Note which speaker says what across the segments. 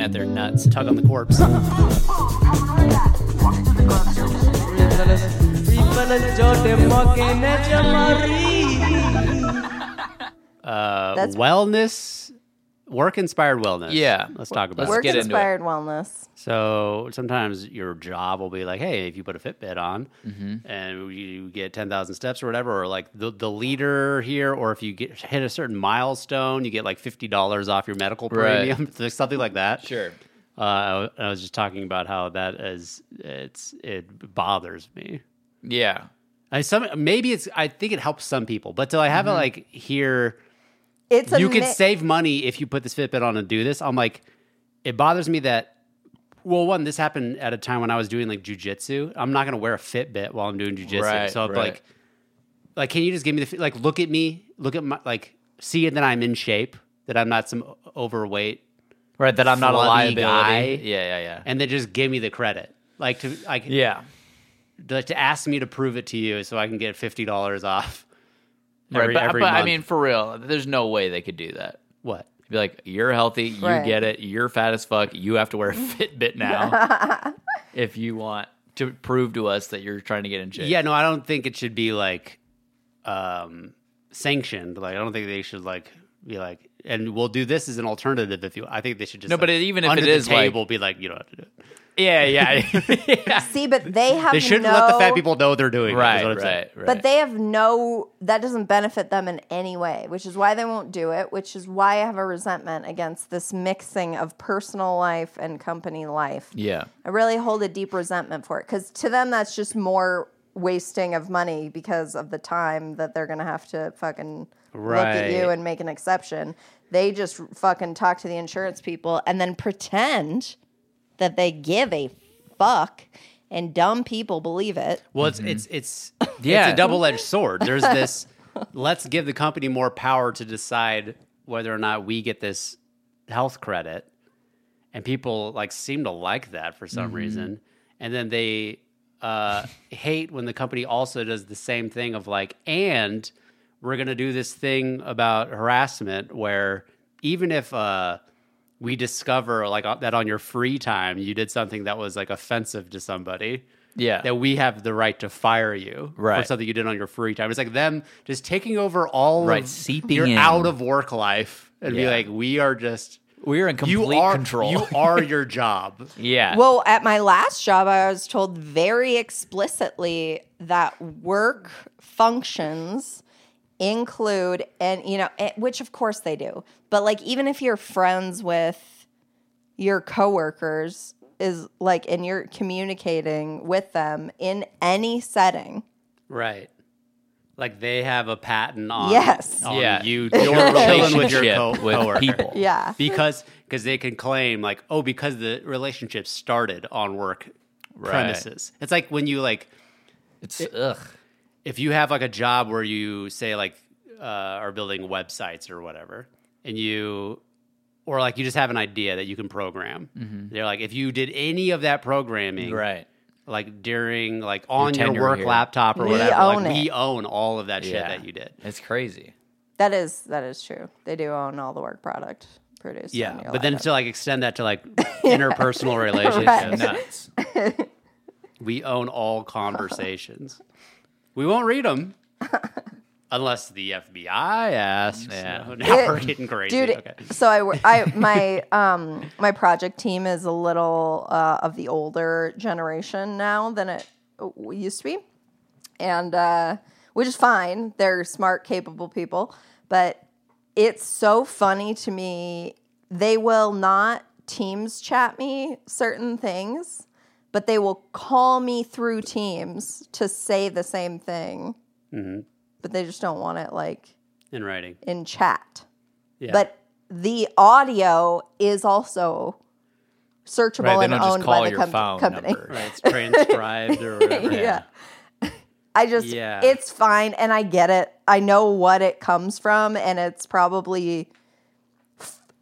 Speaker 1: at their nuts. Tug on the corpse. Uh,
Speaker 2: That's-
Speaker 1: wellness, work inspired wellness.
Speaker 3: Yeah.
Speaker 1: Let's talk about
Speaker 3: Let's
Speaker 1: it.
Speaker 2: Work
Speaker 3: get into it.
Speaker 2: inspired wellness.
Speaker 1: So sometimes your job will be like, hey, if you put a Fitbit on
Speaker 3: Mm-hmm.
Speaker 1: and you get 10,000 steps or whatever, or like the, the leader here, or if you get hit a certain milestone, you get like $50 off your medical
Speaker 3: Right.
Speaker 1: premium, something like that.
Speaker 3: Sure.
Speaker 1: Uh, I w- I was just talking about how that is, it's, it bothers me.
Speaker 3: Yeah.
Speaker 1: I, some, maybe it's, I think it helps some people, but till I have it like here,
Speaker 2: It's a
Speaker 1: you could
Speaker 2: mi-
Speaker 1: save money if you put this Fitbit on and do this. I'm like, it bothers me that. Well, one, this happened at a time when I was doing like jujitsu. I'm not gonna wear a Fitbit while I'm doing jujitsu.
Speaker 3: Right,
Speaker 1: so I'm
Speaker 3: right.
Speaker 1: like, like, can you just give me the Fit- like? Look at me. Look at my like. See that I'm in shape. That I'm not some o- overweight.
Speaker 3: Right. That I'm not a
Speaker 1: Flubby
Speaker 3: liability.
Speaker 1: guy.
Speaker 3: Yeah. Yeah. Yeah.
Speaker 1: And then just give me the credit. Like to like
Speaker 3: yeah.
Speaker 1: to, to ask me to prove it to you so I can get fifty dollars off.
Speaker 3: right.
Speaker 1: every-
Speaker 3: But,
Speaker 1: every
Speaker 3: but I
Speaker 1: month.
Speaker 3: mean, for real, there's no way they could do that.
Speaker 1: What?
Speaker 3: Be like, you're healthy. You
Speaker 2: Right.
Speaker 3: get it. You're fat as fuck. You have to wear a Fitbit now if you want to prove to us that you're trying to get in shape.
Speaker 1: Yeah, no, I don't think it should be like um sanctioned. Like I don't think they should like be like and we'll do this as an alternative if you I think they should just
Speaker 3: No, but
Speaker 1: like,
Speaker 3: it- even if
Speaker 1: under
Speaker 3: it
Speaker 1: the
Speaker 3: is, like-
Speaker 1: table be like you don't have to do it.
Speaker 3: Yeah. Yeah. yeah.
Speaker 2: See, but they have
Speaker 1: They shouldn't
Speaker 2: no,
Speaker 1: let the fat people know they're doing it. is
Speaker 3: Right.
Speaker 1: what I'm
Speaker 3: Right.
Speaker 1: saying.
Speaker 3: Right.
Speaker 2: But they have no. That doesn't benefit them in any way, which is why they won't do it. Which is why I have a resentment against this mixing of personal life and company life.
Speaker 3: Yeah.
Speaker 2: I really hold a deep resentment for it because to them that's just more wasting of money because of the time that they're gonna have to fucking look at you
Speaker 1: Right.
Speaker 2: and make an exception. They just fucking talk to the insurance people and then pretend that they give a fuck, and dumb people believe it.
Speaker 1: Well, it's it's it's
Speaker 3: Yeah.
Speaker 1: it's a double edged sword. There's this let's give the company more power to decide whether or not we get this health credit, and people like seem to like that for some reason, and then they uh, hate when the company also does the same thing of like and we're gonna do this thing about harassment where even if uh we discover like uh, that on your free time you did something that was like offensive to somebody
Speaker 3: Yeah.
Speaker 1: that we have the right to fire you
Speaker 3: Right.
Speaker 1: for something you did on your free time. It's like them just taking over all
Speaker 3: Right,
Speaker 1: of
Speaker 3: seeping
Speaker 1: your
Speaker 3: in.
Speaker 1: out of work life and be
Speaker 3: Yeah.
Speaker 1: like, we are just
Speaker 3: We're in complete
Speaker 1: you are
Speaker 3: control.
Speaker 1: You are your job.
Speaker 3: yeah.
Speaker 2: Well, at my last job, I was told very explicitly that work functions include, and you know, eh, which of course they do, but like even if you're friends with your coworkers, is like, and you're communicating with them in any setting,
Speaker 1: right. Like they have a patent on
Speaker 2: Yes.
Speaker 1: on
Speaker 3: Yeah.
Speaker 1: you
Speaker 3: Your
Speaker 1: your relationship with your
Speaker 3: relationship
Speaker 1: co-
Speaker 3: with
Speaker 1: coworker.
Speaker 3: people.
Speaker 2: yeah.
Speaker 1: Because because they can claim like, oh, because the relationship started on work
Speaker 3: Right.
Speaker 1: premises. It's like when you like
Speaker 3: It's ugh.
Speaker 1: if you have like a job where you say like uh, are building websites or whatever, and you or like you just have an idea that you can program, they're like if you did any of that programming,
Speaker 3: Mm-hmm. Right.
Speaker 1: Like during like on your,
Speaker 3: tenure
Speaker 1: work
Speaker 3: here.
Speaker 1: laptop or
Speaker 2: We
Speaker 1: whatever,
Speaker 2: own
Speaker 1: like
Speaker 2: it.
Speaker 1: we own all of that shit
Speaker 3: Yeah.
Speaker 1: that you did.
Speaker 3: It's crazy.
Speaker 2: That is, that is true. They do own all the work product produced. on
Speaker 1: Yeah,
Speaker 2: your
Speaker 1: but then
Speaker 2: laptop.
Speaker 1: to like extend that to like interpersonal
Speaker 3: Nuts.
Speaker 1: relationships, we own all conversations. we won't read them. Unless the FBI asks, yeah. now
Speaker 2: It-
Speaker 1: we're getting crazy.
Speaker 2: dude.
Speaker 1: okay.
Speaker 2: So I, wor- I my um my project team is a little uh, of the older generation now than it w- used to be, and uh, which is fine. They're smart, capable people, but it's so funny to me. They will not teams chat me certain things, but they will call me through teams to say the same thing, but they just don't want it like
Speaker 1: in writing.
Speaker 2: in chat
Speaker 1: Yeah.
Speaker 2: but the audio is also searchable
Speaker 3: Right, they
Speaker 2: and
Speaker 3: don't just
Speaker 2: owned
Speaker 3: call
Speaker 2: by the
Speaker 3: your
Speaker 2: com-
Speaker 3: phone
Speaker 2: company.
Speaker 3: number.
Speaker 1: Right, it's transcribed or whatever.
Speaker 2: Yeah. I just,
Speaker 1: Yeah.
Speaker 2: it's fine, and I get it. I know what it comes from, and it's probably,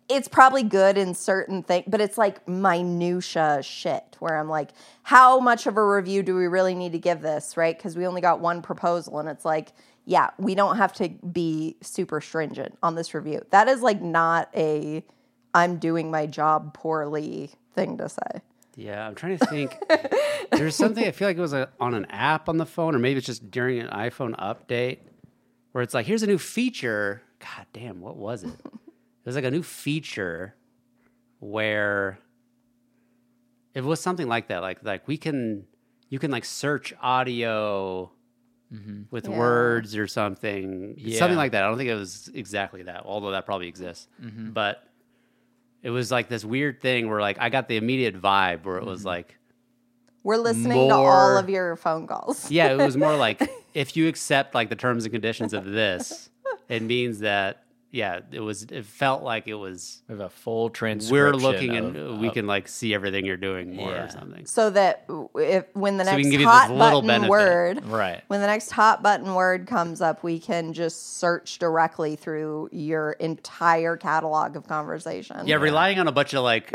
Speaker 2: it's probably good in certain things, but it's like minutia shit. Where I'm like, how much of a review do we really need to give this, right? Because we only got one proposal, and it's like, yeah, we don't have to be super stringent on this review. That is like not a I'm doing my job poorly thing to say.
Speaker 1: Yeah, I'm trying to think. There's something I feel like it was uh on an app on the phone, or maybe it's just during an iPhone update where it's like, here's a new feature. God damn, what was it? It was like a new feature where it was something like that. Like like we can you can like search audio with
Speaker 2: Mm-hmm. Yeah.
Speaker 1: words or something.
Speaker 3: Yeah.
Speaker 1: Something like that. I don't think it was exactly that, although that probably exists.
Speaker 3: Mm-hmm.
Speaker 1: But it was like this weird thing where like I got the immediate vibe where it
Speaker 3: Mm-hmm.
Speaker 1: was like
Speaker 2: We're listening to all
Speaker 1: More-
Speaker 2: of your phone calls.
Speaker 1: yeah, it was more like if you accept like the terms and conditions of this, it means that yeah, it was it felt like it was
Speaker 3: We have a full transcription.
Speaker 1: we're looking and
Speaker 3: of-
Speaker 1: we
Speaker 3: of-
Speaker 1: can like see everything you're doing more
Speaker 3: Yeah.
Speaker 1: or something.
Speaker 2: So that w- if when the
Speaker 1: So we
Speaker 2: next
Speaker 1: can give you this
Speaker 2: hot
Speaker 1: little
Speaker 2: button
Speaker 1: benefit.
Speaker 2: word,
Speaker 3: right.
Speaker 2: when the next hot button word comes up, we can just search directly through your entire catalog of conversation.
Speaker 1: Yeah, relying on a bunch of like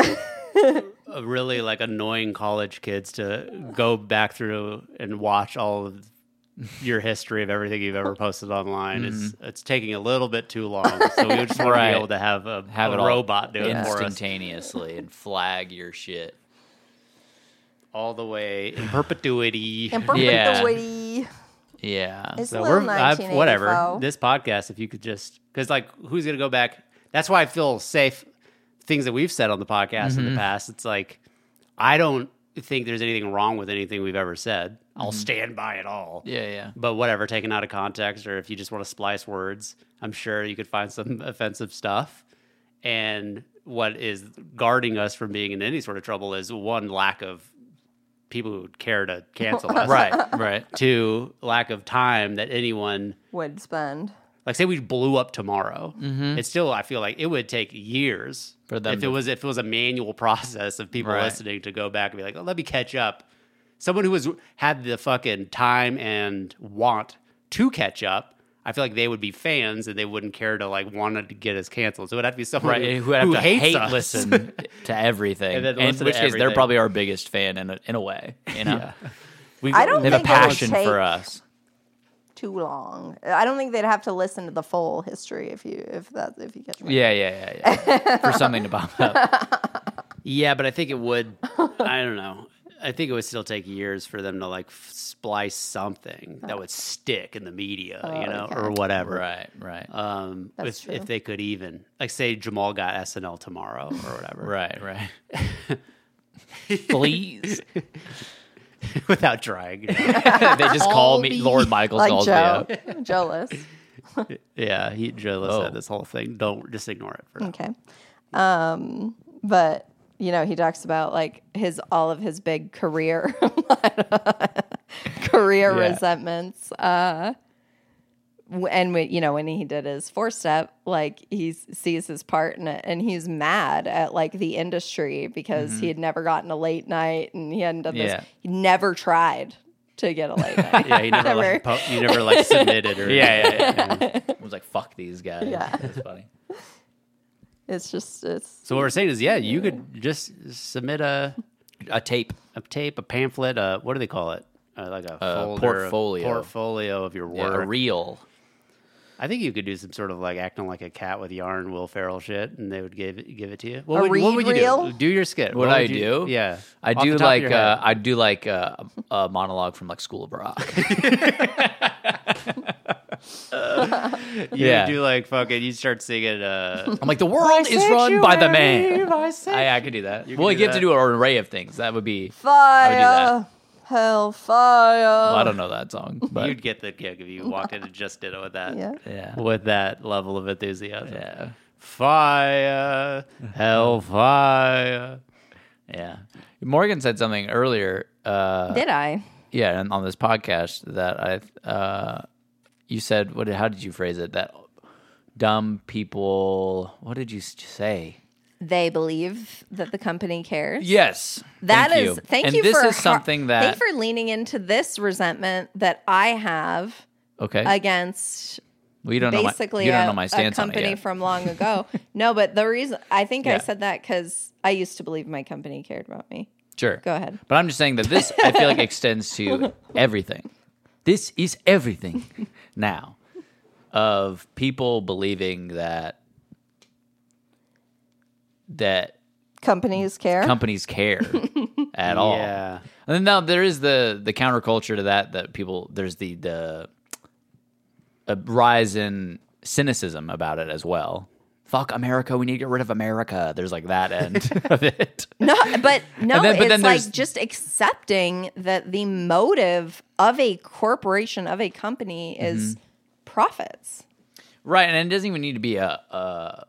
Speaker 1: uh, really like annoying college kids to go back through and watch all of your history of everything you've ever posted online is it's taking a little bit too long. So we just want to
Speaker 3: Mm-hmm. Right.
Speaker 1: be able to have a,
Speaker 3: Have
Speaker 1: a
Speaker 3: it all
Speaker 1: robot do it for us.
Speaker 3: instantaneously and flag your shit.
Speaker 1: all the way in perpetuity.
Speaker 2: And perpetuity.
Speaker 3: Yeah.
Speaker 2: It's
Speaker 1: so
Speaker 2: a little
Speaker 1: we're I've, whatever
Speaker 2: 1984.
Speaker 1: this podcast. If you could just because like who's gonna go back? That's why I feel safe. Things that we've said on the podcast in the
Speaker 3: Mm-hmm.
Speaker 1: past, it's like I don't think there's anything wrong with anything we've ever said. I'll stand by it all.
Speaker 3: Mm-hmm. yeah, yeah.
Speaker 1: But whatever, taken out of context, or if you just want to splice words, I'm sure you could find some offensive stuff. And what is guarding us from being in any sort of trouble is one lack of people who would care to cancel us.
Speaker 3: Right, right.
Speaker 1: to lack of time that anyone
Speaker 2: would spend.
Speaker 1: like say we blew up tomorrow it's still i feel like it would take years
Speaker 3: Mm-hmm. For them
Speaker 1: if it
Speaker 3: to-
Speaker 1: was if it was a manual process of people
Speaker 3: Right.
Speaker 1: listening to go back and be like oh let me catch up someone who has had the fucking time and want to catch up I feel like they would be fans and they wouldn't care to like want to get us canceled. So it would have to be someone
Speaker 3: Right,
Speaker 1: who,
Speaker 3: who have to
Speaker 1: hates
Speaker 3: hate
Speaker 1: us.
Speaker 3: listen to everything,
Speaker 1: And then
Speaker 3: in
Speaker 1: listen to
Speaker 3: which case they're
Speaker 1: everything.
Speaker 3: probably our biggest fan in a, in a way. You know,
Speaker 1: We've-
Speaker 2: I don't
Speaker 3: they have a
Speaker 2: think it would
Speaker 3: passion
Speaker 2: take-
Speaker 3: for us.
Speaker 2: Too long. I don't think they'd have to listen to the full history if you if that if you catch my
Speaker 3: Yeah, yeah, yeah, yeah. for something to pop up.
Speaker 1: Yeah, but I think it would. I don't know. I think it would still take years for them to like f- splice something that would stick in the media, you know, or whatever.
Speaker 3: Right, right,
Speaker 1: Um,
Speaker 2: Oh, That's
Speaker 1: if,
Speaker 2: true.
Speaker 1: if they could even, like, say Jamal got SNL tomorrow or whatever,
Speaker 3: right, right. Please,
Speaker 1: without trying. you know?
Speaker 3: they just call me. Lord Michael
Speaker 2: like
Speaker 3: calls
Speaker 2: Joe.
Speaker 3: me up.
Speaker 2: Jealous.
Speaker 1: yeah, he Joe List
Speaker 3: Oh.
Speaker 1: had this whole thing. Don't just ignore it for now.
Speaker 2: Okay. Um, but you know, he talks about like his all of his big career career
Speaker 3: Yeah.
Speaker 2: resentments. Uh w- and when you know when he did his four step, like he s- sees his part in it, and he's mad at like the industry because he had never gotten a late night, and he hadn't done
Speaker 3: Mm-hmm. Yeah.
Speaker 2: this. He never tried to get a late night.
Speaker 1: Yeah, he never
Speaker 2: Never.
Speaker 1: like po- you never like submitted or
Speaker 3: Yeah, yeah, yeah. I was like, "Fuck these guys."
Speaker 2: Yeah.
Speaker 3: That's funny.
Speaker 2: It's just it's
Speaker 1: So what we're saying is, yeah, you could just submit a
Speaker 3: A tape.
Speaker 1: a tape, a pamphlet, a what do they call it? Uh, like a
Speaker 3: A
Speaker 1: folder, a
Speaker 3: portfolio.
Speaker 1: portfolio of your work.
Speaker 3: Yeah, a reel.
Speaker 1: I think you could do some sort of like acting like a cat with yarn, Will Ferrell shit, and they would give give it to you. What
Speaker 2: A
Speaker 1: would, what
Speaker 2: read
Speaker 1: would you
Speaker 2: reel?
Speaker 1: do? Do your skit.
Speaker 3: What,
Speaker 1: would
Speaker 3: I do?
Speaker 1: you- Yeah,
Speaker 3: I
Speaker 1: Off the
Speaker 3: do
Speaker 1: top of
Speaker 3: like
Speaker 1: your
Speaker 3: uh,
Speaker 1: head.
Speaker 3: I do like uh, a, a monologue from like School of Rock.
Speaker 1: you
Speaker 3: yeah.
Speaker 1: do like fucking. You start singing. Uh,
Speaker 3: I'm like the world is run by the man. I, I could do that.
Speaker 1: can
Speaker 3: Well,
Speaker 1: do
Speaker 3: you get
Speaker 1: that.
Speaker 3: to do an array of things. That would be.
Speaker 2: fire, hellfire.
Speaker 3: well, I don't know that song, but
Speaker 1: you'd get the gig if you walked in and just did it with that.
Speaker 2: Yeah.
Speaker 3: yeah,
Speaker 1: With that level of enthusiasm.
Speaker 3: yeah,
Speaker 1: Fire, hellfire.
Speaker 3: yeah. Morgan said something earlier. Uh,
Speaker 2: Did I?
Speaker 3: yeah, and on this podcast that I, uh, you said what? How did you phrase it? That dumb people. What did you s- say?
Speaker 2: they believe that the company cares.
Speaker 3: Yes,
Speaker 2: That
Speaker 3: thank
Speaker 2: is,
Speaker 3: You.
Speaker 2: thank
Speaker 3: and
Speaker 2: you.
Speaker 3: this
Speaker 2: for
Speaker 3: is something that
Speaker 2: thank you for leaning into this resentment that I have
Speaker 3: okay.
Speaker 2: against
Speaker 3: well, you don't know. My,
Speaker 2: uh, basically
Speaker 3: you
Speaker 2: a,
Speaker 3: don't know my
Speaker 2: a
Speaker 3: stance on it
Speaker 2: company
Speaker 3: yet.
Speaker 2: from long ago. no, but the reason I think I
Speaker 3: Yeah.
Speaker 2: said that because I used to believe my company cared about me.
Speaker 3: Sure.
Speaker 2: Go ahead.
Speaker 3: But I'm just saying that this, I feel like, extends to everything. This is everything now of people believing that that
Speaker 2: Companies care.
Speaker 3: companies care at all.
Speaker 1: Yeah.
Speaker 3: And then now there is the the counterculture to that that people there's the the a rise in cynicism about it as well. Fuck America, we need to get rid of America. There's like that end of it.
Speaker 2: no, but no,
Speaker 3: And then- but then
Speaker 2: it's
Speaker 3: there's-
Speaker 2: like just accepting that the motive of a corporation of a company is
Speaker 3: Mm-hmm.
Speaker 2: profits.
Speaker 3: Right, and it doesn't even need to be a a,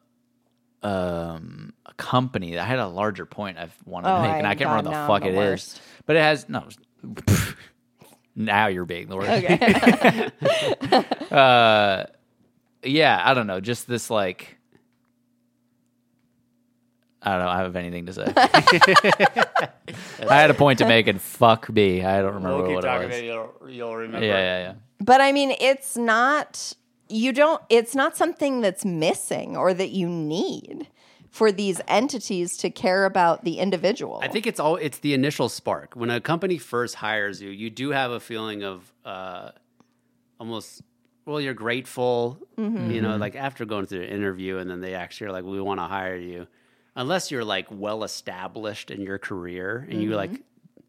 Speaker 3: um, a company. I had a larger point I wanted
Speaker 2: Oh,
Speaker 3: to make, and
Speaker 2: I-
Speaker 3: I can't
Speaker 2: God,
Speaker 3: remember what
Speaker 2: no,
Speaker 3: the
Speaker 2: I'm
Speaker 3: fuck
Speaker 2: the
Speaker 3: it is.
Speaker 2: worst.
Speaker 3: But it has no. now you're being the worst.
Speaker 2: Okay.
Speaker 3: Uh, Yeah, I don't know. Just this like. I don't know. I don't have anything to say. I had a point to make, and fuck me, I don't remember what it was.
Speaker 1: You'll, you'll
Speaker 3: Yeah,
Speaker 1: remember.
Speaker 3: yeah, yeah.
Speaker 2: But I mean, it's not you don't it's not something that's missing or that you need for these entities to care about the individual.
Speaker 1: I think it's all it's the initial spark. When a company first hires you, you do have a feeling of uh, almost well, you're grateful, you know, like after going through the interview and then they actually are like, we want to hire you. Unless you're like well established in your career and you like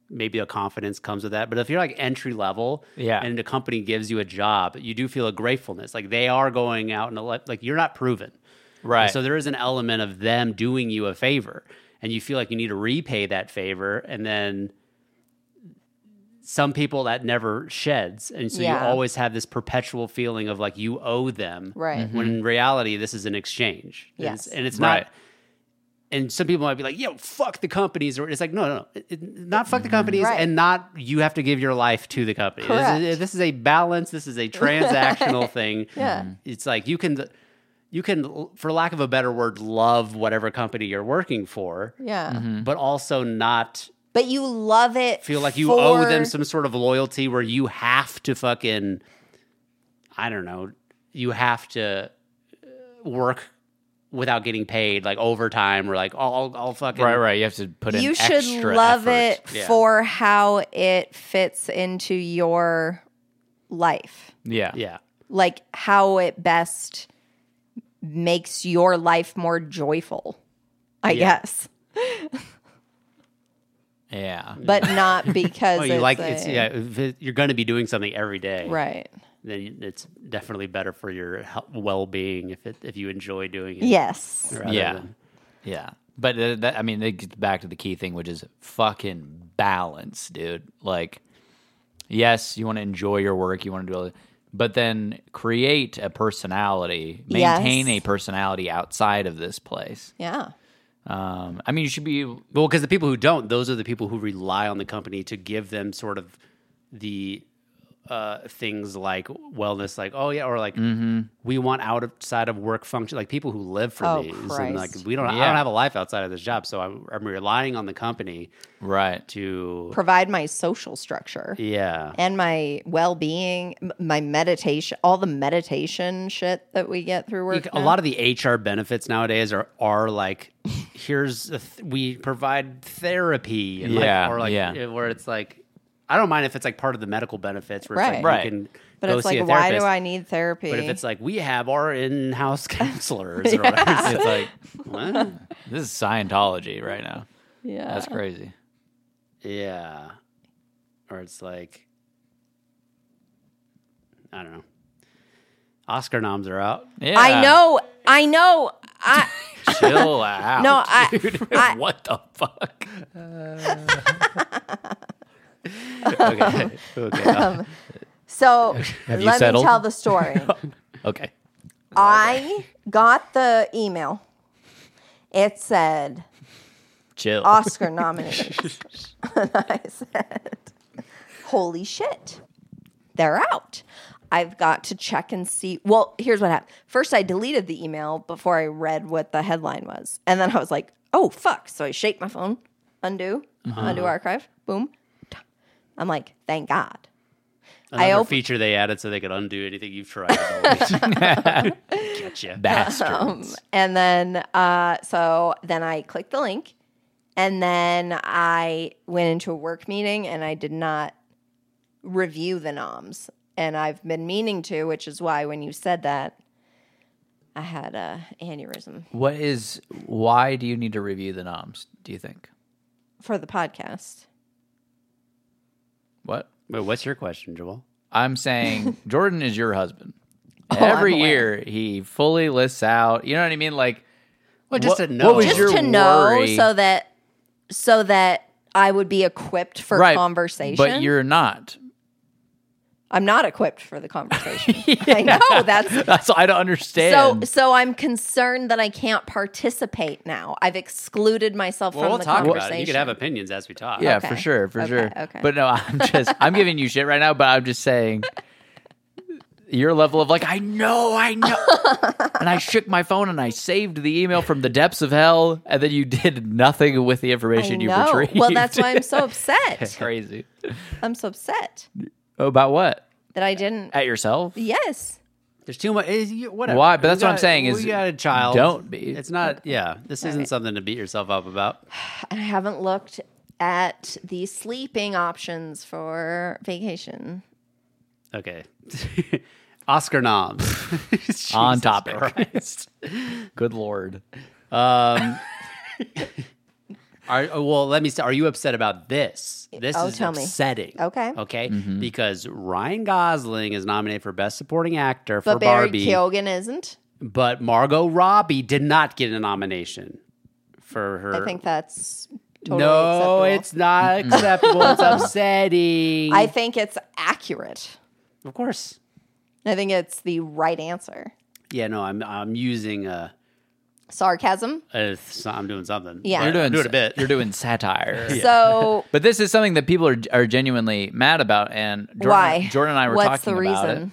Speaker 1: maybe a confidence comes with that. But if you're like entry level
Speaker 3: Yeah.
Speaker 1: and the company gives you a job, you do feel a gratefulness. Like they are going out and elect- like you're not proven.
Speaker 3: Right.
Speaker 1: So there is an element of them doing you a favor, and you feel like you need to repay that favor. And then some people that never sheds. And so
Speaker 2: Yeah.
Speaker 1: you always have this perpetual feeling of like you owe them.
Speaker 2: Right.
Speaker 1: When in reality, this is an exchange. And it's-
Speaker 2: Yes.
Speaker 1: And it's
Speaker 3: Right.
Speaker 1: not. And some people might be like, yo, fuck the companies. Or it's like, no, no, no. It- it- not fuck the companies
Speaker 2: Right.
Speaker 1: and not you have to give your life to the company. This is,
Speaker 2: Correct.
Speaker 1: this is a balance. This is a transactional thing.
Speaker 2: Yeah.
Speaker 1: Mm-hmm. It's like you can you can for lack of a better word love whatever company you're working for
Speaker 2: yeah.
Speaker 1: but also not
Speaker 2: But you love it.
Speaker 1: feel like you
Speaker 2: for-
Speaker 1: owe them some sort of loyalty where you have to fucking i don't know you have to uh, work without getting paid like overtime or like i'll, I'll- I'll fucking
Speaker 3: right, right. You have to put in.
Speaker 2: You should
Speaker 3: extra
Speaker 2: love
Speaker 3: effort.
Speaker 2: it
Speaker 1: Yeah.
Speaker 2: for how it fits into your life.
Speaker 3: Yeah,
Speaker 1: yeah
Speaker 2: Like how it best makes your life more joyful. I
Speaker 1: Yeah.
Speaker 2: guess.
Speaker 3: yeah.
Speaker 2: But not because
Speaker 1: oh Mm-hmm. you
Speaker 2: it's
Speaker 1: like
Speaker 2: a-
Speaker 1: it's yeah if it- you're gonna be doing something every day
Speaker 2: Right.
Speaker 1: then it's definitely better for your hel- well-being if it if you enjoy doing it
Speaker 2: Yes.
Speaker 1: rather
Speaker 3: Yeah.
Speaker 1: than-
Speaker 3: Yeah. But uh, that, I mean, it gets back to the key thing, which is fucking balance, dude. Like, yes, you want to enjoy your work, you want to do all that, but then create a personality, maintain
Speaker 2: Yes.
Speaker 3: a personality outside of this place.
Speaker 2: Yeah.
Speaker 3: Um, I mean, you should be
Speaker 1: Well, because the people who don't, those are the people who rely on the company to give them sort of the uh, things like wellness, like oh yeah, or like we want outside of work function, like people who live for
Speaker 2: Oh,
Speaker 1: these, and like
Speaker 2: Christ.
Speaker 1: we don't, I
Speaker 3: Yeah.
Speaker 1: don't have a life outside of this job, so I'm, I'm relying on the company
Speaker 3: right.
Speaker 1: to
Speaker 2: Provide my social structure
Speaker 1: yeah,
Speaker 2: and my well being, my meditation, all the meditation shit that we get through work.
Speaker 1: a lot of the HR benefits nowadays are are like here's a th- we provide therapy and
Speaker 3: Yeah,
Speaker 1: like, or like
Speaker 3: yeah.
Speaker 1: it- where it's like I don't mind if it's like part of the medical benefits where it's like
Speaker 2: Right.
Speaker 1: you can
Speaker 2: But
Speaker 1: go
Speaker 2: it's
Speaker 1: see
Speaker 2: like,
Speaker 1: a
Speaker 2: why do
Speaker 1: therapist,
Speaker 2: I need therapy?
Speaker 1: But if it's like we have our in-house counselors, or whatever,
Speaker 3: It's like,
Speaker 1: it's like, what?
Speaker 3: this is Scientology right now.
Speaker 2: yeah.
Speaker 3: That's crazy.
Speaker 1: yeah, or it's like I don't know. Oscar noms are out.
Speaker 3: Yeah.
Speaker 2: I know. I know. I
Speaker 3: Chill out.
Speaker 2: No, I-
Speaker 3: dude.
Speaker 2: I-
Speaker 3: what the fuck?
Speaker 1: Okay, okay, uh,
Speaker 2: so
Speaker 3: Have you
Speaker 2: let
Speaker 3: settled?
Speaker 2: me tell the story.
Speaker 1: Oh
Speaker 3: Okay.
Speaker 2: I got the email. It said
Speaker 3: Chill.
Speaker 2: Oscar nominated. and I said, Holy shit, they're out. I've got to check and see. Well, here's what happened. First, I deleted the email before I read what the headline was. And then I was like, oh, fuck. So I shake my phone, undo, undo archive, boom. Ta- I'm like, thank God.
Speaker 1: another
Speaker 2: op-
Speaker 1: feature they added so they could undo anything you've tried. Gotcha.
Speaker 3: Bastard.
Speaker 2: Um, And then, uh, so then I clicked the link, and then I went into a work meeting, and I did not review the noms, and I've been meaning to, which is why when you said that, I had a aneurysm
Speaker 3: What is why do you need to review the noms? Do you think?
Speaker 2: for the podcast.
Speaker 3: What
Speaker 1: Wait, what's your question, Joel?
Speaker 3: I'm saying, Jordan is your husband.
Speaker 2: Oh, I'm
Speaker 3: Every
Speaker 2: aware.
Speaker 3: year he fully lists out. You know what I mean? Like
Speaker 1: Well, just
Speaker 3: What-
Speaker 1: a no.
Speaker 3: what was
Speaker 2: Just
Speaker 3: your
Speaker 2: to know
Speaker 3: worry-
Speaker 2: so that so that I would be equipped for
Speaker 3: right
Speaker 2: conversation.
Speaker 3: but you're not.
Speaker 2: I'm not equipped for the conversation. I know that's
Speaker 3: That's I don't
Speaker 2: So,
Speaker 3: understand.
Speaker 2: so I'm concerned that I can't participate now. I've excluded myself
Speaker 1: well,
Speaker 2: from
Speaker 1: we'll
Speaker 2: the
Speaker 1: talk
Speaker 2: conversation.
Speaker 1: about it. You could have opinions as we talk.
Speaker 3: yeah, for
Speaker 2: okay,
Speaker 3: sure, for
Speaker 2: okay,
Speaker 3: sure.
Speaker 2: okay.
Speaker 3: But no, I'm just I'm giving you shit right now. But I'm just saying your level of like I know, I know. and I shook my phone and I saved the email from the depths of hell, and then you did nothing with the
Speaker 2: I
Speaker 3: information you
Speaker 2: know.
Speaker 3: retrieved.
Speaker 2: Well, that's why I'm so upset.
Speaker 3: crazy.
Speaker 2: I'm so upset
Speaker 3: About what?
Speaker 2: that I didn't.
Speaker 3: At yourself?
Speaker 2: Yes,
Speaker 1: There's too much. Is, you, whatever.
Speaker 3: Why? But
Speaker 1: We
Speaker 3: that's what I'm
Speaker 1: got-
Speaker 3: saying is
Speaker 1: we got a child.
Speaker 3: don't be.
Speaker 1: It's not. Yeah, this isn't something to beat yourself up about.
Speaker 2: I haven't looked at the sleeping options for vacation.
Speaker 1: Okay. Oscar noms. Jesus
Speaker 3: On topic.
Speaker 1: Christ.
Speaker 3: Good lord.
Speaker 1: Are, oh, well, let me. St- are you upset about this? This
Speaker 2: Oh,
Speaker 1: is
Speaker 2: tell me.
Speaker 1: upsetting.
Speaker 2: Okay.
Speaker 1: Okay.
Speaker 3: Mm-hmm.
Speaker 1: Because Ryan Gosling is nominated for Best Supporting Actor for
Speaker 2: But Barry
Speaker 1: Barbie,
Speaker 2: Keoghan isn't.
Speaker 1: but Margot Robbie did not get a nomination for her.
Speaker 2: I think that's totally
Speaker 1: Er. no,
Speaker 2: acceptable.
Speaker 1: it's not acceptable. it's upsetting.
Speaker 2: I think it's accurate.
Speaker 1: of course.
Speaker 2: I think it's the right answer.
Speaker 1: Yeah. No, I'm. I'm using a.
Speaker 2: Sarcasm.
Speaker 1: a so- I'm doing something.
Speaker 2: Yeah.
Speaker 1: But
Speaker 3: You're doing
Speaker 1: I'm doing a bit.
Speaker 3: You're doing satire.
Speaker 2: So
Speaker 3: But this is something that people are, are genuinely mad about, and Jordan,
Speaker 2: why?
Speaker 3: Jordan and I were
Speaker 2: What's
Speaker 3: talking
Speaker 2: the
Speaker 3: about
Speaker 2: reason?
Speaker 3: it.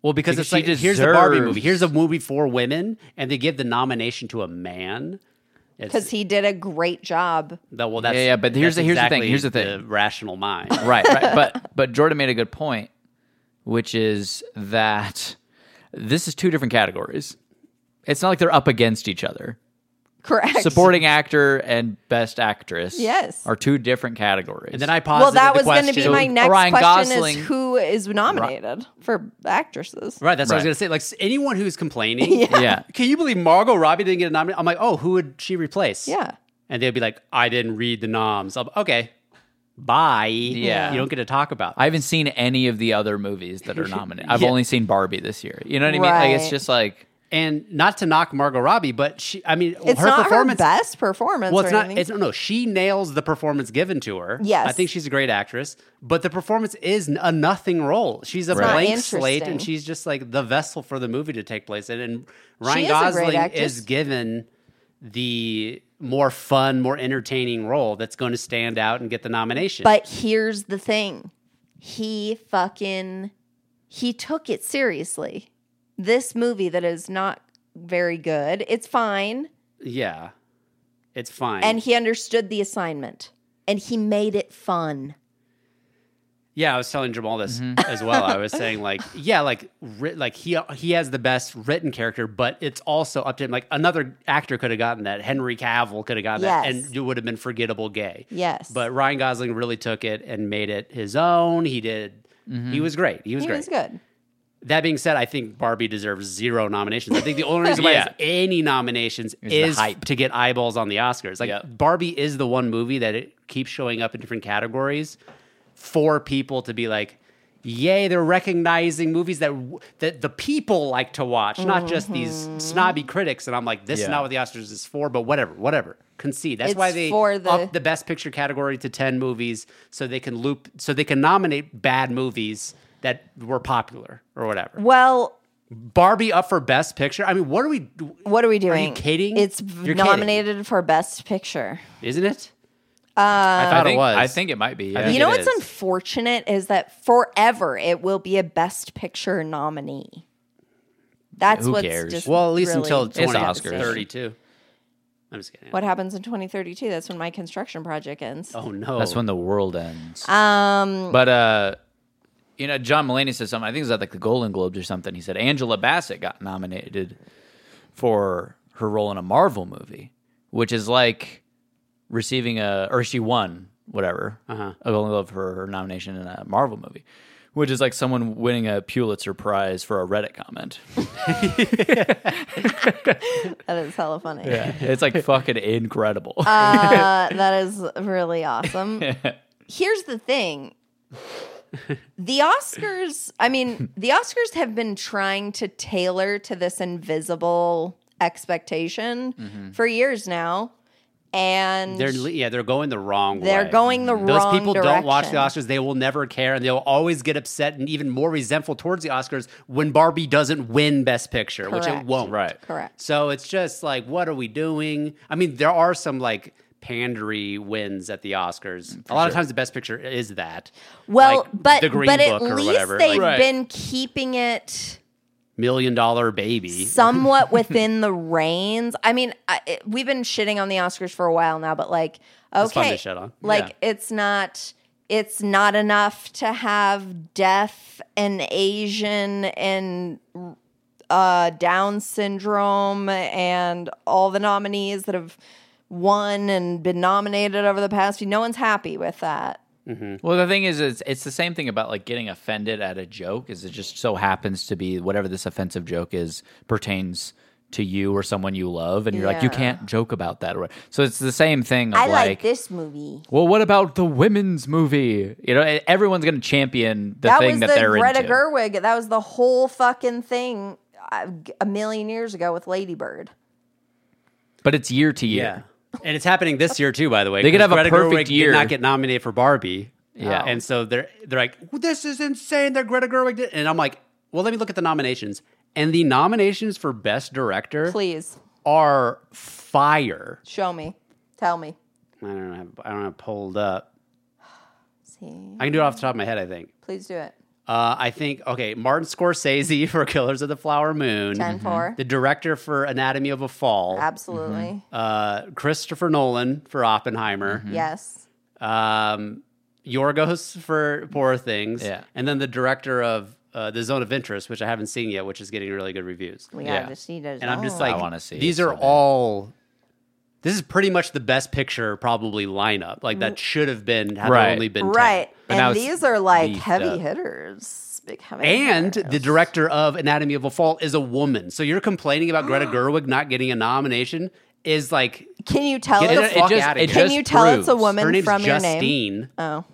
Speaker 1: Well, because,
Speaker 3: Because
Speaker 1: it's
Speaker 3: she
Speaker 1: like here's a Barbie
Speaker 3: deserves-
Speaker 1: movie. Here's a movie for women, and they give the nomination to a man. It's-
Speaker 2: because he did a great job.
Speaker 1: that- well, that's
Speaker 3: Yeah, yeah, but here's
Speaker 1: that's
Speaker 3: the- here's the thing,
Speaker 1: exactly
Speaker 3: here's the thing.
Speaker 1: rational mind.
Speaker 3: right, right. But but Jordan made a good point, which is that this is two different categories. It's not like they're up against each other.
Speaker 2: Correct.
Speaker 3: Supporting actor and best actress,
Speaker 2: Yes.
Speaker 3: are two different categories.
Speaker 1: and then I paused.
Speaker 2: Well, that was
Speaker 1: going to
Speaker 2: be my
Speaker 3: So
Speaker 2: next
Speaker 3: Ryan
Speaker 2: question:
Speaker 3: Gosling-
Speaker 2: is who is nominated for actresses?
Speaker 1: Right, that's what
Speaker 3: Right.
Speaker 1: I was going to say. Like s- anyone who's complaining,
Speaker 3: yeah,
Speaker 1: can you believe Margot Robbie didn't get a nomination? I'm like, oh, who would she replace?
Speaker 2: Yeah,
Speaker 1: and they'd be like, I didn't read the noms. I'm, okay, bye.
Speaker 3: Yeah.
Speaker 1: you don't get to talk about.
Speaker 3: I haven't seen any of the other movies that are nominated. I've
Speaker 1: Yeah.
Speaker 3: only seen Barbie this year. You know what I mean? Like it's
Speaker 2: Right.
Speaker 3: just like
Speaker 1: and not to knock Margot Robbie, but she, I mean,
Speaker 2: it's
Speaker 1: her
Speaker 2: not
Speaker 1: performance.
Speaker 2: her best performance.
Speaker 1: well, it's
Speaker 2: or
Speaker 1: not.
Speaker 2: anything.
Speaker 1: It's no. She nails the performance given to her.
Speaker 2: Yes.
Speaker 1: I think she's a great actress, but the performance is n- a nothing role. She's a
Speaker 2: not
Speaker 1: blank slate,
Speaker 2: interesting.
Speaker 1: and she's just like the vessel for the movie to take place in. And Ryan
Speaker 2: is a great
Speaker 1: Gosling
Speaker 2: actress.
Speaker 1: is given the more fun, more entertaining role that's going to stand out and get the nomination.
Speaker 2: but here's the thing: he fucking he took it seriously. This movie that is not very good. It's fine,
Speaker 1: yeah, it's fine.
Speaker 2: and he understood the assignment, and he made it fun.
Speaker 1: Yeah, I was telling Jamal this as well. I was saying like, yeah, like writ, like he he has the best written character, but it's also up to him. Like another actor could have gotten that. Henry Cavill could have gotten that,
Speaker 2: Yes.
Speaker 1: and it would have been forgettable gay.
Speaker 2: Yes,
Speaker 1: But Ryan Gosling really took it and made it his own. He did. He was great. He was
Speaker 2: he
Speaker 1: great.
Speaker 2: was good.
Speaker 1: That being said, I think Barbie deserves zero nominations. I think the only reason why it has any nominations
Speaker 3: the
Speaker 1: is
Speaker 3: hype.
Speaker 1: to get eyeballs on the Oscars. Like
Speaker 3: Yeah.
Speaker 1: Barbie is the one movie that it keeps showing up in different categories for people to be like, "Yay, they're recognizing movies that w- that the people like to watch, not just these snobby critics." And I'm like, "This is
Speaker 3: Mm-hmm. Yeah.
Speaker 1: not what the Oscars is for." But whatever, whatever. Concede. That's
Speaker 2: It's
Speaker 1: why they
Speaker 2: for the-
Speaker 1: up the best picture category to ten movies so they can loop so they can nominate bad movies that were popular or whatever.
Speaker 2: Well,
Speaker 1: Barbie up for Best Picture. I mean, what are we?
Speaker 2: What are we doing?
Speaker 1: kidding?
Speaker 2: It's
Speaker 1: You're
Speaker 2: nominated for Best Picture.
Speaker 1: Isn't it?
Speaker 2: Uh,
Speaker 1: I thought
Speaker 3: think,
Speaker 1: it was.
Speaker 3: I think it might be. yeah.
Speaker 1: think
Speaker 2: You know
Speaker 1: it
Speaker 2: what's
Speaker 1: is.
Speaker 2: unfortunate is that forever it will be a Best Picture nominee. That's
Speaker 3: Who
Speaker 2: what's
Speaker 3: cares?
Speaker 2: just
Speaker 1: Well, at least
Speaker 2: really
Speaker 1: until
Speaker 2: upsetting.
Speaker 3: It's Oscars.
Speaker 1: 2032. I'm just kidding.
Speaker 2: What happens in 2032? That's when my construction project ends.
Speaker 1: Oh no,
Speaker 3: That's when the world ends.
Speaker 2: Um,
Speaker 3: But uh, you know, John Mulaney said something. I think it was at like the Golden Globes or something. He said Angela Bassett got nominated for her role in a Marvel movie, which is like receiving a or she won whatever uh a Golden Globe for her nomination in a Marvel movie, which is like someone winning a Pulitzer Prize for a Reddit comment.
Speaker 2: That is hella funny.
Speaker 3: it's like fucking incredible.
Speaker 2: Uh, that is really awesome. Here's the thing. The Oscars, I mean, the Oscars have been trying to tailor to this invisible expectation for years now. And
Speaker 1: Mm-hmm. They're
Speaker 2: they're,
Speaker 1: le- yeah, they're going the wrong way.
Speaker 2: going the
Speaker 1: Those
Speaker 2: wrong
Speaker 1: people don't watch the
Speaker 2: direction.
Speaker 1: Oscars. They will never care, and they'll always get upset and even more resentful towards the Oscars when Barbie doesn't win Best Picture, which it
Speaker 2: Correct.
Speaker 1: won't.
Speaker 3: Right.
Speaker 2: Correct.
Speaker 1: So it's just like, what are we doing? I mean, there are some like pandery wins at the
Speaker 3: Mm,
Speaker 1: Oscars. a lot of times, the Best Picture is that.
Speaker 2: Well,
Speaker 1: like
Speaker 2: but
Speaker 1: The Green
Speaker 2: but
Speaker 1: Book
Speaker 2: at
Speaker 1: or
Speaker 2: least
Speaker 1: whatever,
Speaker 2: they've
Speaker 3: Right.
Speaker 1: like-
Speaker 2: been keeping it
Speaker 1: Million Dollar Baby.
Speaker 2: somewhat within the reins. I mean, I, it- we've been shitting on the Oscars for a while now, but like, okay,
Speaker 1: fun to shit on.
Speaker 2: like it's not it's not enough to have deaf and Asian and uh, Down syndrome and all the nominees that have won and been nominated over the past few. No one's happy with that.
Speaker 3: Well, the thing is, it's, it's the same thing about like getting offended at a joke. Is it just so happens to be whatever this offensive joke is pertains to you or someone you love, and you're like, you
Speaker 2: Yeah.
Speaker 3: can't joke about that. or what- So it's the same thing. Of
Speaker 2: I
Speaker 3: like,
Speaker 2: like this movie.
Speaker 3: well, what about the women's movie? You know, e- everyone's going to champion the
Speaker 2: that
Speaker 3: thing
Speaker 2: was
Speaker 3: that
Speaker 2: the
Speaker 3: they're
Speaker 2: Greta
Speaker 3: into.
Speaker 2: Gerwig. That was the whole fucking thing uh, a million years ago with Ladybird.
Speaker 3: but it's year to
Speaker 1: Yeah.
Speaker 3: year.
Speaker 1: And it's happening this year too, by the way.
Speaker 3: They could
Speaker 1: 'cause
Speaker 3: have a
Speaker 1: Greta
Speaker 3: perfect
Speaker 1: Gerwig
Speaker 3: year.
Speaker 1: Did not get nominated for Barbie.
Speaker 3: Yeah.
Speaker 1: and so they're they're like, this is insane. That Greta Gerwig did, and I'm like, well, let me look at the nominations. And the nominations for Best Director
Speaker 2: Please
Speaker 1: are fire.
Speaker 2: show me. Tell me.
Speaker 1: I don't have I don't have it pulled up.
Speaker 2: See.
Speaker 1: I can do it off the top of my head. I think.
Speaker 2: Please do it.
Speaker 1: Uh, I think okay. Martin Scorsese for Killers of the Flower Moon.
Speaker 3: Mm-hmm.
Speaker 2: 10 4.
Speaker 1: The director for Anatomy of a Fall.
Speaker 2: Absolutely.
Speaker 3: Mm-hmm.
Speaker 1: Uh, Christopher Nolan for Oppenheimer.
Speaker 2: Yes.
Speaker 3: Mm-hmm.
Speaker 1: um, Yorgos for Poor Things,
Speaker 3: Yeah.
Speaker 1: and then the director of uh, The Zone of Interest, which I haven't seen yet, which is getting really good reviews.
Speaker 2: We
Speaker 3: Yeah.
Speaker 2: gotta just need Oh, it.
Speaker 1: And I'm just
Speaker 2: all.
Speaker 1: like,
Speaker 3: I wanna see it
Speaker 1: these
Speaker 3: so
Speaker 1: are
Speaker 3: bad.
Speaker 1: all. This is pretty much the best picture probably lineup. Like that should have been had there
Speaker 3: Right.
Speaker 1: only been 10.
Speaker 2: right.
Speaker 3: But now
Speaker 2: and
Speaker 3: it's
Speaker 2: these are like
Speaker 3: beefed
Speaker 2: heavy
Speaker 3: up.
Speaker 2: hitters. Big heavy
Speaker 1: And
Speaker 2: hitters.
Speaker 1: the director of Anatomy of a Fall is a woman. So you're complaining about Greta Gerwig not getting a nomination is like
Speaker 2: Can you tell
Speaker 1: Get
Speaker 2: it's
Speaker 1: it-
Speaker 2: a
Speaker 1: it
Speaker 2: fuck-
Speaker 1: just-
Speaker 2: Can
Speaker 1: it
Speaker 3: just
Speaker 2: you tell it's a
Speaker 3: proves-
Speaker 1: her
Speaker 2: woman
Speaker 1: name's
Speaker 2: from your
Speaker 1: Justine.
Speaker 2: name? Oh.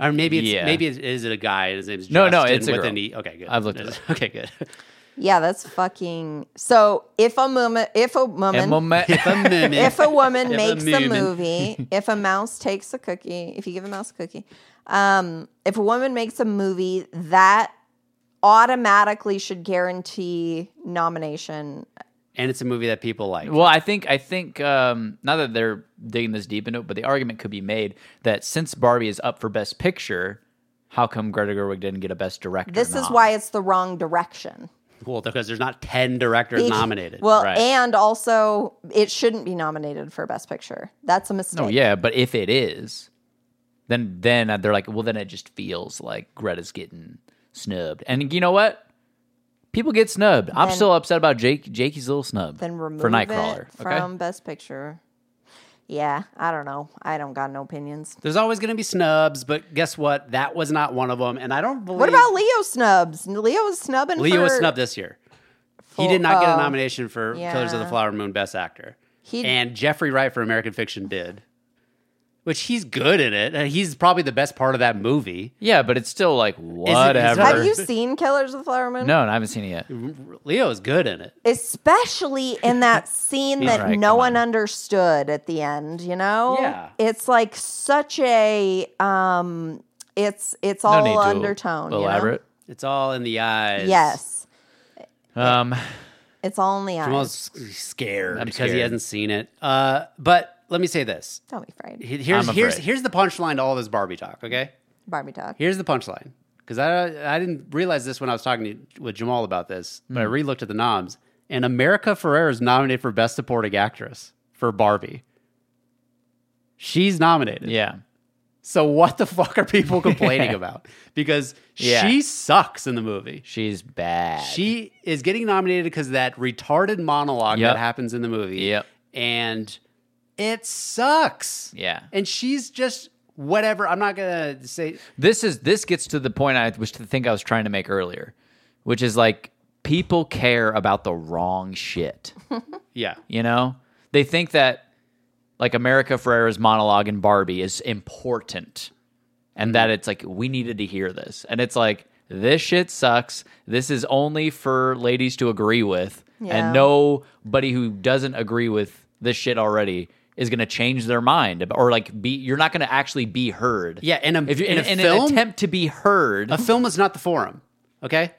Speaker 1: Or maybe it's
Speaker 3: Yeah.
Speaker 1: maybe it is a guy. and His name's
Speaker 3: No, no,
Speaker 1: Justin
Speaker 3: it's a
Speaker 1: with
Speaker 3: girl.
Speaker 1: an E. Okay, good.
Speaker 3: I've looked it up.
Speaker 1: Okay, good.
Speaker 2: Yeah, that's fucking so if a woman if a
Speaker 3: And
Speaker 2: woman
Speaker 3: moment-
Speaker 1: If a woman,
Speaker 2: if a
Speaker 1: E.
Speaker 2: woman
Speaker 1: If a
Speaker 2: makes a,
Speaker 1: moomin.
Speaker 2: movie, if a mouse takes a cookie, if you give a mouse a cookie, um, if a woman makes a movie, that automatically should guarantee nomination.
Speaker 1: and it's a movie that people like.
Speaker 3: Well, I think I think um, not that they're digging this deep into it, but the argument could be made that since Barbie is up for Best Picture, how come Greta Gerwig didn't get a Best Director?
Speaker 2: This is
Speaker 3: nom?
Speaker 2: why it's the wrong direction.
Speaker 1: Well, because there's not ten directors
Speaker 2: Bec-
Speaker 1: nominated.
Speaker 2: Well,
Speaker 3: Right.
Speaker 2: and also it shouldn't be nominated for best picture. That's a mistake.
Speaker 3: Oh yeah, but if it is, then then they're like, well, then it just feels like Greta's getting snubbed, and you know what? People get snubbed. I'm
Speaker 2: Then-
Speaker 3: still upset about Jake Jakey's little snub
Speaker 2: Then remove
Speaker 3: for Nightcrawler.
Speaker 2: it from best picture. Yeah, I don't know. I don't got no opinions.
Speaker 1: there's always going to be snubs, but guess what? That was not one of them. And I don't believe
Speaker 2: What about Leo snubs? Leo was snubbing.
Speaker 1: Leo was
Speaker 2: for-
Speaker 1: snubbed this year.
Speaker 2: for-
Speaker 1: he did not get
Speaker 2: oh.
Speaker 1: a nomination for Killers of the
Speaker 2: yeah.
Speaker 1: Flower Moon Best Actor.
Speaker 2: He-
Speaker 1: and Jeffrey Wright for American Fiction did, which he's good in it. And he's probably the best part of that movie.
Speaker 3: yeah, but it's still like whatever.
Speaker 2: Have you seen Killers of the Flower Moon?
Speaker 3: no, I haven't seen it yet.
Speaker 1: Leo is good in it.
Speaker 2: Especially in that scene that
Speaker 3: right,
Speaker 2: no
Speaker 3: come
Speaker 2: one understood at the end, you know?
Speaker 1: Yeah.
Speaker 2: It's like such a um it's it's
Speaker 3: No
Speaker 2: all
Speaker 3: need to
Speaker 2: undertone. you know?
Speaker 3: Elaborate.
Speaker 1: It's all in the eyes.
Speaker 2: Yes.
Speaker 3: Um,
Speaker 2: It's all in the eyes.
Speaker 1: Jamal's scared
Speaker 3: I'm
Speaker 1: because he
Speaker 3: scared.
Speaker 1: hasn't seen it. Uh, but let me say this.
Speaker 2: Don't be afraid.
Speaker 1: He- Here's
Speaker 3: I'm
Speaker 1: here's
Speaker 3: afraid.
Speaker 1: here's the punchline to all this Barbie talk. Okay,
Speaker 2: Barbie talk.
Speaker 1: here's the punchline because I I didn't realize this when I was talking to, with Jamal about this, but
Speaker 3: Hmm.
Speaker 1: I relooked at the noms and America Ferrera is nominated for Best Supporting Actress for Barbie. She's nominated.
Speaker 3: yeah.
Speaker 1: So what the fuck are people complaining about? Because
Speaker 3: Yeah.
Speaker 1: she sucks in the movie.
Speaker 3: She's bad.
Speaker 1: She is getting nominated because that retarded monologue
Speaker 3: Yep.
Speaker 1: that happens in the movie.
Speaker 3: Yep.
Speaker 1: And it sucks.
Speaker 3: Yeah.
Speaker 1: And she's just whatever. I'm not gonna say
Speaker 3: This is this gets to the point I was to think I was trying to make earlier, which is like people care about the wrong shit.
Speaker 1: yeah.
Speaker 3: You know, they think that like America Ferrera's monologue in Barbie is important, and
Speaker 1: Mm-hmm.
Speaker 3: that it's like we needed to hear this, and it's like this shit sucks. This is only for ladies to agree with,
Speaker 2: Yeah.
Speaker 3: and nobody who doesn't agree with this shit already is going to change their mind or like be you're not going to actually be heard
Speaker 1: Yeah, in a-
Speaker 3: if you
Speaker 1: in
Speaker 3: in,
Speaker 1: a
Speaker 3: in
Speaker 1: film-
Speaker 3: an attempt to be heard
Speaker 1: A film is not the forum, okay?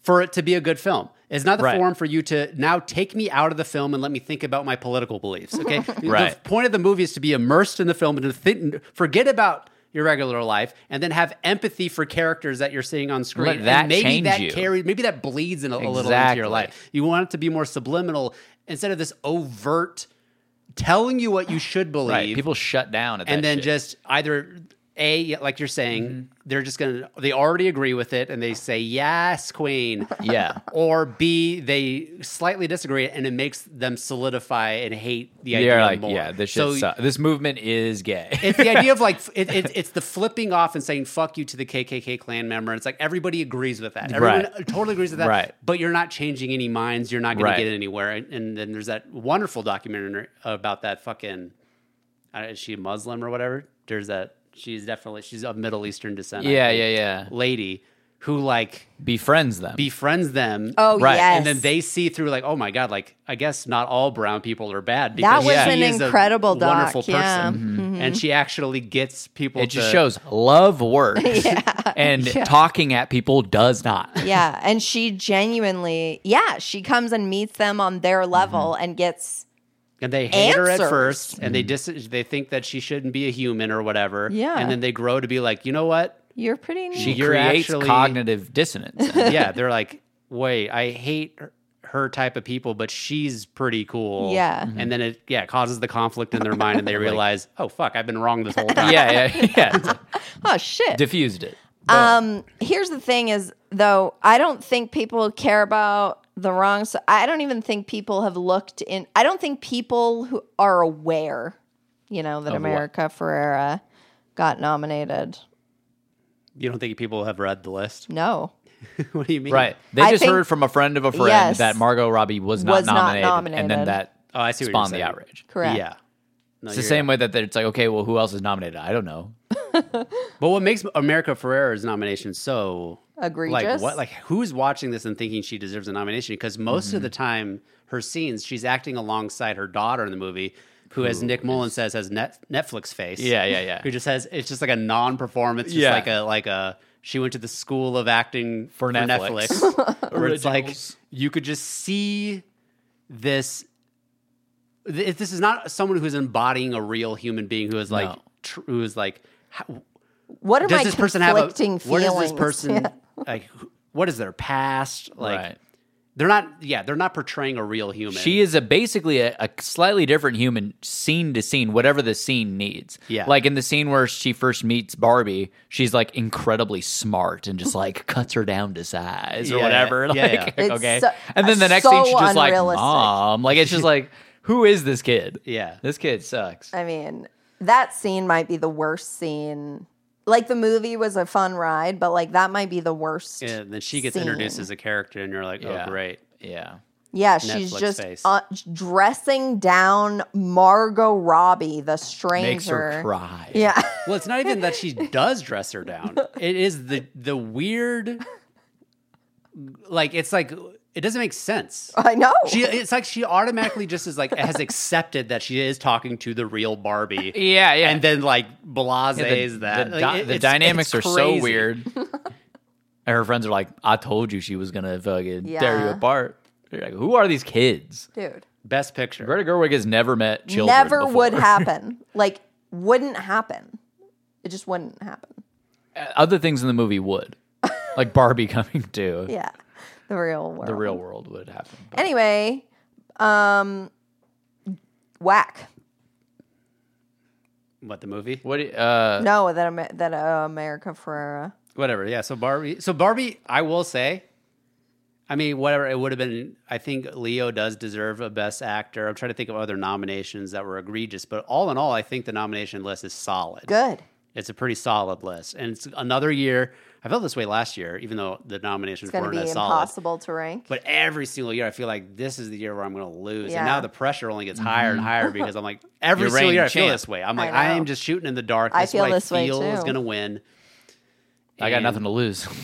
Speaker 1: For it to be a good film. It's not the
Speaker 3: Right.
Speaker 1: forum for you to now take me out of the film and let me think about my political beliefs, okay? The
Speaker 3: Right.
Speaker 1: point of the movie is to be immersed in the film and to think, forget about your regular life and then have empathy for characters that you're seeing on screen.
Speaker 3: Let
Speaker 1: And
Speaker 3: that
Speaker 1: maybe
Speaker 3: change
Speaker 1: that
Speaker 3: you.
Speaker 1: carries maybe that bleeds in a, a little into
Speaker 3: Exactly.
Speaker 1: your life. You want it to be more subliminal instead of this overt telling you what you should believe
Speaker 3: right people shut down at that
Speaker 1: and then
Speaker 3: shit. Mm-hmm.
Speaker 1: just either a like you're saying they're just gonna they already agree with it and they say yes queen
Speaker 3: yeah
Speaker 1: or b they slightly disagree and it makes them solidify and hate the idea
Speaker 3: They're like,
Speaker 1: more
Speaker 3: yeah, this shit
Speaker 1: so
Speaker 3: sucks. This movement is gay.
Speaker 1: it's the idea of like it, it, it's the flipping off and saying fuck you to the kkk clan member and it's like everybody agrees with that everyone
Speaker 3: Right.
Speaker 1: totally agrees with that
Speaker 3: Right.
Speaker 1: but you're not changing any minds you're not gonna
Speaker 3: Right.
Speaker 1: get anywhere and, and then there's that wonderful documentary about that fucking I don't- is she muslim or whatever there's that she's definitely she's of middle eastern descent I
Speaker 3: yeah,
Speaker 1: think,
Speaker 3: yeah, yeah.
Speaker 1: lady who like
Speaker 3: Befriends them.
Speaker 1: befriends them
Speaker 2: Oh
Speaker 3: Right,
Speaker 2: yes,
Speaker 1: and then they see through like oh my god like i guess not all brown people are bad
Speaker 2: That
Speaker 1: because
Speaker 2: was
Speaker 1: she
Speaker 2: an
Speaker 1: is a
Speaker 2: incredible doc,
Speaker 1: wonderful person
Speaker 2: yeah. Mm-hmm.
Speaker 1: and she actually gets people
Speaker 3: it just
Speaker 1: to-
Speaker 3: shows love works, and talking at people does not.
Speaker 2: yeah, and she genuinely, yeah, she comes and meets them on their
Speaker 1: Mm-hmm.
Speaker 2: level and gets
Speaker 1: and they hate her at
Speaker 2: Answers.
Speaker 1: first and they
Speaker 3: Mm-hmm.
Speaker 1: dis- they think that she shouldn't be a human or whatever
Speaker 2: Yeah.
Speaker 1: and then they grow to be like you know what
Speaker 2: you're pretty. Neat.
Speaker 3: She
Speaker 1: You're
Speaker 3: creates
Speaker 1: actually-
Speaker 3: cognitive dissonance.
Speaker 1: yeah they're like wait i hate her- her type of people but she's pretty cool
Speaker 2: Yeah.
Speaker 3: Mm-hmm.
Speaker 1: and then it yeah causes the conflict in their mind and they realize oh fuck i've been wrong this whole time
Speaker 3: yeah, yeah, yeah. It's like,
Speaker 2: oh shit!
Speaker 3: diffused it.
Speaker 2: Um, here's the thing is though, I don't think people care about the wrong so I don't even think people have looked in I don't think people who are aware, you know, that
Speaker 3: Of what?
Speaker 2: America Ferrera got nominated.
Speaker 1: you don't think people have read the list
Speaker 2: No.
Speaker 1: what do you mean
Speaker 3: Right. They
Speaker 2: I
Speaker 3: just
Speaker 2: think-
Speaker 3: heard from a friend of a friend
Speaker 2: Yes.
Speaker 3: that Margot Robbie was not,
Speaker 2: Was not
Speaker 3: nominated, and then
Speaker 2: nominated.
Speaker 3: that
Speaker 1: oh i see what
Speaker 3: spawned
Speaker 1: you're
Speaker 3: the
Speaker 1: saying.
Speaker 3: outrage.
Speaker 2: Correct.
Speaker 1: yeah No,
Speaker 3: It's the
Speaker 1: you're
Speaker 3: same way that it's like, okay, well, who else is nominated? I don't know.
Speaker 1: But what makes America Ferrera's nomination so Like
Speaker 2: Egregious?
Speaker 1: what? Like who's watching this and thinking she deserves a nomination? Because most of the
Speaker 3: Mm-hmm.
Speaker 1: time, her scenes, she's acting alongside her daughter in the movie, who, as Nick Mullen says, has net, Netflix face.
Speaker 3: Yeah, yeah, yeah.
Speaker 1: Who just has? It's just like a non-performance. Just
Speaker 3: Yeah.
Speaker 1: like a like a. She went to the school of acting
Speaker 3: For Netflix.
Speaker 1: Netflix, where it's like
Speaker 3: Originals.
Speaker 1: you could just see this th- if this is not someone who's embodying a real human being who is like
Speaker 3: No.
Speaker 1: tr- who is like how,
Speaker 2: What are
Speaker 1: does
Speaker 2: my
Speaker 1: this person have a
Speaker 2: conflicting
Speaker 1: what
Speaker 2: feelings?
Speaker 1: is this person
Speaker 2: Yeah.
Speaker 1: like who- what is their past like
Speaker 3: right.
Speaker 1: they're not yeah they're not portraying a real human
Speaker 3: She is a basically a, a slightly different human scene to scene, whatever the scene needs.
Speaker 1: Yeah.
Speaker 3: Like in the scene where she first meets Barbie, she's like incredibly smart and just like cuts her down to size or
Speaker 1: Yeah,
Speaker 3: whatever.
Speaker 1: yeah,
Speaker 3: like,
Speaker 1: yeah.
Speaker 2: It's
Speaker 3: okay.
Speaker 2: so-
Speaker 3: and then the next
Speaker 2: so
Speaker 3: scene, she's just like,
Speaker 2: unrealistic.
Speaker 3: mom. Like, it's just like, who is this kid?
Speaker 1: Yeah.
Speaker 3: This kid sucks.
Speaker 2: I mean, that scene might be the worst scene. Like the movie was a fun ride, but like that might be the worst.
Speaker 1: Yeah, and then she gets
Speaker 2: scene.
Speaker 1: introduced as a character and you're like
Speaker 3: Yeah.
Speaker 1: oh great
Speaker 3: Yeah.
Speaker 2: Yeah, she's
Speaker 1: Netflix
Speaker 2: just
Speaker 1: face.
Speaker 2: uh, dressing down Margot Robbie, the stranger.
Speaker 3: Makes her cry.
Speaker 2: Yeah,
Speaker 1: well it's not even that she does dress her down it is the the weird like it's like it doesn't make sense
Speaker 2: I know.
Speaker 1: she it's like she automatically just is like has accepted that she is talking to the real Barbie.
Speaker 3: Yeah, yeah.
Speaker 1: And then like blases
Speaker 3: the,
Speaker 1: that.
Speaker 3: the,
Speaker 1: Like,
Speaker 3: di-
Speaker 1: it-
Speaker 3: the
Speaker 1: it's-
Speaker 3: dynamics
Speaker 1: it's
Speaker 3: are so
Speaker 1: crazy.
Speaker 3: weird. and her friends are like, "I told you she was gonna fucking tear you
Speaker 2: Yeah.
Speaker 3: apart." They're like, "Who are these kids?"
Speaker 2: Dude,
Speaker 1: Best picture.
Speaker 3: Greta Gerwig has never met children.
Speaker 2: never
Speaker 3: before.
Speaker 2: would happen. Like, wouldn't happen. It just wouldn't happen.
Speaker 3: Uh, Other things in the movie would, like Barbie coming to
Speaker 2: Yeah, the real world.
Speaker 3: the real world would happen.
Speaker 2: Anyway, um, whack.
Speaker 1: What the movie?
Speaker 3: What? do you- Uh,
Speaker 2: No, that Amer- that uh, America uh, Ferrera.
Speaker 1: Whatever. Yeah. So Barbie. So Barbie. I will say. I mean, whatever it would have been. I think Leo does deserve a Best Actor. I'm trying to think of other nominations that were egregious, but all in all, I think the nomination list is solid.
Speaker 2: Good.
Speaker 1: It's It's a pretty solid list, and it's another year. I felt this way last year, even though the nominations
Speaker 2: It's going to
Speaker 1: weren't
Speaker 2: be
Speaker 1: as solid.
Speaker 2: impossible to rank.
Speaker 1: But every single year, I feel like this is the year where I'm going to lose.
Speaker 2: Yeah.
Speaker 1: And now the pressure only
Speaker 3: Mm-hmm.
Speaker 1: gets higher and higher because I'm like, every
Speaker 3: You're
Speaker 1: single
Speaker 3: reigning
Speaker 1: year I feel
Speaker 3: champ.
Speaker 1: this way. I'm
Speaker 2: I
Speaker 1: like, I,
Speaker 2: know.
Speaker 1: am just shooting in the dark.
Speaker 2: I
Speaker 1: This is
Speaker 2: feel
Speaker 1: what
Speaker 2: this way
Speaker 1: feel is
Speaker 2: too.
Speaker 1: going to win.
Speaker 3: I got
Speaker 1: And-
Speaker 3: nothing to lose.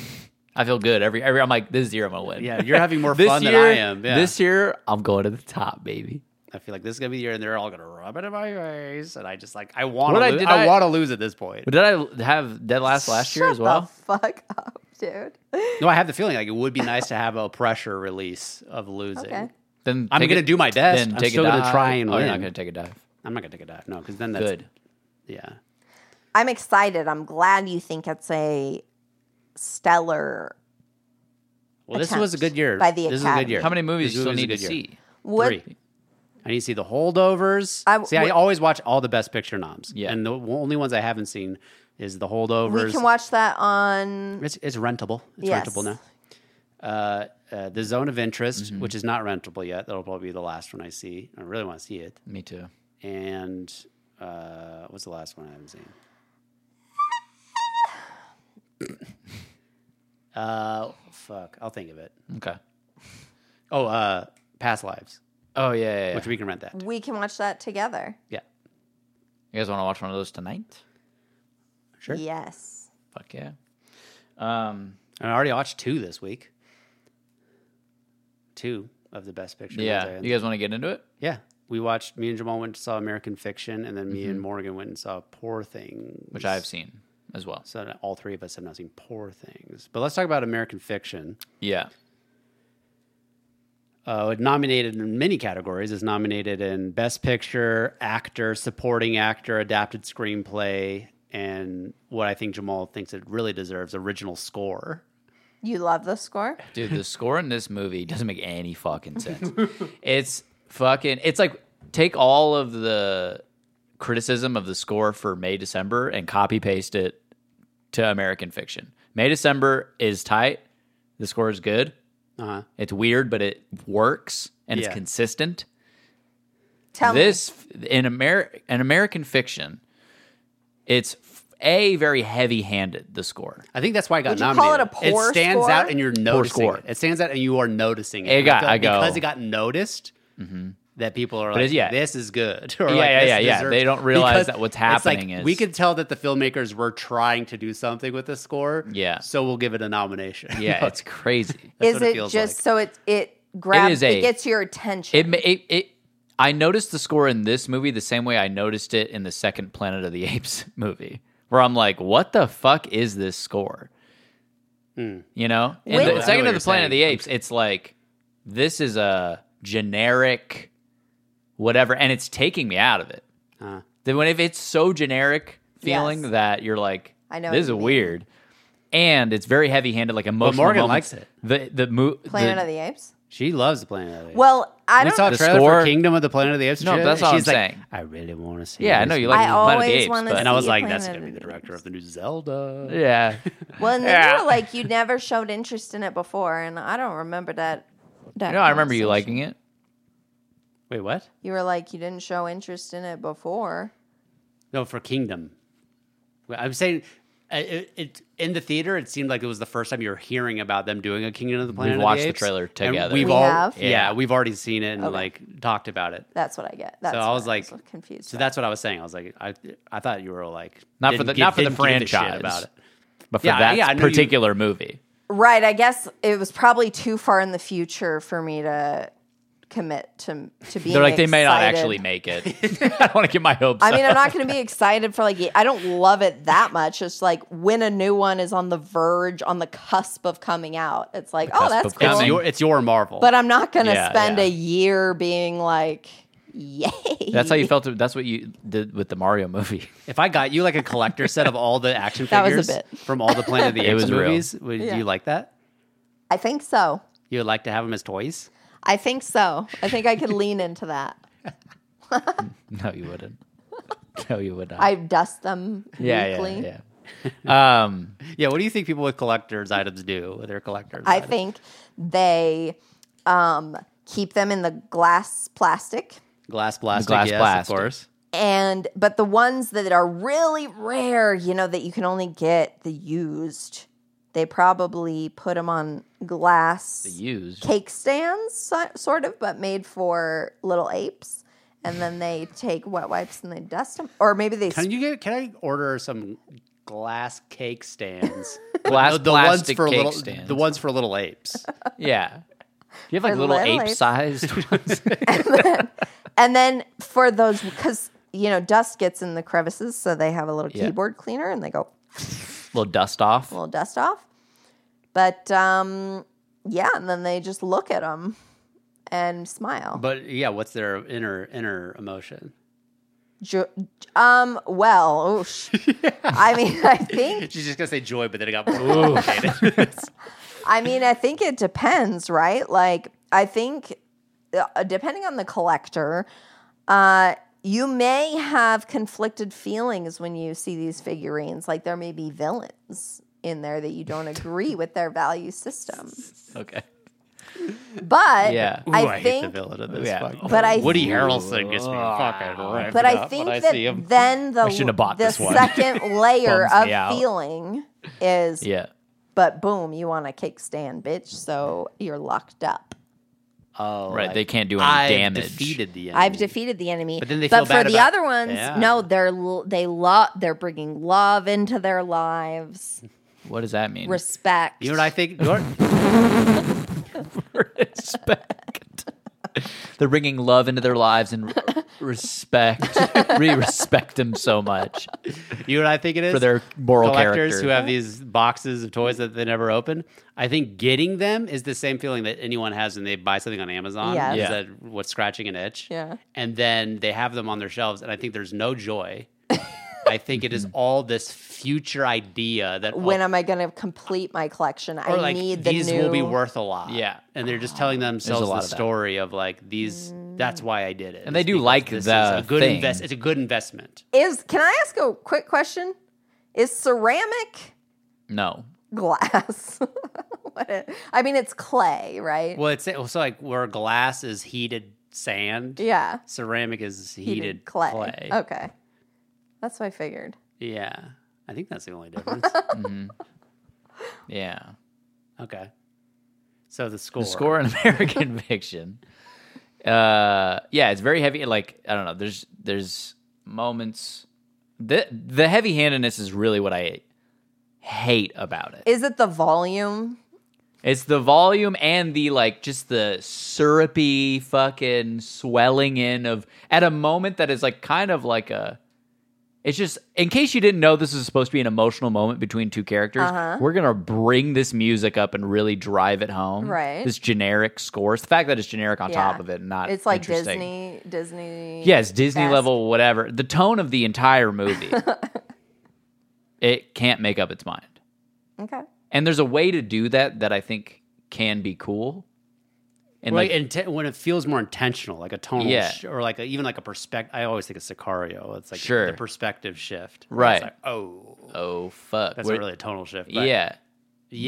Speaker 3: I feel good every every. I'm like this year I'm gonna win.
Speaker 1: Yeah, you're having more
Speaker 3: this
Speaker 1: fun
Speaker 3: year,
Speaker 1: than I am. Yeah.
Speaker 3: This year I'm going to the top, baby.
Speaker 1: I feel like this is going to be the year, and they're all going to rub it in my face. And I just like, I want to
Speaker 3: What I
Speaker 1: lose.
Speaker 3: did
Speaker 1: I,
Speaker 3: I-
Speaker 1: want to lose at this point.
Speaker 3: But did I have dead last last year
Speaker 2: Shut
Speaker 3: as well?
Speaker 2: the fuck up, dude.
Speaker 1: No, I have the feeling like it would be nice to have a pressure release of losing.
Speaker 2: Okay.
Speaker 3: Then
Speaker 1: I'm
Speaker 3: take
Speaker 1: gonna
Speaker 3: a-
Speaker 1: do my best.
Speaker 3: Then
Speaker 1: I'm
Speaker 3: take
Speaker 1: still
Speaker 3: a
Speaker 1: gonna
Speaker 3: dive.
Speaker 1: try and
Speaker 3: oh, You're not
Speaker 1: win.
Speaker 3: gonna take a dive.
Speaker 1: I'm not going to take a dive. No, because then that's
Speaker 3: Good.
Speaker 1: Yeah.
Speaker 2: I'm excited. I'm glad you think it's a stellar.
Speaker 1: Well, this was a
Speaker 2: Attempt
Speaker 1: good year.
Speaker 2: by the
Speaker 1: this is a good
Speaker 2: Academy.
Speaker 1: year.
Speaker 3: How many movies do
Speaker 1: This
Speaker 3: you still
Speaker 1: was a
Speaker 3: need to
Speaker 1: good year.
Speaker 3: see?
Speaker 2: What
Speaker 1: Three. I need to see the holdovers.
Speaker 2: I-
Speaker 1: see, I
Speaker 2: wh-
Speaker 1: always watch all the best picture noms.
Speaker 3: Yeah.
Speaker 1: And the only ones I haven't seen is the holdovers.
Speaker 2: we can watch that on.
Speaker 1: it's, it's rentable. It's
Speaker 2: Yes.
Speaker 1: rentable now. Uh, uh, the zone of interest, which is not rentable yet. That'll probably be the last one I see. I really want to see it.
Speaker 3: Me too.
Speaker 1: And uh, what's the last one I haven't seen? uh, fuck. I'll think of it.
Speaker 3: Okay.
Speaker 1: Oh, uh, past lives,
Speaker 3: Oh yeah, yeah. yeah.
Speaker 1: which we can rent that.
Speaker 2: We can watch that together.
Speaker 1: Yeah.
Speaker 3: you guys want to watch one of those tonight?
Speaker 1: Sure.
Speaker 2: Yes.
Speaker 3: Fuck yeah. Um.
Speaker 1: And I already watched two this week. Two of the best picture.
Speaker 3: Yeah.
Speaker 1: ones I-
Speaker 3: You guys want to get into it?
Speaker 1: yeah. We watched. Me and Jamal went and saw American Fiction, and then me and Morgan went and saw Poor Things,
Speaker 3: Mm-hmm. Which I've seen as well.
Speaker 1: So that all three of us have not seen Poor Things, but let's talk about American Fiction.
Speaker 3: Yeah.
Speaker 1: Uh, it nominated in many categories. Is nominated in Best Picture, Actor, Supporting Actor, Adapted Screenplay, and what I think Jamal thinks it really deserves: Original Score.
Speaker 2: You love the score?
Speaker 3: Dude, the score in this movie doesn't make any fucking sense. it's fucking. It's like take all of the criticism of the score for May December and copy paste it to American Fiction. May December is tight. The score is good.
Speaker 1: Uh huh.
Speaker 3: It's weird, but it works and
Speaker 1: Yeah.
Speaker 3: it's consistent.
Speaker 2: Tell
Speaker 3: this in Ameri- in American fiction, it's f- a very heavy-handed the score.
Speaker 1: I think that's why I got
Speaker 2: Would you
Speaker 1: nominated.
Speaker 2: call it a poor
Speaker 1: stands
Speaker 2: score?
Speaker 1: out and you're noticing
Speaker 3: score.
Speaker 1: it. It stands out and you are noticing it.
Speaker 3: It
Speaker 1: And
Speaker 3: got-
Speaker 1: feel like
Speaker 3: I go- Mm-hmm.
Speaker 1: because it got noticed that people are
Speaker 3: it's-
Speaker 1: like,
Speaker 3: yeah.
Speaker 1: "This is good." Or
Speaker 3: Yeah,
Speaker 1: like,
Speaker 3: yeah,
Speaker 1: "This
Speaker 3: yeah, yeah.
Speaker 1: deserves-"
Speaker 3: They don't realize
Speaker 1: Because
Speaker 3: that what's
Speaker 1: it's like,
Speaker 3: happening is-
Speaker 1: we could tell that the filmmakers were trying to do something with the score.
Speaker 3: Yeah.
Speaker 1: so we'll give it a nomination.
Speaker 3: Yeah, it's crazy.
Speaker 2: me, is
Speaker 1: what it
Speaker 2: it
Speaker 1: feels
Speaker 2: just
Speaker 1: like.
Speaker 2: so it it grabs
Speaker 3: is
Speaker 2: it,
Speaker 3: a-
Speaker 2: gets your attention?
Speaker 3: It, ma- it it I noticed the score in this movie the same way I noticed it in the second Planet of the Apes movie, where I'm like, what the fuck is this score?
Speaker 2: Hmm.
Speaker 3: You know, in
Speaker 2: When- I know
Speaker 3: the
Speaker 2: what
Speaker 3: second
Speaker 1: you're
Speaker 3: of the Planet of the
Speaker 1: saying.
Speaker 3: Apes, it's like this is a generic whatever, and it's taking me out of it.
Speaker 1: Uh,
Speaker 3: Then when if it's so generic feeling
Speaker 2: Yes.
Speaker 3: that you're like,
Speaker 2: I know what
Speaker 3: this is
Speaker 2: you mean.
Speaker 3: weird, and it's very heavy handed, like emotional.
Speaker 1: Morgan
Speaker 3: moments.
Speaker 1: likes it.
Speaker 3: The the mo-
Speaker 2: Planet
Speaker 3: the-
Speaker 2: of the Apes?
Speaker 1: she loves the Planet of the Apes.
Speaker 2: Well, I
Speaker 1: we
Speaker 2: don't
Speaker 1: saw a
Speaker 3: The
Speaker 1: trailer
Speaker 3: score-
Speaker 1: for Kingdom of the Planet of the Apes.
Speaker 3: No,
Speaker 1: trailer,
Speaker 3: that's all
Speaker 1: and she's
Speaker 3: I'm
Speaker 1: like,
Speaker 3: saying.
Speaker 1: I really want to see.
Speaker 3: yeah, I
Speaker 1: this
Speaker 3: know you
Speaker 1: movie."
Speaker 3: like the
Speaker 2: I
Speaker 3: Planet of the
Speaker 2: always
Speaker 3: Apes,
Speaker 2: wanna
Speaker 3: but-
Speaker 1: And I was
Speaker 2: See,
Speaker 1: like,
Speaker 2: Planet
Speaker 1: "That's
Speaker 2: of
Speaker 1: gonna be
Speaker 2: the
Speaker 1: the director of the new Zelda."
Speaker 3: yeah.
Speaker 2: Well, and then you
Speaker 3: Yeah.
Speaker 2: were like, you never showed interest in it before, and I don't remember that. that
Speaker 3: No, I remember you
Speaker 2: conversation.
Speaker 3: liking it.
Speaker 1: Wait, what?
Speaker 2: You were like, you didn't show interest in it before.
Speaker 1: No, for Kingdom. Well, I'm saying uh, it, it in the theater. It seemed like it was the first time you were hearing about them doing a Kingdom of the Planet. of
Speaker 3: watched
Speaker 1: the,
Speaker 3: the
Speaker 1: Apes.
Speaker 3: trailer
Speaker 1: And
Speaker 3: together.
Speaker 1: We've
Speaker 2: We
Speaker 1: all,
Speaker 2: have?
Speaker 1: Yeah,
Speaker 3: Yeah.
Speaker 1: we've already seen it and like talked about it.
Speaker 2: That's what I get. That's
Speaker 1: So I
Speaker 2: what
Speaker 1: was like-
Speaker 2: confused.
Speaker 1: So
Speaker 2: by.
Speaker 1: that's what I was saying. I was like, I, I thought you were like
Speaker 3: Not for
Speaker 1: didn't
Speaker 3: the
Speaker 1: give-
Speaker 3: not for the
Speaker 1: didn't give a shit
Speaker 3: franchise
Speaker 1: about it.
Speaker 3: but for
Speaker 1: Yeah,
Speaker 3: that
Speaker 1: yeah, I know you-
Speaker 3: particular movie.
Speaker 2: right. I guess it was probably too far in the future for me to commit to to being.
Speaker 3: They're like they may not
Speaker 2: excited.
Speaker 3: actually make it. I want to get my hopes.
Speaker 2: I mean,
Speaker 3: up.
Speaker 2: I'm not going to be excited for like. I don't love it that much. It's like when a new one is on the verge, on the cusp of coming out. It's like, oh,
Speaker 3: cusp
Speaker 2: that's
Speaker 3: of
Speaker 2: cool.
Speaker 1: It's
Speaker 3: coming.
Speaker 1: your it's your Marvel.
Speaker 2: But I'm not going to
Speaker 3: Yeah,
Speaker 2: spend
Speaker 3: yeah.
Speaker 2: a year being like, yay.
Speaker 3: that's how you felt. That's what you did with the Mario movie.
Speaker 1: if I got you like a collector set of all the action
Speaker 2: That was a
Speaker 1: figures
Speaker 2: bit.
Speaker 1: from all the Planet of the
Speaker 3: It
Speaker 1: Apes
Speaker 3: was real.
Speaker 1: movies, would
Speaker 2: Yeah.
Speaker 1: you like that?
Speaker 2: I think so.
Speaker 1: You would like to have them as toys?
Speaker 2: I think so. I think I could lean into that.
Speaker 3: No, you wouldn't. No, you would not.
Speaker 2: I dust them
Speaker 3: yeah,
Speaker 2: weekly.
Speaker 3: yeah, yeah. Um,
Speaker 1: Yeah. What do you think people with collectors items do with their collectors?
Speaker 2: I
Speaker 1: items?
Speaker 2: think they um, keep them in the glass plastic
Speaker 1: glass plastic.
Speaker 3: glass
Speaker 1: yes,
Speaker 3: plastic.
Speaker 1: of course.
Speaker 2: and but the ones that are really rare, you know, that you can only get the used, they probably put them on glass
Speaker 3: used.
Speaker 2: cake stands, so- sort of, but made for little apes. And then they take wet wipes and they dust them, or maybe they
Speaker 1: Can you get? Can I order some glass cake stands?
Speaker 3: Glass
Speaker 1: the, the ones
Speaker 3: plastic
Speaker 1: for
Speaker 3: cake
Speaker 1: little,
Speaker 3: stands.
Speaker 1: the ones for little apes.
Speaker 3: Yeah. Do you have like
Speaker 2: For
Speaker 3: little,
Speaker 2: little apes.
Speaker 3: ape-sized ones?
Speaker 2: And then for those, because you know, dust gets in the crevices, so they have a little
Speaker 3: Yeah.
Speaker 2: keyboard cleaner and they go
Speaker 3: little dust off?
Speaker 2: a little dust off. But um, yeah, and then they just look at them and smile.
Speaker 1: But yeah, what's their inner inner emotion?
Speaker 2: Jo- um, well, oosh. I mean, I think,
Speaker 1: She's just gonna say joy, but then it got complicated.
Speaker 2: I mean, I think it depends, right? Like, I think uh, depending on the collector, uh, you may have conflicted feelings when you see these figurines. Like there may be villains in there that you don't agree with their value system.
Speaker 3: Okay.
Speaker 2: But
Speaker 3: Yeah.
Speaker 1: Ooh,
Speaker 2: I,
Speaker 1: I, hate the
Speaker 2: think,
Speaker 1: villain of this.
Speaker 3: Yeah.
Speaker 1: fucking-
Speaker 2: but I
Speaker 1: Woody
Speaker 2: think-
Speaker 1: Harrelson gets me fucking right.
Speaker 2: but I think that then the
Speaker 3: shouldn't have bought
Speaker 2: the
Speaker 3: this one.
Speaker 2: second layer
Speaker 3: Bums
Speaker 2: of
Speaker 3: me out.
Speaker 2: feeling is
Speaker 3: Yeah.
Speaker 2: but boom, you want a kickstand, bitch, so you're locked up.
Speaker 1: oh,
Speaker 3: Right. They can't do any
Speaker 1: I
Speaker 3: damage.
Speaker 1: defeated the enemy.
Speaker 2: I've defeated the enemy.
Speaker 1: But then they feel
Speaker 2: for
Speaker 1: bad
Speaker 2: the
Speaker 1: about-
Speaker 2: other ones,
Speaker 1: Yeah.
Speaker 2: no, they're l- they love they're bringing love into their lives,
Speaker 3: What does that mean?
Speaker 2: respect.
Speaker 1: You know what I think? you know what-
Speaker 3: respect. They're bringing love into their lives and r- respect. we respect them so much
Speaker 1: You know what I think it is
Speaker 3: for their moral
Speaker 1: collectors
Speaker 3: character.
Speaker 1: who have these boxes of toys that they never open. I think getting them is the same feeling that anyone has when they buy something on Amazon.
Speaker 2: Yes.
Speaker 1: Is
Speaker 3: Yeah.
Speaker 1: that what's scratching an itch?
Speaker 2: Yeah.
Speaker 1: And then they have them on their shelves, and I think there's no joy. I think it is all this future idea that oh,
Speaker 2: when am I going to complete my collection? I
Speaker 1: or like
Speaker 2: need the
Speaker 1: these
Speaker 2: new.
Speaker 1: will be worth a lot.
Speaker 3: Yeah.
Speaker 1: and they're just telling themselves
Speaker 3: lot
Speaker 1: the
Speaker 3: of that.
Speaker 1: story of like these.
Speaker 2: Mm.
Speaker 1: That's why I did it,
Speaker 3: And they
Speaker 1: It's
Speaker 3: do
Speaker 1: because
Speaker 3: like
Speaker 1: this
Speaker 3: the
Speaker 1: is a good
Speaker 3: thing.
Speaker 1: invest. It's a good investment.
Speaker 2: Is can I ask a quick question? Is ceramic
Speaker 3: no.
Speaker 2: glass? what it, I mean, it's clay, right?
Speaker 1: Well, it's also like where glass is heated sand,
Speaker 2: yeah,
Speaker 1: ceramic is heated,
Speaker 2: heated,
Speaker 1: clay.
Speaker 2: Okay, that's what I figured.
Speaker 1: Yeah, I think that's the only difference.
Speaker 3: Yeah.
Speaker 1: okay, so the score.
Speaker 3: The score in American Fiction. Uh, yeah, it's very heavy. Like I don't know. There's there's moments. The the heavy handedness is really what I hate about it.
Speaker 2: Is it the volume?
Speaker 3: It's the volume and the like, just the syrupy fucking swelling in of at a moment that is like kind of like a. It's just in case you didn't know, this is supposed to be an emotional moment between two characters.
Speaker 2: Uh-huh.
Speaker 3: We're gonna bring this music up and really drive it home.
Speaker 2: Right.
Speaker 3: This generic score. It's the fact that it's generic on top
Speaker 2: Yeah.
Speaker 3: of it, and not
Speaker 2: It's like
Speaker 3: interesting.
Speaker 2: Disney, Disney.
Speaker 3: Yes, Disney
Speaker 2: Best.
Speaker 3: level, whatever. The tone of the entire movie, it can't make up its mind.
Speaker 2: Okay.
Speaker 3: And there's a way to do that that I think can be cool. And
Speaker 1: Right,
Speaker 3: like,
Speaker 1: and te- when it feels more intentional, like a tonal,
Speaker 3: Yeah.
Speaker 1: sh- or like a, even like a perspective. I always think of Sicario. It's like
Speaker 3: Sure.
Speaker 1: the perspective shift.
Speaker 3: Right.
Speaker 1: It's like, oh,
Speaker 3: oh fuck,
Speaker 1: that's
Speaker 3: We're-
Speaker 1: not really a tonal shift. But
Speaker 3: yeah.
Speaker 1: yeah.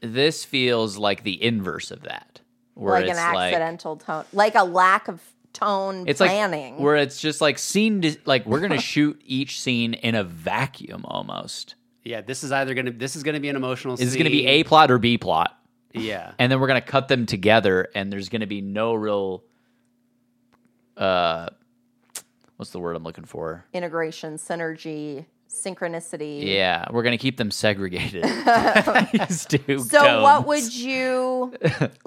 Speaker 3: But this feels like the inverse of that, where
Speaker 2: Like
Speaker 3: it's
Speaker 2: an accidental tone, like a lack of tone
Speaker 3: it's
Speaker 2: planning.
Speaker 3: like where it's just like scene, to, like we're gonna shoot each scene in a vacuum almost.
Speaker 1: Yeah, this is either gonna this is gonna be an emotional.
Speaker 3: Is it gonna be
Speaker 1: scene.
Speaker 3: a plot or b plot?
Speaker 1: Yeah,
Speaker 3: and then we're gonna cut them together and there's gonna be no real uh what's the word i'm looking for
Speaker 2: Integration, synergy, synchronicity.
Speaker 3: yeah we're gonna keep them segregated These two
Speaker 2: So
Speaker 3: domes.
Speaker 2: what would you?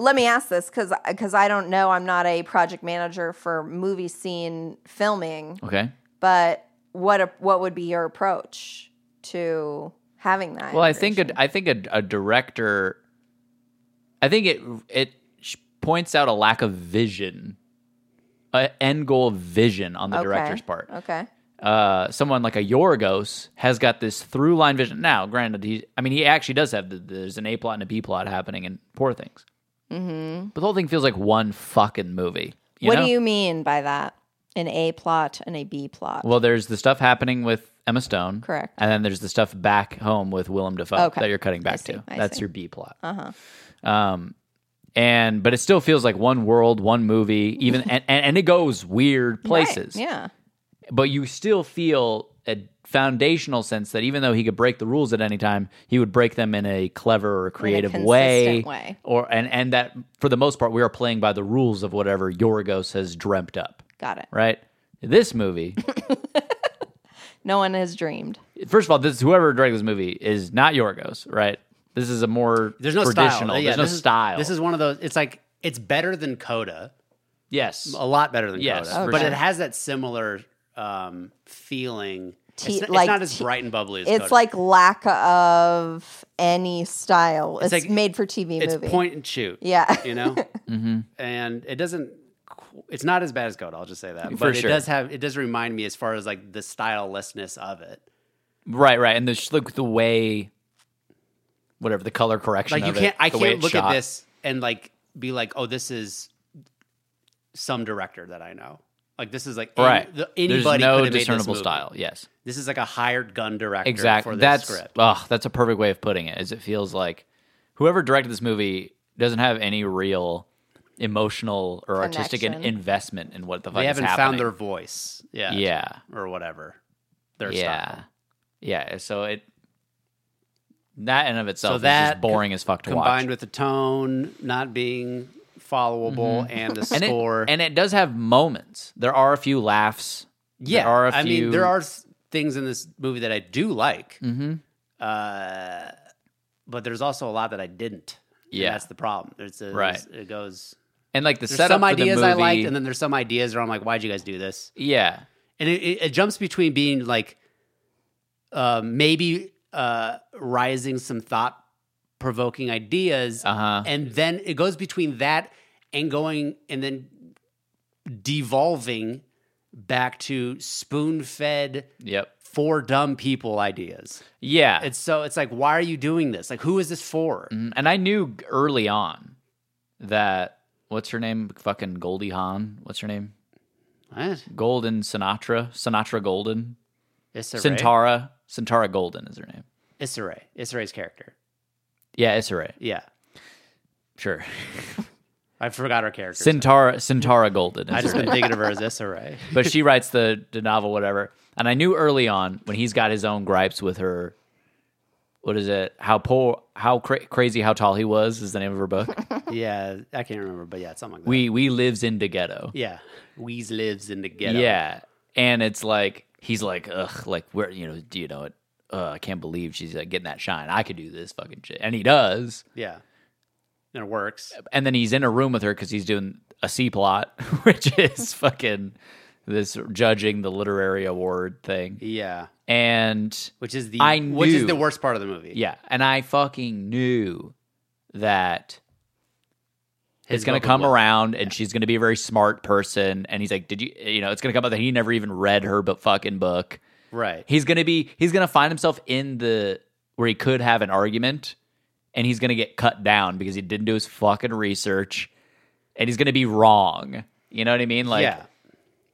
Speaker 2: let me ask this because because I don't know. I'm not a project manager for movie scene filming,
Speaker 3: okay
Speaker 2: but what a, what would be your approach to having that?
Speaker 3: well i think
Speaker 2: integration?
Speaker 3: a, i think a, a director i think it it sh- points out a lack of vision a end goal vision on the
Speaker 2: Okay.
Speaker 3: director's part
Speaker 2: Okay.
Speaker 3: uh, someone like a Yorgos has got this through line vision. Now, granted, he I mean he actually does have the, there's an A plot and a B plot happening in Poor Things, mm-hmm. but the whole thing feels like one fucking movie. you
Speaker 2: what
Speaker 3: know?
Speaker 2: do you mean by that? An A plot and a B plot.
Speaker 3: Well, there's the stuff happening with Emma Stone,
Speaker 2: Correct.
Speaker 3: and then there's the stuff back home with Willem Dafoe
Speaker 2: Okay.
Speaker 3: that you're cutting back
Speaker 2: see,
Speaker 3: to.
Speaker 2: I
Speaker 3: That's
Speaker 2: see.
Speaker 3: your
Speaker 2: Uh-huh.
Speaker 3: B plot. Uh huh. Um, and but it still feels like one world, one movie, even and, and, and it goes weird
Speaker 2: Right,
Speaker 3: places.
Speaker 2: Yeah.
Speaker 3: but you still feel a foundational sense that even though he could break the rules at any time, he would break them in a clever or creative way,
Speaker 4: consistent way.
Speaker 3: or and and that for the most part we are playing by the rules of whatever Yorgos has dreamt up,
Speaker 4: Got it.
Speaker 3: right? This movie,
Speaker 4: No one has dreamed.
Speaker 3: first of all, this whoever directed this movie is not Yorgos, right? This is a more
Speaker 1: There's no
Speaker 3: traditional.
Speaker 1: style. Yeah,
Speaker 3: There's no
Speaker 1: this is-
Speaker 3: style.
Speaker 1: This is one of those. It's like it's better than Coda,
Speaker 3: yes,
Speaker 1: a lot better than
Speaker 3: Yes,
Speaker 1: Coda,
Speaker 3: for
Speaker 1: but
Speaker 3: sure.
Speaker 1: it has that similar um, feeling.
Speaker 2: Tea-
Speaker 1: it's, n- it's
Speaker 2: like
Speaker 1: not as
Speaker 2: tea-
Speaker 1: bright and bubbly as
Speaker 2: It's
Speaker 1: Coda.
Speaker 2: like lack of any style. It's,
Speaker 1: like-
Speaker 2: made for TV
Speaker 1: it's
Speaker 2: movie.
Speaker 1: point and shoot.
Speaker 2: yeah.
Speaker 1: you know,
Speaker 3: Mm-hmm.
Speaker 1: and it doesn't. qu- It's not as bad as Coda. I'll just say that,
Speaker 3: For
Speaker 1: but
Speaker 3: sure.
Speaker 1: it does have. It does remind me as far as like the stylelessness of it.
Speaker 3: right, right, and the sh- look the way, whatever the color correction.
Speaker 1: Like you
Speaker 3: of
Speaker 1: can't.
Speaker 3: it,
Speaker 1: I
Speaker 3: the way
Speaker 1: can't
Speaker 3: it's
Speaker 1: look
Speaker 3: shot.
Speaker 1: at this and like be like, oh, this is some director that I know. Like this is like any-
Speaker 3: Right,
Speaker 1: the,
Speaker 3: there's
Speaker 1: anybody could have
Speaker 3: no
Speaker 1: made this
Speaker 3: discernible
Speaker 1: movie.
Speaker 3: style. Yes.
Speaker 1: This is like a hired gun director
Speaker 3: exactly
Speaker 1: for this
Speaker 3: that's
Speaker 1: script.
Speaker 3: ugh, that's a perfect way of putting it is it feels like whoever directed this movie doesn't have any real emotional or artistic in-
Speaker 2: Connection.
Speaker 3: investment in what the fuck
Speaker 1: They
Speaker 3: is
Speaker 1: haven't
Speaker 3: happening.
Speaker 1: found their voice. Yeah.
Speaker 3: yeah
Speaker 1: Or whatever. Their
Speaker 3: yeah
Speaker 1: style.
Speaker 3: yeah so it that in of itself is
Speaker 1: that
Speaker 3: just boring as fuck to
Speaker 1: Combined
Speaker 3: watch
Speaker 1: with the tone not being followable Mm-hmm. and the
Speaker 3: and
Speaker 1: score.
Speaker 3: it and it does have moments there are a few laughs
Speaker 1: yeah.
Speaker 3: there are a
Speaker 1: I mean,
Speaker 3: few-
Speaker 1: there are s- things in this movie that I do like,
Speaker 3: mm-hmm.
Speaker 1: uh, but there's also a lot that I didn't. And
Speaker 3: Yeah.
Speaker 1: that's the problem. There's a,
Speaker 3: Right.
Speaker 1: It goes.
Speaker 3: and like the
Speaker 1: There's
Speaker 3: setup
Speaker 1: some
Speaker 3: for the
Speaker 1: ideas I
Speaker 3: movie-
Speaker 1: liked, and then there's some ideas where I'm like, why'd you guys do this?
Speaker 3: yeah
Speaker 1: and it, it, it jumps between being like uh, maybe uh, rising some thought provoking ideas
Speaker 3: uh-huh
Speaker 1: and then it goes between that and going and then devolving back to spoon-fed
Speaker 3: yep
Speaker 1: for dumb people ideas
Speaker 3: yeah
Speaker 1: it's so it's like why are you doing this like who is this for
Speaker 3: Mhm. And I knew g- early on that what's her name? Fucking Goldie Hawn. What's her name?
Speaker 1: what?
Speaker 3: Golden Sinatra. Sinatra Golden.
Speaker 1: Issa Rae?
Speaker 3: Sintara. Sintara Golden is her name.
Speaker 1: Issa Rae. Issa Rae's character
Speaker 3: Yeah, Issa Rae.
Speaker 1: yeah
Speaker 3: Sure.
Speaker 1: I forgot her character
Speaker 3: Sintara Sintara Golden.
Speaker 1: I
Speaker 3: Is
Speaker 1: just
Speaker 3: her
Speaker 1: been
Speaker 3: name.
Speaker 1: thinking of her as Issa Rae
Speaker 3: but she writes the the novel, whatever. And I knew early on when he's got his own gripes with her. What is it? How poor? How cra- crazy? How tall he was is the name of her book.
Speaker 1: yeah I can't remember but yeah it's something like that
Speaker 3: we we lives in the ghetto.
Speaker 1: Yeah. Wheeze lives in the ghetto.
Speaker 3: Yeah, and it's like he's like, ugh, like where you know, do you know it? Uh, I can't believe she's like getting that shine. I could do this fucking shit, and he does.
Speaker 1: Yeah. And it works.
Speaker 3: And then he's in a room with her because he's doing a C plot, which is fucking this judging the literary award thing.
Speaker 1: Yeah.
Speaker 3: And
Speaker 1: Which is the
Speaker 3: I
Speaker 1: which is
Speaker 3: knew.
Speaker 1: the worst part of the movie.
Speaker 3: yeah, and I fucking knew that
Speaker 1: His
Speaker 3: it's gonna
Speaker 1: vocal
Speaker 3: come
Speaker 1: will.
Speaker 3: around and she's gonna be a very smart person. And he's like, did you? You know, it's gonna come out that he never even read her but fucking book.
Speaker 1: Right.
Speaker 3: He's gonna be he's gonna find himself in the where he could have an argument and he's gonna get cut down because he didn't do his fucking research and he's gonna be wrong. You know what I mean? Like
Speaker 1: yeah.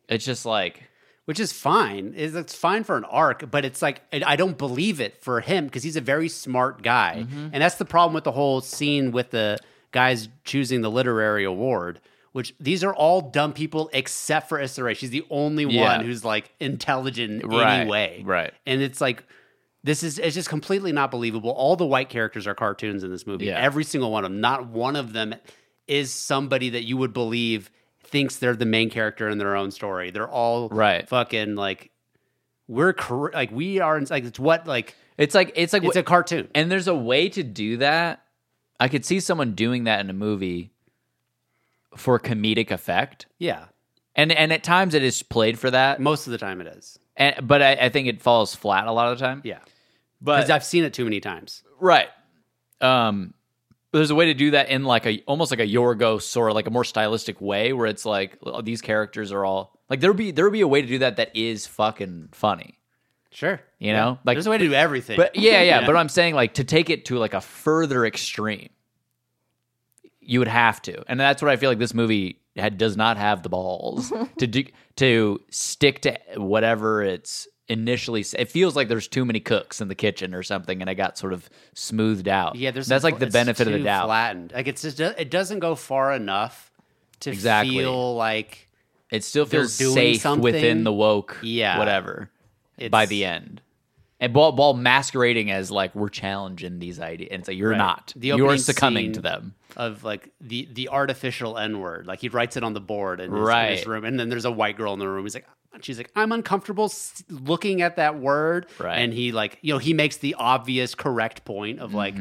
Speaker 3: it's just like
Speaker 1: Which is fine. It's, it's fine for an arc, but it's like I I don't believe it for him because he's a very smart guy,
Speaker 3: Mm-hmm.
Speaker 1: and that's the problem with the whole scene with the guys choosing the literary award. Which these are all dumb people except for Issa Rae. She's the only
Speaker 3: Yeah.
Speaker 1: one who's like intelligent in
Speaker 3: Right.
Speaker 1: any way.
Speaker 3: Right.
Speaker 1: And it's like this is it's just completely not believable. All the white characters are cartoons in this movie.
Speaker 3: Yeah.
Speaker 1: Every single one of them. Not one of them is somebody that you would believe thinks they're the main character in their own story. They're all
Speaker 3: Right.
Speaker 1: fucking like we're cor- like we are in, like it's what like
Speaker 3: it's like it's like
Speaker 1: it's a cartoon.
Speaker 3: and there's a way to do that. I could see someone doing that in a movie for comedic effect.
Speaker 1: Yeah.
Speaker 3: And and at times it is played for that.
Speaker 1: Most of the time it is.
Speaker 3: And but I, I think it falls flat a lot of the time.
Speaker 1: Yeah.
Speaker 3: But
Speaker 1: Cuz I've seen it too many times.
Speaker 3: Right. Um there's a way to do that in like a almost like a Yorgos or like a more stylistic way where it's like oh, these characters are all like there'd be there'd be a way to do that that is fucking funny,
Speaker 1: Sure.
Speaker 3: you know? Like
Speaker 1: There's a way to do everything.
Speaker 3: but yeah, yeah, but I'm saying like to take it to like a further extreme you would have to. And that's what I feel like this movie had does not have the balls to do, to stick to whatever it's initially s- it feels like there's too many cooks in the kitchen or something and I got sort of smoothed out.
Speaker 1: Yeah, there's
Speaker 3: that's
Speaker 1: some-
Speaker 3: like the
Speaker 1: it's
Speaker 3: benefit of the
Speaker 1: too
Speaker 3: doubt.
Speaker 1: Flattened, like it's just it doesn't go far enough to
Speaker 3: Exactly.
Speaker 1: feel like
Speaker 3: It still
Speaker 1: They're
Speaker 3: feels
Speaker 1: doing
Speaker 3: safe
Speaker 1: something.
Speaker 3: within the woke,
Speaker 1: Yeah.
Speaker 3: whatever. by
Speaker 1: It's-
Speaker 3: the end, and while, while masquerading as like we're challenging these ideas, and it's like you're not.
Speaker 1: The
Speaker 3: you're
Speaker 1: opening
Speaker 3: succumbing
Speaker 1: scene-
Speaker 3: to them.
Speaker 1: of like the the artificial N word. Like he writes it on the board in his, in
Speaker 3: Right.
Speaker 1: his room, and then there's a white girl in the room. He's like, "Ah," she's like, I'm uncomfortable s- looking at that word.
Speaker 3: Right.
Speaker 1: And he like, you know, he makes the obvious correct point of like,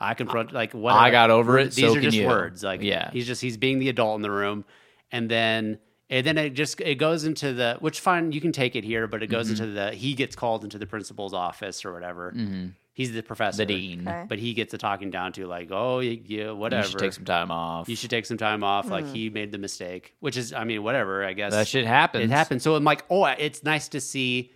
Speaker 1: I confront like what
Speaker 3: Mm-hmm. I got over it.
Speaker 1: These
Speaker 3: so
Speaker 1: are
Speaker 3: can
Speaker 1: just
Speaker 3: you.
Speaker 1: words. Like
Speaker 3: yeah,
Speaker 1: he's just he's being the adult in the room, and then. And then it just it goes into the which fine you can take it here, but it goes
Speaker 3: Mm-hmm.
Speaker 1: into the he gets called into the principal's office or whatever.
Speaker 3: Mm. Mm-hmm.
Speaker 1: He's the professor,
Speaker 3: the dean.
Speaker 2: Okay.
Speaker 1: but he gets a talking down to like, oh y- yeah,
Speaker 3: You
Speaker 1: whatever.
Speaker 3: should take some time off.
Speaker 1: some time off.
Speaker 2: Hmm.
Speaker 1: Like he made the mistake, which is, I mean, whatever. I guess
Speaker 3: that shit happens.
Speaker 1: it happened. So I'm like, oh, it's nice to see,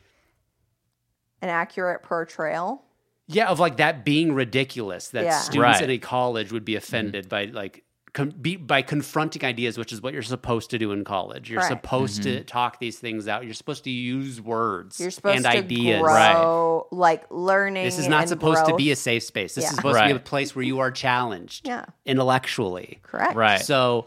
Speaker 2: An accurate portrayal.
Speaker 1: yeah, of like that being ridiculous that
Speaker 2: Yeah.
Speaker 1: students
Speaker 3: Right. Mm-hmm.
Speaker 1: in a college would be offended by like. Com- be, by confronting ideas, which is what you're supposed to do in college, you're
Speaker 2: Right.
Speaker 1: supposed
Speaker 3: Mm-hmm.
Speaker 1: to talk these things out. You're supposed to use words
Speaker 2: You're supposed
Speaker 1: and
Speaker 2: to
Speaker 1: ideas.
Speaker 2: grow,
Speaker 3: Right.
Speaker 2: like learning.
Speaker 1: This is not
Speaker 2: and
Speaker 1: supposed to
Speaker 2: growth.
Speaker 1: be a safe space. This
Speaker 2: Yeah.
Speaker 1: is supposed to
Speaker 3: Right.
Speaker 1: be a place where you are challenged
Speaker 2: Yeah.
Speaker 1: intellectually.
Speaker 2: correct.
Speaker 3: right?
Speaker 1: So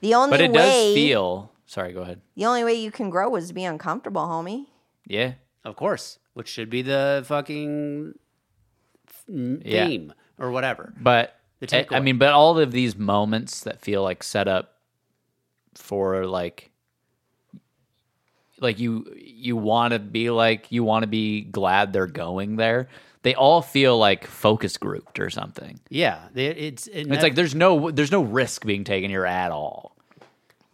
Speaker 2: The only
Speaker 3: but it
Speaker 2: way,
Speaker 3: does feel. Sorry, go ahead.
Speaker 2: the only way you can grow is to be uncomfortable, homie.
Speaker 3: Yeah,
Speaker 1: Of course, which should be the fucking theme
Speaker 3: Yeah.
Speaker 1: or whatever.
Speaker 3: but
Speaker 1: The
Speaker 3: I- I
Speaker 1: takeaway.
Speaker 3: mean, but all of these moments that feel like set up for like, like you you want to be like you want to be glad they're going there. They all feel like focus grouped or something.
Speaker 1: Yeah, they- it's
Speaker 3: It's like there's no there's no risk being taken here at all.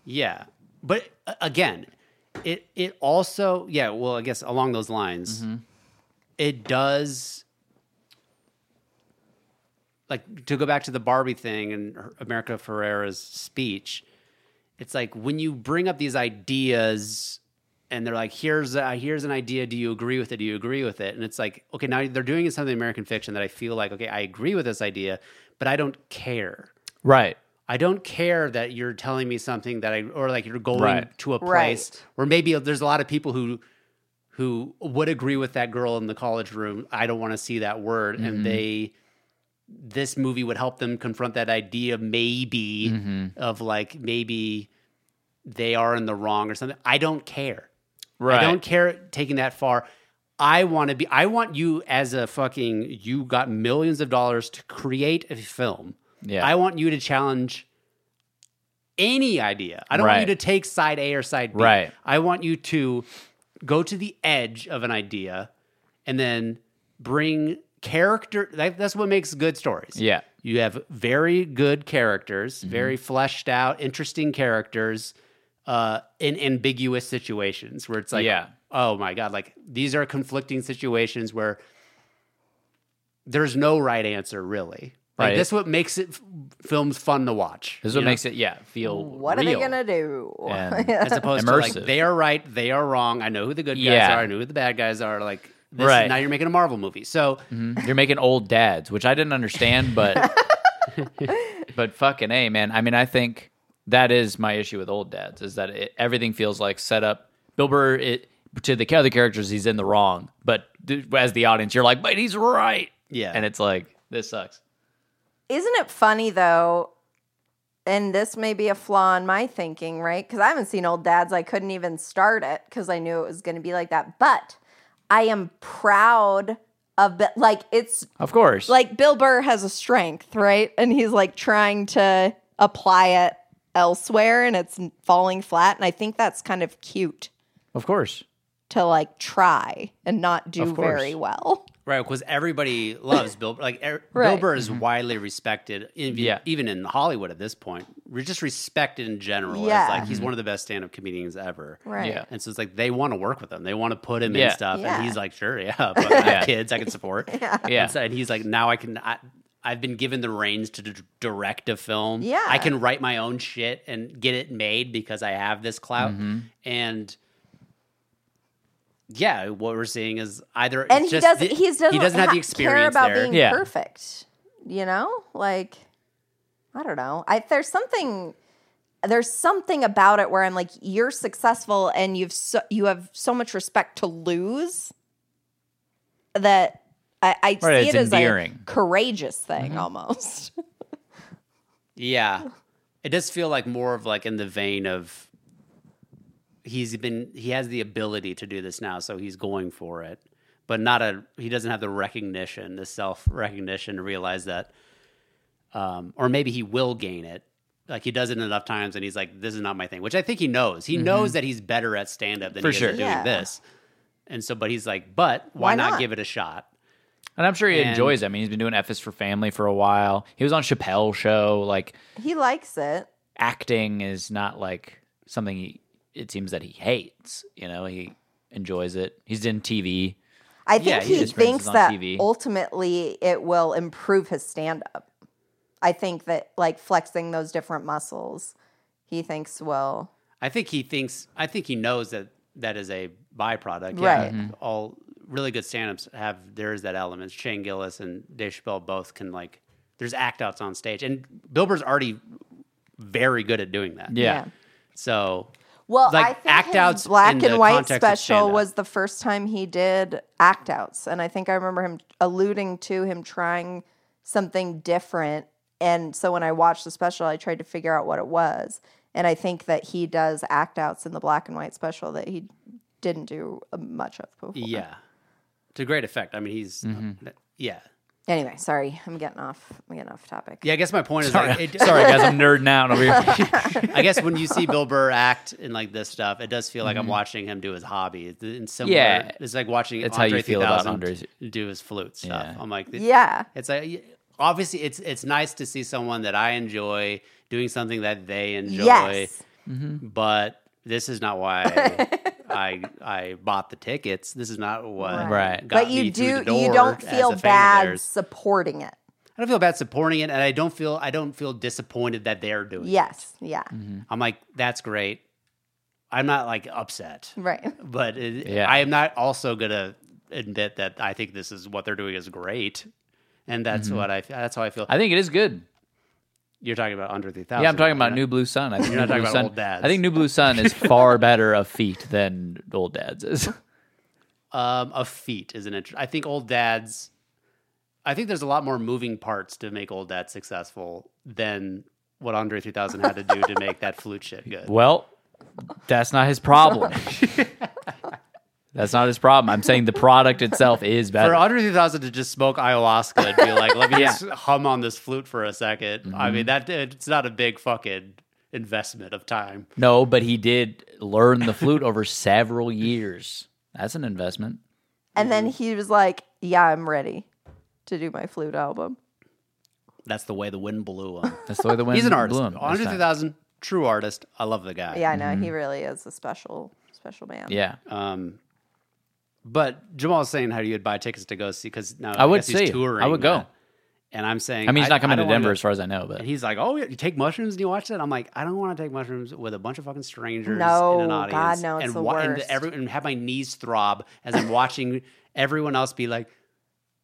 Speaker 1: yeah, but uh, again, it it also yeah. Well, I guess along those lines, it does. Like to go back to the Barbie thing and her- America Ferrera's speech, it's like when you bring up these ideas and they're like here's a, here's an idea do you agree with it do you agree with it and it's like okay now they're doing something in american fiction that i feel like okay i agree with this idea but i don't care
Speaker 3: Right.
Speaker 1: i don't care that you're telling me something that i or like you're going
Speaker 3: Right.
Speaker 1: to a
Speaker 2: Right.
Speaker 1: place where maybe there's a lot of people who who would agree with that girl in the college room i don't want to see that word and they this movie would help them confront that idea maybe
Speaker 3: Mm-hmm.
Speaker 1: of like maybe they are in the wrong or something i don't care
Speaker 3: Right.
Speaker 1: I don't care taking that far. I want to be, I want you as a fucking, you got millions of dollars to create a film.
Speaker 3: Yeah.
Speaker 1: I want you to challenge any idea. I don't
Speaker 3: Right.
Speaker 1: want you to take side A or side B.
Speaker 3: Right.
Speaker 1: I want you to go to the edge of an idea and then bring character. That, that's what makes good stories.
Speaker 3: yeah. Mm-hmm.
Speaker 1: You have very good characters, very fleshed out, interesting characters uh, in ambiguous situations where it's like,
Speaker 3: Yeah.
Speaker 1: oh my God, like these are conflicting situations where there's no right answer, really. Like,
Speaker 3: Right.
Speaker 1: That's what makes it f- films fun to watch.
Speaker 3: This is what
Speaker 1: you know?
Speaker 3: makes it yeah feel
Speaker 2: What are
Speaker 3: real.
Speaker 2: they gonna do?
Speaker 3: And-
Speaker 1: as opposed to
Speaker 3: immersive.
Speaker 1: like they are right, they are wrong. I know who the good guys
Speaker 3: Yeah.
Speaker 1: are, I know who the bad guys are. Like this,
Speaker 3: Right. Mm-hmm.
Speaker 1: now you're making a Marvel movie, so
Speaker 3: You're making old dads, which I didn't understand, but but fucking a man. I mean, I think that is my issue with old dads is that it, everything feels like set up. Bill Burr it, to the other characters, he's in the wrong, but th- as the audience, you're like, but he's right,
Speaker 1: yeah.
Speaker 3: and it's like this sucks.
Speaker 2: Isn't it funny though? And this may be a flaw in my thinking, right? Because I haven't seen old dads. I couldn't even start it because I knew it was going to be like that. But I am proud of, Bi- like, it's
Speaker 3: Of course,
Speaker 2: like Bill Burr has a strength, right? And he's like trying to apply it elsewhere and it's falling flat. And I think that's kind of cute
Speaker 3: of course,
Speaker 2: to like try and not do
Speaker 3: Of course.
Speaker 2: very well.
Speaker 1: Right, because everybody loves Bill. Like er, Bill
Speaker 2: Right.
Speaker 1: Burr is widely respected, in,
Speaker 3: Mm-hmm. Yeah.
Speaker 1: even in Hollywood at this point. We're just respected in general.
Speaker 2: Yeah.
Speaker 1: as, like he's one of the best stand-up comedians ever.
Speaker 2: Right.
Speaker 3: Mm-hmm. yeah,
Speaker 1: And so it's like they want to work with him. They want to put him
Speaker 3: Yeah.
Speaker 1: in stuff,
Speaker 2: Yeah.
Speaker 1: and he's like, "Sure, yeah, but I
Speaker 3: Yeah.
Speaker 1: have kids I can support."
Speaker 3: yeah,
Speaker 1: And, so- and he's like, "Now I can." I, I've been given the reins to d- direct a film.
Speaker 2: Yeah.
Speaker 1: I can write my own shit and get it made because I have this clout.
Speaker 3: Mm-hmm.
Speaker 1: And yeah, what we're seeing is either it's
Speaker 2: And he
Speaker 1: just
Speaker 2: doesn't,
Speaker 1: the-
Speaker 2: he doesn't,
Speaker 1: he doesn't have
Speaker 2: ha-
Speaker 1: the experience
Speaker 2: care about
Speaker 1: there.
Speaker 2: being
Speaker 3: Yeah.
Speaker 2: perfect, you know? Like, I don't know. I, there's something. There's something about it where I'm like, you're successful and you've so, you have so much respect to lose that I, I
Speaker 3: Right,
Speaker 2: see
Speaker 3: it's
Speaker 2: it as
Speaker 3: endearing.
Speaker 2: a courageous thing
Speaker 1: Mm-hmm.
Speaker 2: almost.
Speaker 1: Yeah. It does feel like more of like in the vein of he's been he has the ability to do this now, so he's going for it. But not a he doesn't have the recognition, the self recognition to realize that, um, or maybe he will gain it. Like he does it enough times, and he's like, "This is not my thing," which I think he knows. He knows that he's better at stand up than
Speaker 3: Mm-hmm. For
Speaker 1: he
Speaker 3: sure.
Speaker 1: is at doing
Speaker 2: Yeah.
Speaker 1: this. And so, but he's like, "But why,
Speaker 2: Why
Speaker 1: not?
Speaker 2: not?
Speaker 1: give it a shot?"
Speaker 3: And I'm sure he
Speaker 1: And-
Speaker 3: enjoys it. I mean, he's been doing F is for Family for a while. He was on Chappelle show. Like
Speaker 2: He likes it.
Speaker 3: acting is not like something he it seems that he hates. You know, he enjoys it. He's in TV.
Speaker 2: I think
Speaker 3: Yeah, he
Speaker 2: he,
Speaker 3: just brings
Speaker 2: thinks
Speaker 3: us on
Speaker 2: that
Speaker 3: TV.
Speaker 2: ultimately it will improve his stand up. I think that like flexing those different muscles, he thinks will.
Speaker 1: I think he thinks. I think he knows that that is a byproduct.
Speaker 2: Right.
Speaker 3: Mm-hmm.
Speaker 1: All really good stand-ups have there is that element. Shane Gillis and Dave Chappelle both can like. There's act outs on stage, and Bill Burr's already very good at doing that.
Speaker 3: Yeah.
Speaker 1: So
Speaker 2: Well,
Speaker 1: Like,
Speaker 2: I think
Speaker 1: act
Speaker 2: his
Speaker 1: outs in
Speaker 2: black
Speaker 1: the
Speaker 2: and white
Speaker 1: context of
Speaker 2: special
Speaker 1: stand-up.
Speaker 2: was the first time he did act outs, and I think I remember him alluding to him trying something different. And so when I watched the special, I tried to figure out what it was, and I think that he does act outs in the black and white special that he didn't do uh, much of before.
Speaker 1: yeah, to great effect. I mean, he's uh,
Speaker 3: Mm-hmm.
Speaker 1: yeah,
Speaker 2: Anyway, sorry, I'm getting off. I'm getting off topic.
Speaker 1: yeah. I guess my point is like it,
Speaker 3: Sorry guys, I'm nerding out over here.
Speaker 1: I guess when you see Bill Burr act in like this stuff, it does feel like I'm watching him do his hobby. It's, it's similar.
Speaker 3: Mm-hmm. Yeah.
Speaker 1: it's like watching
Speaker 3: That's how
Speaker 1: Andre
Speaker 3: you feel about
Speaker 1: 3000
Speaker 3: Andre's-
Speaker 1: do his flute stuff.
Speaker 3: Yeah.
Speaker 1: I'm like,
Speaker 2: Yeah.
Speaker 1: It's like obviously it's it's nice to see someone that I enjoy doing something that they enjoy.
Speaker 2: Yes.
Speaker 1: But this is not why I I bought the tickets. This is not what
Speaker 2: Right.
Speaker 3: Right.
Speaker 1: got
Speaker 2: but you
Speaker 1: me through
Speaker 2: do
Speaker 1: the door
Speaker 2: you don't
Speaker 1: as
Speaker 2: feel
Speaker 1: a fan of
Speaker 2: bad
Speaker 1: theirs.
Speaker 2: supporting it.
Speaker 1: I don't feel bad supporting it, and I don't feel I don't feel disappointed that they're doing. it.
Speaker 2: Yes. Yeah.
Speaker 1: I'm like that's great. I'm not like upset,
Speaker 2: Right.
Speaker 1: but it,
Speaker 3: Yeah.
Speaker 1: I am not also gonna admit that I think this is what they're doing is great, and that's
Speaker 3: Mm-hmm.
Speaker 1: what I that's how I feel.
Speaker 3: I think it is good.
Speaker 1: You're talking about under three thousand.
Speaker 3: Yeah, I'm talking about New Blue Sun. I think
Speaker 1: You're not
Speaker 3: New
Speaker 1: talking
Speaker 3: Blue
Speaker 1: about
Speaker 3: Sun,
Speaker 1: old dads.
Speaker 3: I think New Blue Sun is far better of feet than old dads is.
Speaker 1: Um, of feet is an interesting. I think old dads. I think there's a lot more moving parts to make old dad successful than what Andre 3000 had to do to make that flute shit good.
Speaker 3: Well, that's not his problem. that's not his problem. I'm saying the product itself is
Speaker 1: For
Speaker 3: better.
Speaker 1: Andre 3000 to just smoke ayahuasca and be like, let me just hum on this flute for a 2nd I
Speaker 3: Mm-hmm.
Speaker 1: mean, that it's not a big fucking investment of time.
Speaker 3: no, but he did learn the flute over several years. That's an investment.
Speaker 1: Mm-hmm.
Speaker 2: And then he was like, "Yeah, I'm ready to do my flute album."
Speaker 1: That's the way the wind blew him.
Speaker 3: That's the way the wind
Speaker 1: He's an artist.
Speaker 3: blew him. this
Speaker 1: Andre
Speaker 3: time.
Speaker 1: 3000, true artist. I love the guy.
Speaker 2: Yeah, I know
Speaker 1: Mm-hmm.
Speaker 2: he really is a special, special man.
Speaker 3: Yeah.
Speaker 1: Um, but Jamal's saying how you would buy tickets to go see because now I,
Speaker 3: would
Speaker 1: guess he's
Speaker 3: see it. I
Speaker 1: touring.
Speaker 3: would go.
Speaker 1: that. And I'm saying,
Speaker 3: I mean, he's not coming
Speaker 1: I
Speaker 3: to
Speaker 1: don't wanna
Speaker 3: Denver
Speaker 1: go-
Speaker 3: as far as I know, but
Speaker 1: And he's like, "Oh, yeah, you take mushrooms and you watch that." I'm like, "I don't want to take mushrooms with a bunch of fucking strangers
Speaker 2: No,
Speaker 1: in an
Speaker 2: God,
Speaker 1: audience
Speaker 2: no, it's
Speaker 1: and,
Speaker 2: the
Speaker 1: wa- and
Speaker 2: worst.
Speaker 1: every- and have my knees throb as I'm watching everyone else be like."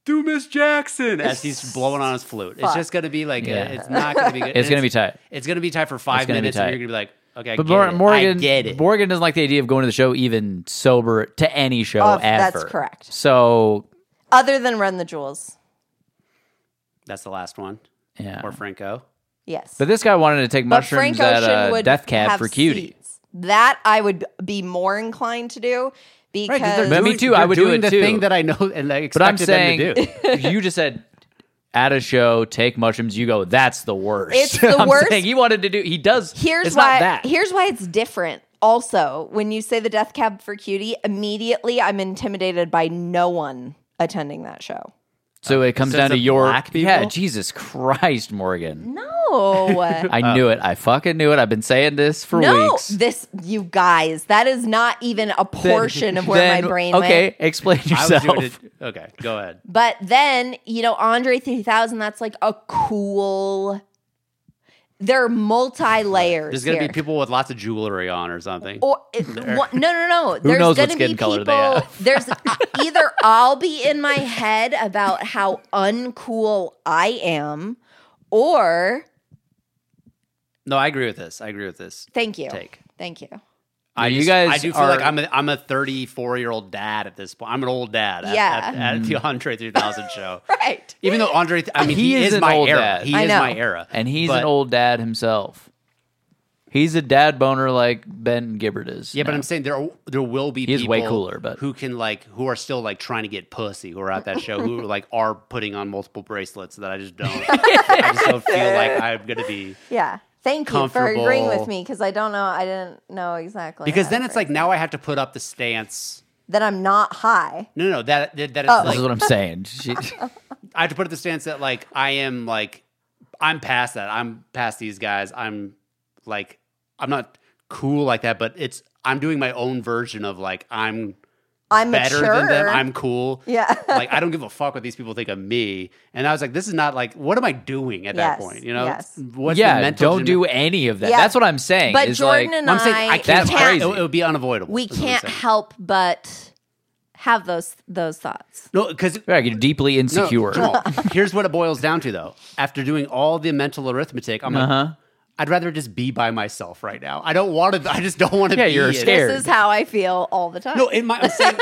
Speaker 1: Do Miss Jackson as he's blowing on his flute. It's
Speaker 2: Fuck.
Speaker 1: just gonna be like
Speaker 3: Yeah.
Speaker 1: it's not gonna be good.
Speaker 3: it's going to be tight.
Speaker 1: It's gonna be tight for five
Speaker 3: gonna be
Speaker 1: minutes, and
Speaker 3: tight.
Speaker 1: you're gonna be like, okay, I
Speaker 3: But
Speaker 1: get
Speaker 3: Mor-
Speaker 1: it.
Speaker 3: Morgan,
Speaker 1: I get it.
Speaker 3: Morgan doesn't like the idea of going to the show even sober to any show
Speaker 2: Oh,
Speaker 3: ever.
Speaker 2: that's correct.
Speaker 3: So,
Speaker 2: Other than Run the Jewels,
Speaker 1: That's the last one.
Speaker 3: yeah.
Speaker 1: Or Franco.
Speaker 2: yes.
Speaker 3: But this guy wanted to take
Speaker 2: But
Speaker 3: mushrooms at uh, Death Cab
Speaker 2: have
Speaker 3: for Cutie.
Speaker 2: seats. That I would be more inclined to do
Speaker 1: Right, 'cause they're
Speaker 2: because
Speaker 3: But me
Speaker 1: doing-
Speaker 3: too, I
Speaker 1: they're
Speaker 3: would do
Speaker 1: doing
Speaker 3: it
Speaker 1: the
Speaker 3: too.
Speaker 1: thing that I know and I
Speaker 3: But I'm
Speaker 1: expected them
Speaker 3: saying,
Speaker 1: to do.
Speaker 3: you just said at a show, take mushrooms. You go, that's the worst.
Speaker 2: It's the
Speaker 3: I'm
Speaker 2: worst.
Speaker 3: Saying he wanted to do. He does.
Speaker 2: here's
Speaker 3: it's
Speaker 2: why
Speaker 3: Not that.
Speaker 2: here's why it's different. Also, when you say the Death Cab for Cutie, immediately I'm intimidated by no one attending that show.
Speaker 3: so it comes
Speaker 1: So
Speaker 3: down
Speaker 1: it's
Speaker 3: to
Speaker 1: the
Speaker 3: your
Speaker 1: black people?
Speaker 3: Yeah, Jesus Christ, Morgan.
Speaker 2: No.
Speaker 1: Oh.
Speaker 3: I knew it. I fucking knew it. I've been saying this for
Speaker 2: No,
Speaker 3: weeks.
Speaker 2: this you guys, that is not even a portion of where
Speaker 3: Then-
Speaker 2: my brain
Speaker 3: Okay,
Speaker 2: went.
Speaker 3: explain
Speaker 1: I was
Speaker 3: yourself.
Speaker 1: doing it. Okay, go ahead.
Speaker 2: But then, you know, Andre 3000, that's like a cool. They're multi layers.
Speaker 1: There's gonna be people with lots of jewelry on or something.
Speaker 2: Or it, what, no, no, no. There's
Speaker 3: knows what
Speaker 2: gonna
Speaker 3: skin
Speaker 2: be
Speaker 3: color
Speaker 2: people.
Speaker 3: they have?
Speaker 2: There's either I'll be in my head about how uncool I am, or
Speaker 1: No, I agree with this. I agree with this.
Speaker 2: thank you,
Speaker 1: Take.
Speaker 2: thank you.
Speaker 1: I
Speaker 3: You
Speaker 1: just-
Speaker 3: guys
Speaker 1: I do feel
Speaker 3: are-
Speaker 1: like I'm a I'm a 34 year old dad at this point. I'm an old dad. At,
Speaker 2: Yeah.
Speaker 1: At, at the Andre 3000 show.
Speaker 2: Right.
Speaker 1: Even though Andre, I mean,
Speaker 3: Mm. He
Speaker 1: he,
Speaker 3: is
Speaker 1: is,
Speaker 3: an
Speaker 1: my
Speaker 3: old
Speaker 1: era.
Speaker 3: dad.
Speaker 1: He
Speaker 2: I
Speaker 1: is
Speaker 2: know.
Speaker 1: my era,
Speaker 3: and he's
Speaker 1: But
Speaker 3: an old dad himself. He's a dad boner like Ben Gibbard is.
Speaker 1: Yeah, but I'm saying there there will be
Speaker 3: He's
Speaker 1: people
Speaker 3: way cooler, but-
Speaker 1: who can like who are still like trying to get pussy who are at that show who like are putting on multiple bracelets that I just don't. I just don't feel like I'm gonna be
Speaker 2: Yeah. Thank you for agreeing with
Speaker 1: Comfortable.
Speaker 2: me because I don't know. I didn't know exactly.
Speaker 1: because
Speaker 2: how
Speaker 1: then
Speaker 2: to
Speaker 1: it's
Speaker 2: phrase
Speaker 1: like now I have to put up the stance.
Speaker 2: it. that I'm not high.
Speaker 1: No, no, that that, that it's
Speaker 3: This is
Speaker 1: like
Speaker 3: what I'm saying. She-
Speaker 1: I have to put up the stance that like I am like I'm past that. I'm past these guys. I'm like I'm not cool like that, but it's I'm doing my own version of like I'm
Speaker 2: I'm
Speaker 1: better
Speaker 2: mature.
Speaker 1: than them. I'm cool.
Speaker 2: yeah.
Speaker 1: like I don't give a fuck what these people think of me. And I was like, this is not like what am I doing at that
Speaker 2: Yes,
Speaker 1: point? You know,
Speaker 2: yes.
Speaker 1: what's the
Speaker 3: yeah,
Speaker 1: mental
Speaker 3: don't
Speaker 1: gym-
Speaker 3: do any of that.
Speaker 2: Yeah.
Speaker 3: That's what I'm saying.
Speaker 2: but
Speaker 3: is
Speaker 2: Jordan
Speaker 3: like,
Speaker 2: and
Speaker 1: I'm saying
Speaker 2: I,
Speaker 1: I can't.
Speaker 3: That's crazy.
Speaker 1: It, it would be unavoidable.
Speaker 4: we
Speaker 1: is what I'm
Speaker 4: can't
Speaker 1: saying.
Speaker 4: help but have those those thoughts.
Speaker 1: No, because
Speaker 3: Right, you're deeply insecure.
Speaker 1: here's what it boils down to, though. After doing all the mental arithmetic, I'm
Speaker 3: Uh-huh.
Speaker 1: like, I'd rather just be by myself right now. I don't want to. I just don't want to.
Speaker 3: Yeah,
Speaker 1: be
Speaker 3: you're
Speaker 1: in-
Speaker 3: scared.
Speaker 4: This is how I feel all the time.
Speaker 1: No, in my, I'm saying,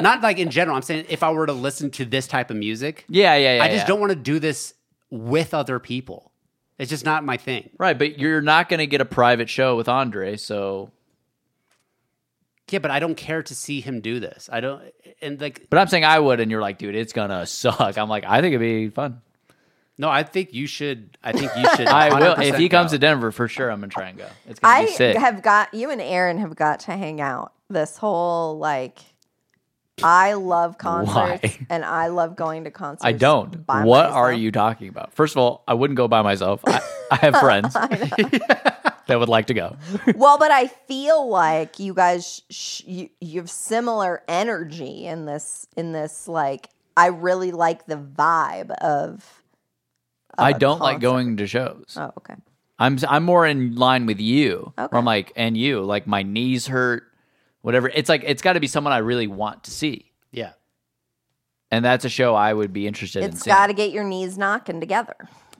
Speaker 1: not like in general. I'm saying if I were to listen to this type of music,
Speaker 3: yeah, yeah, yeah.
Speaker 1: I just
Speaker 3: yeah.
Speaker 1: don't want to do this with other people. It's just not my thing.
Speaker 3: Right, but you're not going to get a private show with Andre, so.
Speaker 1: Yeah, but I don't care to see him do this. I don't, and like,
Speaker 3: But I'm saying I would, and you're like, dude, it's gonna suck. I'm like, I think it'd be fun.
Speaker 1: no, I think you should. I think you should.
Speaker 3: I will if he
Speaker 1: 100%
Speaker 3: comes
Speaker 1: go.
Speaker 3: to Denver for sure. I'm gonna try and go. It's gonna
Speaker 2: I
Speaker 3: be sick.
Speaker 2: have got you and Aaron have got to hang out this whole like I love concerts
Speaker 3: Why?
Speaker 2: and I love going to concerts.
Speaker 3: I don't.
Speaker 2: by
Speaker 3: What are
Speaker 2: myself.
Speaker 3: you talking about? First of all, I wouldn't go by myself. I, I have friends that would like to go.
Speaker 2: Well, but I feel like you guys sh- you, you have similar energy in this in this like I really like the vibe of
Speaker 3: I don't like
Speaker 2: concert.
Speaker 3: going to shows.
Speaker 2: Oh, okay.
Speaker 3: I'm I'm more in line with you.
Speaker 2: Okay.
Speaker 3: Where I'm like, and you, like my knees hurt, whatever. It's like it's got to be someone I really want to see,
Speaker 1: Yeah,
Speaker 3: and that's a show I would be interested in
Speaker 2: It's
Speaker 3: seeing.
Speaker 2: got to get your knees knocking together.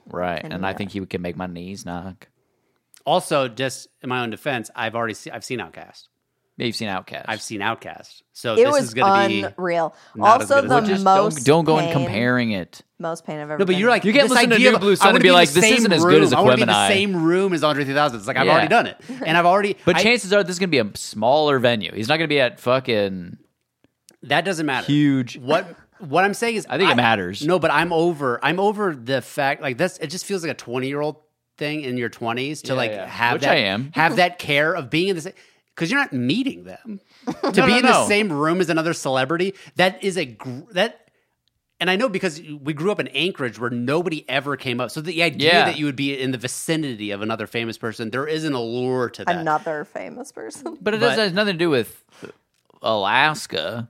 Speaker 3: right, and I think he can make my knees knock.
Speaker 1: Also, just in my own defense, I've already seen. I've seen Outcast.
Speaker 3: Yeah, you've seen Outcast.
Speaker 1: I've seen Outcast. So
Speaker 2: It
Speaker 1: this
Speaker 2: was
Speaker 1: is going to be
Speaker 2: unreal.
Speaker 1: not as
Speaker 2: Also,
Speaker 1: good as-
Speaker 2: the
Speaker 1: Well,
Speaker 3: just
Speaker 2: most
Speaker 3: don't, don't go
Speaker 2: pain,
Speaker 3: and comparing it.
Speaker 2: most pain I've ever.
Speaker 1: no, but
Speaker 2: been
Speaker 1: you're
Speaker 2: in.
Speaker 1: like
Speaker 3: You can't
Speaker 1: this
Speaker 3: listen to
Speaker 1: idea
Speaker 3: New
Speaker 1: of-
Speaker 3: Blue
Speaker 1: I
Speaker 3: Sun
Speaker 1: wanna
Speaker 3: and be
Speaker 1: in
Speaker 3: like,
Speaker 1: the
Speaker 3: this
Speaker 1: same
Speaker 3: isn't as good as
Speaker 1: room. I wanna be in
Speaker 3: Aquemini.
Speaker 1: the same room as Andre 3000. It's like I've
Speaker 3: Yeah.
Speaker 1: already done it, and I've already.
Speaker 3: But
Speaker 1: I-
Speaker 3: chances are this is going to be a smaller venue. He's not going to be at fucking
Speaker 1: that doesn't matter.
Speaker 3: huge.
Speaker 1: What what I'm saying is, I
Speaker 3: think it matters.
Speaker 1: No, but I'm over. I'm over the fact like this. It just feels like a 20 year old thing in your 20s to
Speaker 3: Yeah,
Speaker 1: like
Speaker 3: yeah.
Speaker 1: have
Speaker 3: Which
Speaker 1: that
Speaker 3: I am.
Speaker 1: have that care of being in the same because you're not meeting them to be
Speaker 3: no,
Speaker 1: in the
Speaker 3: no.
Speaker 1: same room as another celebrity. That is a gr- that. And I know because we grew up in Anchorage where nobody ever came up. So the idea
Speaker 3: Yeah.
Speaker 1: that you would be in the vicinity of another famous person, there is an allure to that.
Speaker 2: another famous person.
Speaker 3: But it
Speaker 1: But-
Speaker 3: doesn't has nothing to do with Alaska.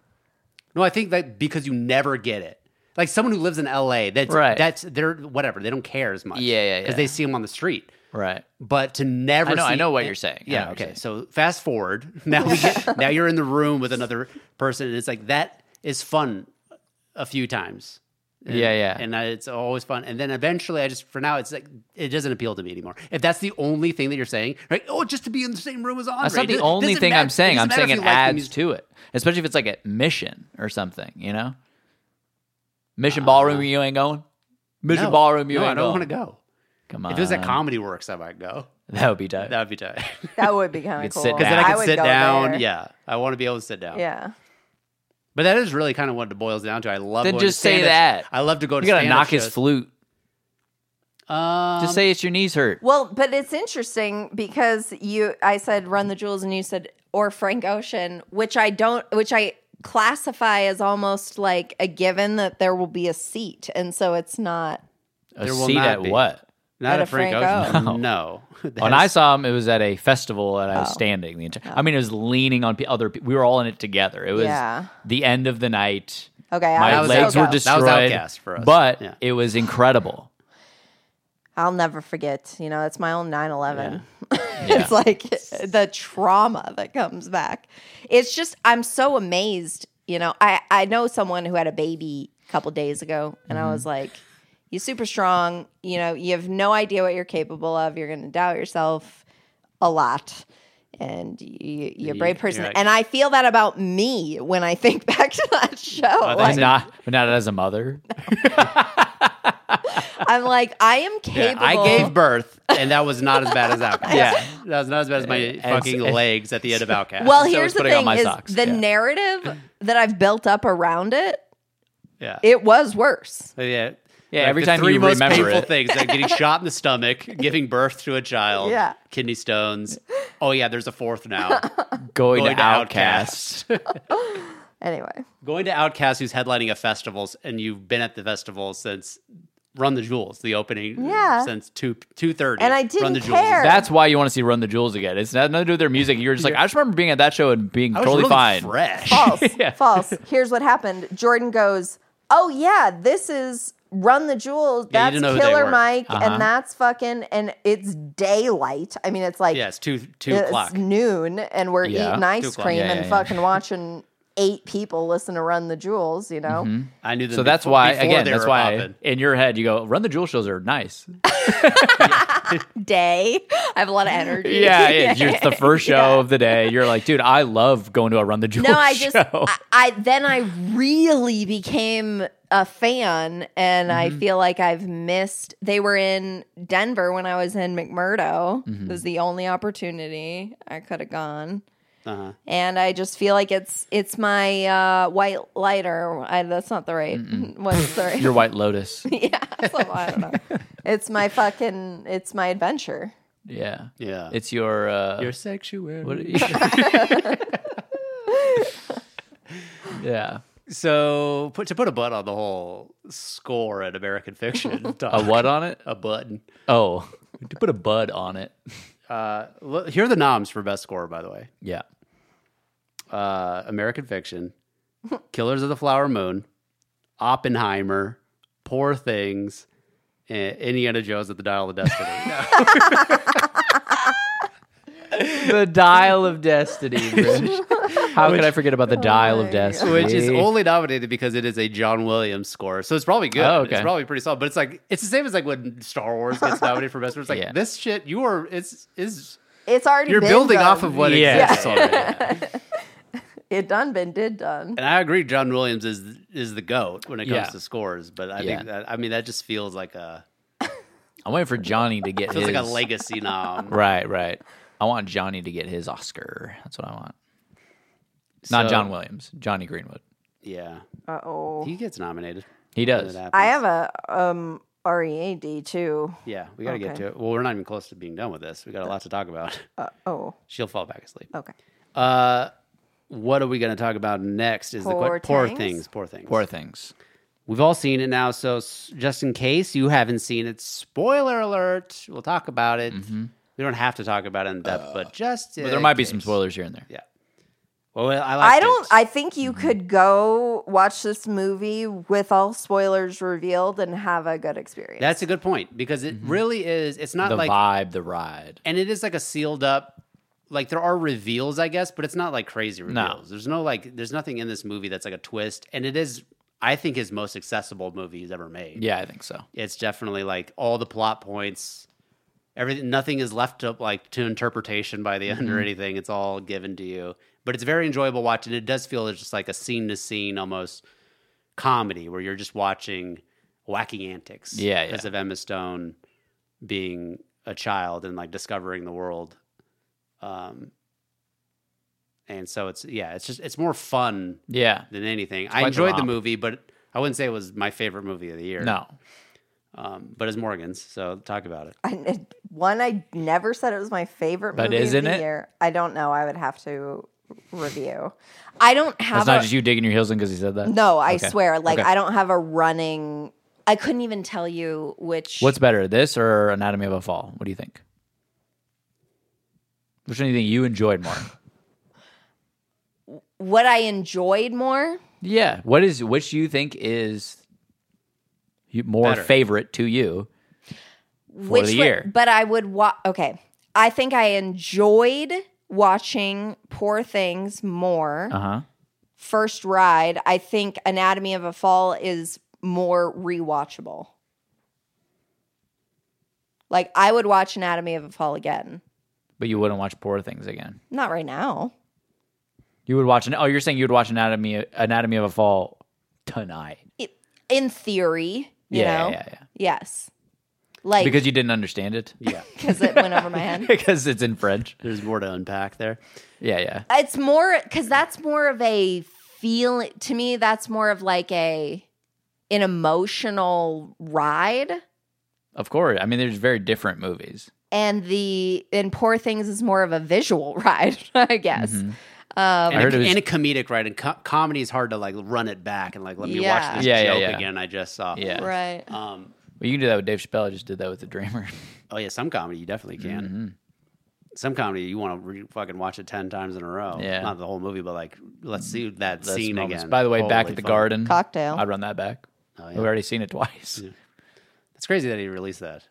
Speaker 1: No, I think that because you never get it. Like someone who lives in LA, that's
Speaker 3: Right.
Speaker 1: that's they're whatever. They don't care as much.
Speaker 3: Yeah, yeah,
Speaker 1: Because
Speaker 3: yeah.
Speaker 1: they see him on the street.
Speaker 3: Right.
Speaker 1: But to never
Speaker 3: I know- I
Speaker 1: see-
Speaker 3: know what you're saying. I know
Speaker 1: Yeah,
Speaker 3: what you're
Speaker 1: okay. So fast forward. Now we get now you're in the room with another person and it's like that is fun a few times. And-
Speaker 3: Yeah, yeah.
Speaker 1: And I- it's always fun. And then eventually I just for now it's like it doesn't appeal to me anymore. If that's the only thing that you're saying, right? Oh, just to be in the same room as Andre.
Speaker 3: That's not the
Speaker 1: Does-
Speaker 3: only
Speaker 1: doesn't
Speaker 3: thing
Speaker 1: matter-
Speaker 3: I'm saying.
Speaker 1: doesn't
Speaker 3: I'm
Speaker 1: matter
Speaker 3: saying
Speaker 1: if
Speaker 3: it
Speaker 1: you like the
Speaker 3: adds
Speaker 1: music.
Speaker 3: to it, especially if it's like at Mission or something, you know? Mission Ballroom, you ain't going? Mission
Speaker 1: Uh, No.
Speaker 3: Ballroom, you Uh.
Speaker 1: No,
Speaker 3: ain't
Speaker 1: I don't
Speaker 3: going?
Speaker 1: want to go.
Speaker 3: Come on.
Speaker 1: If it was at Comedy Works, I might go.
Speaker 3: that would be tight.
Speaker 1: That would be tight.
Speaker 2: That would be kind
Speaker 3: could
Speaker 2: of cool.
Speaker 3: sit
Speaker 1: Because then
Speaker 3: I
Speaker 1: I could
Speaker 2: would
Speaker 1: sit
Speaker 2: go
Speaker 1: down.
Speaker 2: there.
Speaker 1: Yeah. I want to be able to sit down.
Speaker 2: Yeah.
Speaker 1: But that is really kind of what it boils down to. I love
Speaker 3: Then
Speaker 1: going to
Speaker 3: just say that.
Speaker 1: stand-up- I love to go to
Speaker 3: you got to
Speaker 1: stand-up
Speaker 3: knock his
Speaker 1: shows.
Speaker 3: flute.
Speaker 1: Um,
Speaker 3: Just say it's your knees hurt.
Speaker 2: Well, but it's interesting because you, I said Run the Jewels, and you said or Frank Ocean, which I don't, which I classify as almost like a given that there will be a seat, and so it's not.
Speaker 3: A
Speaker 1: there will
Speaker 3: seat
Speaker 1: not
Speaker 3: at
Speaker 1: be.
Speaker 3: what?
Speaker 1: not
Speaker 2: at
Speaker 1: a
Speaker 2: a
Speaker 1: Frank
Speaker 2: Frank
Speaker 1: Ocean. No. That
Speaker 3: When
Speaker 1: is-
Speaker 3: I saw him, it was at a festival, and I was standing the entire. I mean, it was leaning on pe- other. pe- We were all in it together. It was
Speaker 2: Yeah.
Speaker 3: the end of the night.
Speaker 2: Okay,
Speaker 3: My
Speaker 1: That
Speaker 2: I'll
Speaker 1: was
Speaker 3: legs
Speaker 1: Outcast.
Speaker 3: were
Speaker 1: That was
Speaker 3: destroyed.
Speaker 1: Outcast for us.
Speaker 3: But
Speaker 1: Yeah.
Speaker 3: it was incredible.
Speaker 2: I'll never forget. You know, it's my own 9 11. it's like the trauma that comes back. It's just, I'm so amazed. You know, I, I know someone who had a baby a couple days ago, and I
Speaker 1: Mm-hmm.
Speaker 2: was like, you're super strong. You know, you have no idea what you're capable of. You're going to doubt yourself a lot. And you, you're a brave
Speaker 1: you're
Speaker 2: person.
Speaker 1: right.
Speaker 2: And I feel that about me when I think back to that show.
Speaker 1: Oh, that's
Speaker 2: Like,
Speaker 3: Not, but not as a mother.
Speaker 4: I'm like, I am
Speaker 1: Yeah,
Speaker 4: capable.
Speaker 1: I gave birth, and that was not as bad as outcast.
Speaker 3: Yeah.
Speaker 1: that was not as bad as my fucking
Speaker 3: and-
Speaker 1: legs at the end of outcast.
Speaker 4: Well,
Speaker 3: So I was
Speaker 4: here's the
Speaker 3: putting on
Speaker 4: thing:
Speaker 3: my
Speaker 4: is
Speaker 3: socks,
Speaker 4: the
Speaker 3: yeah.
Speaker 4: narrative that I've built up around it.
Speaker 1: yeah,
Speaker 4: It was worse.
Speaker 1: But yeah.
Speaker 3: Yeah, every
Speaker 1: the
Speaker 3: time
Speaker 1: three
Speaker 3: you
Speaker 1: most
Speaker 3: remember
Speaker 1: painful
Speaker 3: it.
Speaker 1: things: like getting shot in the stomach, giving birth to a child,
Speaker 2: Yeah.
Speaker 1: kidney stones. Oh yeah, there's a fourth now.
Speaker 3: Going,
Speaker 1: Going
Speaker 3: to
Speaker 1: to
Speaker 3: Outcast.
Speaker 1: Outcast.
Speaker 2: Anyway,
Speaker 1: Going to Outcast, who's headlining a festivals, and you've been at the festival since Run the Jewels, the opening.
Speaker 2: Yeah.
Speaker 1: since two two thirty.
Speaker 2: And I
Speaker 1: Run
Speaker 2: didn't
Speaker 1: the Jewels is
Speaker 2: care.
Speaker 3: That's why you want to see Run the Jewels again. It's not nothing to do with their music. You're just like, I just remember being at that show and being
Speaker 1: I was
Speaker 3: totally
Speaker 1: really
Speaker 3: fine.
Speaker 1: Fresh.
Speaker 2: false,
Speaker 3: Yeah.
Speaker 2: false. Here's what happened. Jordan goes, "Oh yeah, this is Run the Jewels.
Speaker 1: Yeah, you
Speaker 2: That's
Speaker 1: didn't know who they
Speaker 2: Killer
Speaker 1: were.
Speaker 2: Mike,
Speaker 3: Uh-huh.
Speaker 2: and that's fucking, and it's daylight. I mean, it's like
Speaker 1: Yes, two two
Speaker 2: it's
Speaker 1: o'clock.
Speaker 2: noon, and we're
Speaker 3: Yeah.
Speaker 2: eating
Speaker 1: Two
Speaker 2: ice
Speaker 1: o'clock.
Speaker 2: cream
Speaker 1: Yeah,
Speaker 2: and
Speaker 3: yeah, yeah.
Speaker 2: fucking watching eight people listen to Run the Jewels. You know,
Speaker 1: I knew them
Speaker 3: So that's
Speaker 1: befo-
Speaker 3: why,
Speaker 1: before
Speaker 3: again,
Speaker 1: they
Speaker 3: that's
Speaker 1: were
Speaker 3: why
Speaker 1: popping.
Speaker 3: in your head you go, Run the Jewel shows are nice.
Speaker 4: Day, I have a lot of energy.
Speaker 3: Yeah, yeah. You're, it's the first show of the day. You're like, dude, I love going to a Run the Jewels
Speaker 4: No, I just
Speaker 3: show.
Speaker 4: I, I then I really became a fan and I
Speaker 1: Mm-hmm.
Speaker 4: feel like I've missed they were in Denver when I was in McMurdo.
Speaker 1: Mm-hmm.
Speaker 4: It was the only opportunity I could have gone.
Speaker 1: Uh-huh.
Speaker 4: And I just feel like it's it's my uh, white lighter. I, that's not the right. What's the right?
Speaker 3: Your White Lotus.
Speaker 4: yeah, so I don't know.
Speaker 2: it's my fucking, it's my adventure.
Speaker 3: Yeah.
Speaker 1: Yeah.
Speaker 3: It's your. Uh,
Speaker 1: Your sanctuary.
Speaker 3: what- yeah.
Speaker 1: So put, to put a butt on the whole score at American Fiction.
Speaker 3: A what on it?
Speaker 1: A button.
Speaker 3: Oh, to put a bud on it.
Speaker 1: Look, Here are the noms for best score, by the way.
Speaker 3: Yeah.
Speaker 1: Uh, American Fiction, Killers of the Flower Moon, Oppenheimer, Poor Things, and Indiana Jones at the Dial of Destiny.
Speaker 3: the dial of destiny. Oh Bridge. How could I forget about the dial of destiny?
Speaker 1: Which is only nominated because it is a John Williams score, so it's probably good.
Speaker 3: Oh, okay.
Speaker 1: It's probably pretty solid, but it's like it's the same as like when Star Wars gets nominated for best. Score. It's like
Speaker 3: Yeah.
Speaker 1: this shit. You are it's is
Speaker 2: It's already
Speaker 1: you're
Speaker 2: been
Speaker 1: building
Speaker 2: done.
Speaker 1: off of what
Speaker 3: Yeah.
Speaker 1: exists already.
Speaker 2: it done been did done.
Speaker 1: And I agree, John Williams is is the goat when it comes
Speaker 3: Yeah.
Speaker 1: to scores. But I
Speaker 3: Yeah.
Speaker 1: think that I mean that just feels like a
Speaker 3: I'm waiting for Johnny to get
Speaker 1: feels
Speaker 3: his.
Speaker 1: like a legacy nom.
Speaker 3: Right, right. I want Johnny to get his Oscar. That's what I want. Not
Speaker 1: So-
Speaker 3: John Williams. Johnny Greenwood.
Speaker 1: Yeah,
Speaker 2: Uh oh,
Speaker 1: he gets nominated.
Speaker 3: He
Speaker 1: When
Speaker 3: does.
Speaker 1: it
Speaker 2: I
Speaker 1: happens.
Speaker 2: have a um READ too.
Speaker 1: Yeah, we got to get
Speaker 2: Okay.
Speaker 1: to it. Well, we're not even close to being done with this. We got a lot to talk about.
Speaker 2: Uh oh,
Speaker 1: She'll fall back asleep.
Speaker 2: okay.
Speaker 1: Uh, what are we going to talk about next? Is the
Speaker 2: Poor
Speaker 1: que- poor
Speaker 2: Things?
Speaker 1: things, poor things.
Speaker 3: Poor things.
Speaker 1: We've all seen it now, so s- just in case you haven't seen it, spoiler alert. We'll talk about it. We don't have to talk about it in depth, but just
Speaker 3: Mm-hmm. Uh, But there might be some spoilers here and there.
Speaker 1: Yeah. Well, I like.
Speaker 2: I don't. I think you
Speaker 3: Mm-hmm.
Speaker 2: could go watch this movie with all spoilers revealed and have a good experience.
Speaker 1: That's a good point because it really is. It's not
Speaker 3: Mm-hmm. The
Speaker 1: like,
Speaker 3: vibe, the ride.
Speaker 1: and it is like a sealed up. Like there are reveals, I guess, but it's not like crazy reveals. There's no like. There's nothing in this movie that's like a twist, and it is. I think his most accessible movie he's ever made.
Speaker 3: Yeah, I think so.
Speaker 1: it's definitely like all the plot points everything nothing is left up like to interpretation by the end
Speaker 3: Mm-hmm.
Speaker 1: or anything it's all given to you but it's very enjoyable watching it does feel it's just like a scene to scene almost comedy where you're just watching wacky antics
Speaker 3: Yeah,
Speaker 1: because
Speaker 3: yeah.
Speaker 1: of emma stone being a child and like discovering the world um and so it's yeah it's just it's more fun
Speaker 3: Yeah.
Speaker 1: than anything i
Speaker 3: quite the
Speaker 1: enjoyed the
Speaker 3: romp.
Speaker 1: movie but i wouldn't say it was my favorite movie of the year
Speaker 3: No.
Speaker 1: um, but it's Morgan's, so talk about it.
Speaker 2: I, it- one I never said it was my favorite.
Speaker 3: But
Speaker 2: movie of
Speaker 3: isn't
Speaker 2: the
Speaker 3: it?
Speaker 2: Year. I don't know. I would have to review.
Speaker 4: I don't have
Speaker 3: That's not
Speaker 4: a,
Speaker 3: just you digging your heels in because he said that.
Speaker 2: No, I
Speaker 3: Okay.
Speaker 2: swear. Like
Speaker 3: Okay.
Speaker 2: I don't have a running.
Speaker 4: I couldn't even tell you which
Speaker 3: What's better, this or Anatomy of a Fall? What do you think? Which one do you think you enjoyed more?
Speaker 4: what I enjoyed more.
Speaker 3: yeah. What is which you think is you- more
Speaker 1: Better.
Speaker 3: favorite to you?
Speaker 4: which
Speaker 3: the
Speaker 4: wa-
Speaker 3: year.
Speaker 4: But I would watch. Okay, I think I enjoyed watching Poor Things more.
Speaker 3: Uh
Speaker 2: Uh-huh.
Speaker 3: huh.
Speaker 4: First ride, I think Anatomy of a Fall is more rewatchable. Like I would watch Anatomy of a Fall again.
Speaker 3: But you wouldn't watch Poor Things again.
Speaker 4: Not right now.
Speaker 3: You would watch an. Oh, you're saying you would watch Anatomy Anatomy of a Fall tonight.
Speaker 4: It, in theory,
Speaker 2: You
Speaker 3: Yeah,
Speaker 2: know?
Speaker 3: yeah, yeah,
Speaker 2: Yes. Like
Speaker 3: Because you didn't understand it.
Speaker 1: Yeah,
Speaker 2: because it went over my head.
Speaker 3: because it's in French.
Speaker 1: there's more to unpack there.
Speaker 3: Yeah, yeah.
Speaker 2: It's more because that's more of a feeling to me. That's more of like a an emotional ride,
Speaker 3: Of course. I mean, there's very different movies.
Speaker 2: and the and Poor Things is more of a visual ride, I guess.
Speaker 3: Mm-hmm.
Speaker 2: Um,
Speaker 1: And,
Speaker 3: heard
Speaker 1: a,
Speaker 3: it was-
Speaker 1: and a comedic, right? And co- comedy is hard to like run it back and like let me
Speaker 2: Yeah.
Speaker 1: watch this
Speaker 3: Yeah, yeah,
Speaker 1: joke
Speaker 3: yeah.
Speaker 1: again. I just saw.
Speaker 3: Yeah.
Speaker 2: Right.
Speaker 1: Um,
Speaker 3: Well, you can do that with Dave Chappelle. I just did that with The Dreamer.
Speaker 1: oh yeah, some comedy you definitely can.
Speaker 3: Mm-hmm.
Speaker 1: Some comedy you want to re- fucking watch it ten times in a row.
Speaker 3: Yeah.
Speaker 1: not the whole movie, but like let's see that
Speaker 3: That's
Speaker 1: scene
Speaker 3: moments.
Speaker 1: again.
Speaker 3: By the way, back
Speaker 1: Holy
Speaker 3: at the
Speaker 1: fuck.
Speaker 3: garden.
Speaker 2: Cocktail.
Speaker 3: I'd run that back.
Speaker 1: Oh,
Speaker 3: We've
Speaker 1: yeah.
Speaker 3: already seen it twice. Yeah.
Speaker 1: It's crazy that he released that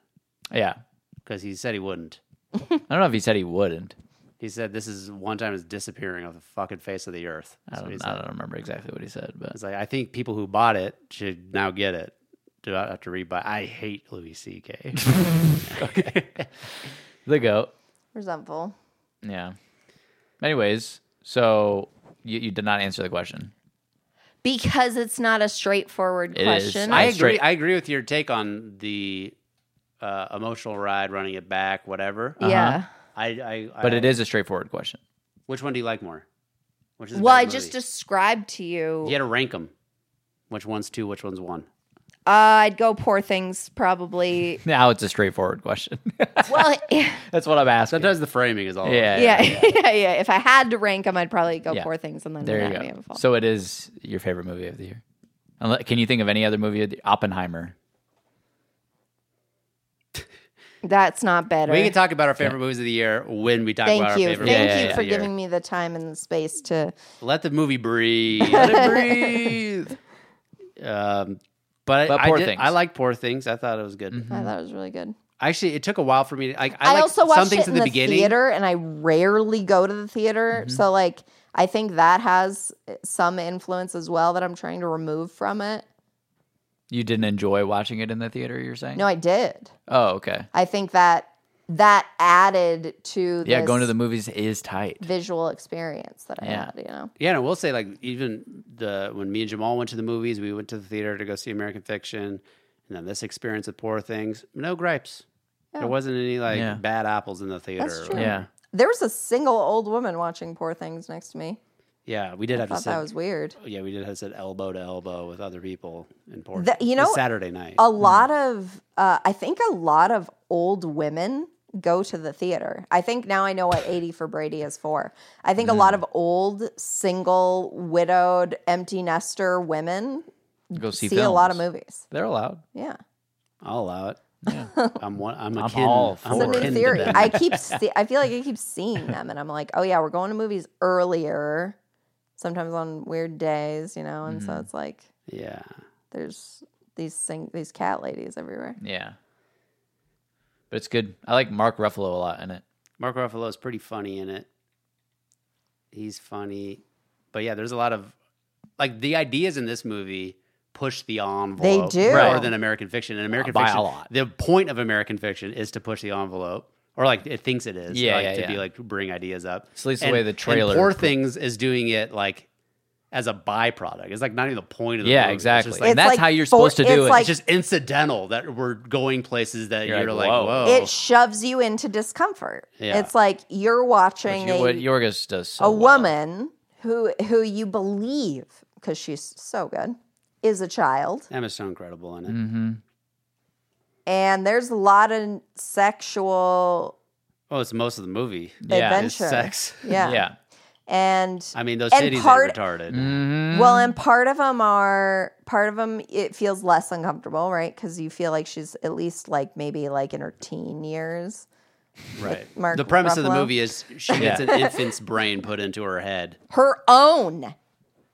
Speaker 1: because he said he wouldn't.
Speaker 3: I don't know if he said he wouldn't.
Speaker 1: He said this is one time is disappearing off the fucking face of the earth.
Speaker 3: I
Speaker 1: That's what he
Speaker 3: don't,
Speaker 1: said.
Speaker 3: I don't remember exactly what he said, but
Speaker 1: It's like I think people who bought it should now get it. Do I have to rebuy? I hate Louis C.K.
Speaker 3: the goat.
Speaker 2: Resentful.
Speaker 3: Yeah. Anyways, so you, you did not answer the question.
Speaker 2: Because it's not a straightforward
Speaker 3: It is.
Speaker 2: question.
Speaker 1: I
Speaker 3: That's
Speaker 1: agree.
Speaker 3: straight.
Speaker 1: I agree with your take on the uh, emotional ride, running it back, whatever.
Speaker 3: uh-huh.
Speaker 2: yeah.
Speaker 1: I, I, I
Speaker 3: But it is a straightforward question.
Speaker 1: Which one do you like more? Which is a
Speaker 2: Well,
Speaker 1: better
Speaker 2: I just
Speaker 1: movie?
Speaker 2: described to you.
Speaker 1: If you had to rank them. Which one's two? Which one's one?
Speaker 2: Uh, I'd go Poor Things probably.
Speaker 3: Now it's a straightforward question.
Speaker 2: well, yeah,
Speaker 3: That's what I'm asking.
Speaker 1: Sometimes the framing is all.
Speaker 3: yeah,
Speaker 2: yeah, yeah, yeah. If I had to rank them, I'd probably go
Speaker 3: Yeah.
Speaker 2: Poor Things and then
Speaker 3: There
Speaker 2: Anatomy
Speaker 3: you
Speaker 2: of
Speaker 3: go.
Speaker 2: a Fall.
Speaker 3: So it is your favorite movie of the year. Unle- Can you think of any other movie? Of the- Oppenheimer.
Speaker 2: That's not better.
Speaker 1: We can talk about our favorite movies of the year when we talk
Speaker 2: Thank
Speaker 1: about
Speaker 2: you.
Speaker 1: our favorite.
Speaker 2: Thank
Speaker 1: movies
Speaker 3: Yeah,
Speaker 2: you
Speaker 1: of the
Speaker 2: for
Speaker 1: year.
Speaker 2: giving me the time and the space to.
Speaker 1: Let the movie breathe. Let it breathe. Um, but,
Speaker 3: But
Speaker 1: I,
Speaker 3: Poor
Speaker 1: did-
Speaker 3: Things. Mm-hmm.
Speaker 1: I like poor things. I thought it was good.
Speaker 2: I thought it was really good.
Speaker 1: Actually, it took a while for me to like. I,
Speaker 2: I,
Speaker 1: liked
Speaker 2: also
Speaker 1: some
Speaker 2: watched
Speaker 1: things
Speaker 2: it in
Speaker 1: at
Speaker 2: the,
Speaker 1: the beginning.
Speaker 2: theater, and I rarely go to the theater. So, like, I think that has some influence as well that I'm trying to remove from it.
Speaker 3: You didn't enjoy watching it in the theater. You're saying?
Speaker 2: No, I did.
Speaker 3: Oh, okay.
Speaker 2: I think that that added to
Speaker 3: Yeah,
Speaker 2: this
Speaker 3: going to the movies is tight.
Speaker 2: visual experience that I
Speaker 3: Yeah.
Speaker 2: had. You know,
Speaker 1: Yeah, and I will say, like, even the when me and Jamal went to the movies, we went to the theater to go see American Fiction, and then this experience of Poor Things, no gripes. There wasn't any like
Speaker 3: Yeah.
Speaker 1: bad apples in the theater.
Speaker 2: That's true.
Speaker 3: Yeah.
Speaker 2: there was a single old woman watching Poor Things next to me.
Speaker 1: yeah, we did have to
Speaker 2: I thought that
Speaker 1: sit.
Speaker 2: was weird.
Speaker 1: yeah, we did have to sit elbow to elbow with other people in Poor.
Speaker 2: The-
Speaker 1: Things.
Speaker 2: you
Speaker 1: It was
Speaker 2: know,
Speaker 1: Saturday night.
Speaker 2: A lot of, uh, I think a lot of old women go to the theater. I think now I know what 80 for Brady is for. I think a lot of old, single, widowed, empty nester women
Speaker 3: Go see,
Speaker 2: see, a lot of
Speaker 3: films.
Speaker 2: movies.
Speaker 3: They're allowed.
Speaker 2: Yeah.
Speaker 1: I'll allow it. I'm one. I'm a
Speaker 3: I'm
Speaker 1: kin.
Speaker 3: all
Speaker 1: I'm
Speaker 2: It's a
Speaker 3: for
Speaker 1: kin
Speaker 2: new
Speaker 1: to
Speaker 2: theory.
Speaker 1: that.
Speaker 2: I keep, see- I feel like I keep seeing them and I'm like, oh yeah, we're going to movies earlier, sometimes on weird days, you know? And so it's like,
Speaker 1: yeah.
Speaker 2: there's these sing- these cat ladies everywhere.
Speaker 3: Yeah. But it's good. I like Mark Ruffalo a lot in it.
Speaker 1: Mark Ruffalo is pretty funny in it. He's funny, but yeah, there's a lot of like the ideas in this movie push the envelope
Speaker 2: do.
Speaker 1: more
Speaker 2: Right.
Speaker 1: than American Fiction. And American
Speaker 3: By a
Speaker 1: Fiction,
Speaker 3: lot.
Speaker 1: the point of American Fiction is to push the envelope, or like it thinks it is,
Speaker 3: Yeah,
Speaker 1: like,
Speaker 3: yeah,
Speaker 1: to be
Speaker 3: yeah.
Speaker 1: like to bring ideas up.
Speaker 3: It's at least the way the trailer-
Speaker 1: And Poor Things is doing it like as a byproduct. It's like not even the point of the
Speaker 3: Yeah,
Speaker 1: movie. It's just,
Speaker 3: exactly.
Speaker 1: like,
Speaker 3: and
Speaker 2: It's
Speaker 3: that's
Speaker 2: like
Speaker 3: how you're
Speaker 2: fo-
Speaker 3: supposed to do
Speaker 2: it's
Speaker 3: it.
Speaker 1: it's
Speaker 2: like-
Speaker 1: just incidental that we're going places that you're,
Speaker 3: You're like,
Speaker 1: like,
Speaker 3: whoa.
Speaker 1: whoa,
Speaker 2: It shoves you into discomfort.
Speaker 1: Oh. Yeah.
Speaker 2: It's like you're watching
Speaker 3: You-
Speaker 2: a,
Speaker 3: what Yorgos does so
Speaker 2: a
Speaker 3: well.
Speaker 2: woman who who you believe because she's so good is a child,
Speaker 1: Emma's so incredible
Speaker 3: Mm.
Speaker 1: in it.
Speaker 3: Mm-hmm.
Speaker 2: and there's a lot of sexual
Speaker 1: Oh, it's most of the movie.
Speaker 3: Yeah.
Speaker 1: It's
Speaker 2: adventure.
Speaker 1: sex.
Speaker 2: Yeah.
Speaker 3: Yeah.
Speaker 2: and
Speaker 1: I mean, those
Speaker 2: And
Speaker 1: cities
Speaker 2: part-
Speaker 1: are retarded.
Speaker 3: Mm. Mm-hmm.
Speaker 1: Mm.
Speaker 2: well, and part of them are part of them. It feels less uncomfortable, right? Because you feel like she's at least like maybe like in her teen years.
Speaker 1: Right.
Speaker 2: Mark
Speaker 1: the premise of the
Speaker 2: Ruffalo.
Speaker 1: movie is she gets an infant's brain put into her head.
Speaker 2: Her own,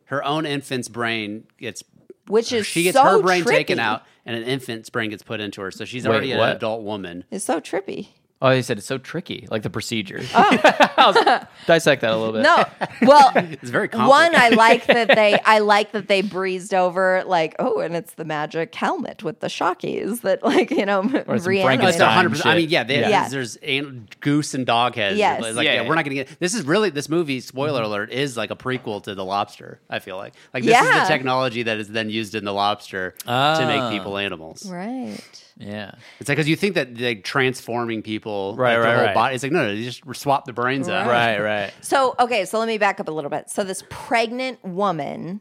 Speaker 1: Her own infant's brain gets.
Speaker 2: which is
Speaker 1: She gets
Speaker 2: so
Speaker 1: her brain
Speaker 2: trippy.
Speaker 1: taken out, and an infant's brain gets put into her. So she's already an
Speaker 3: what?
Speaker 1: adult woman.
Speaker 2: It's so trippy.
Speaker 3: Oh, they said it's so tricky, like the procedure. I was like, dissect that a little bit.
Speaker 2: Oh. No, well,
Speaker 1: It's very
Speaker 2: one
Speaker 1: complicated.
Speaker 2: I like that they I like that they breezed over like oh, and it's the magic helmet with the shockies that like you know
Speaker 3: Or some
Speaker 1: But it's
Speaker 3: Frankenstein.
Speaker 2: reanimated.
Speaker 1: 100. percent I
Speaker 3: shit.
Speaker 1: mean, yeah, they,
Speaker 3: Yeah.
Speaker 2: Yeah.
Speaker 1: there's an- goose and dog heads.
Speaker 2: Yes.
Speaker 1: It's like,
Speaker 3: Yeah,
Speaker 1: yeah,
Speaker 3: yeah. Mm-hmm.
Speaker 1: we're not going to get. This is really this movie. Spoiler alert is like a prequel to The Lobster. I feel like like this is
Speaker 2: Yeah.
Speaker 1: the technology that is then used in The Lobster to
Speaker 3: Ah.
Speaker 1: make people animals.
Speaker 2: Right.
Speaker 3: Yeah.
Speaker 1: It's like because you think that they transforming people,
Speaker 3: Right,
Speaker 1: like, their
Speaker 3: right,
Speaker 1: whole
Speaker 3: right.
Speaker 1: body. It's like no, no, you just swap the brains out.
Speaker 3: Right, right.
Speaker 2: So okay, so let me back up a little bit. So this pregnant woman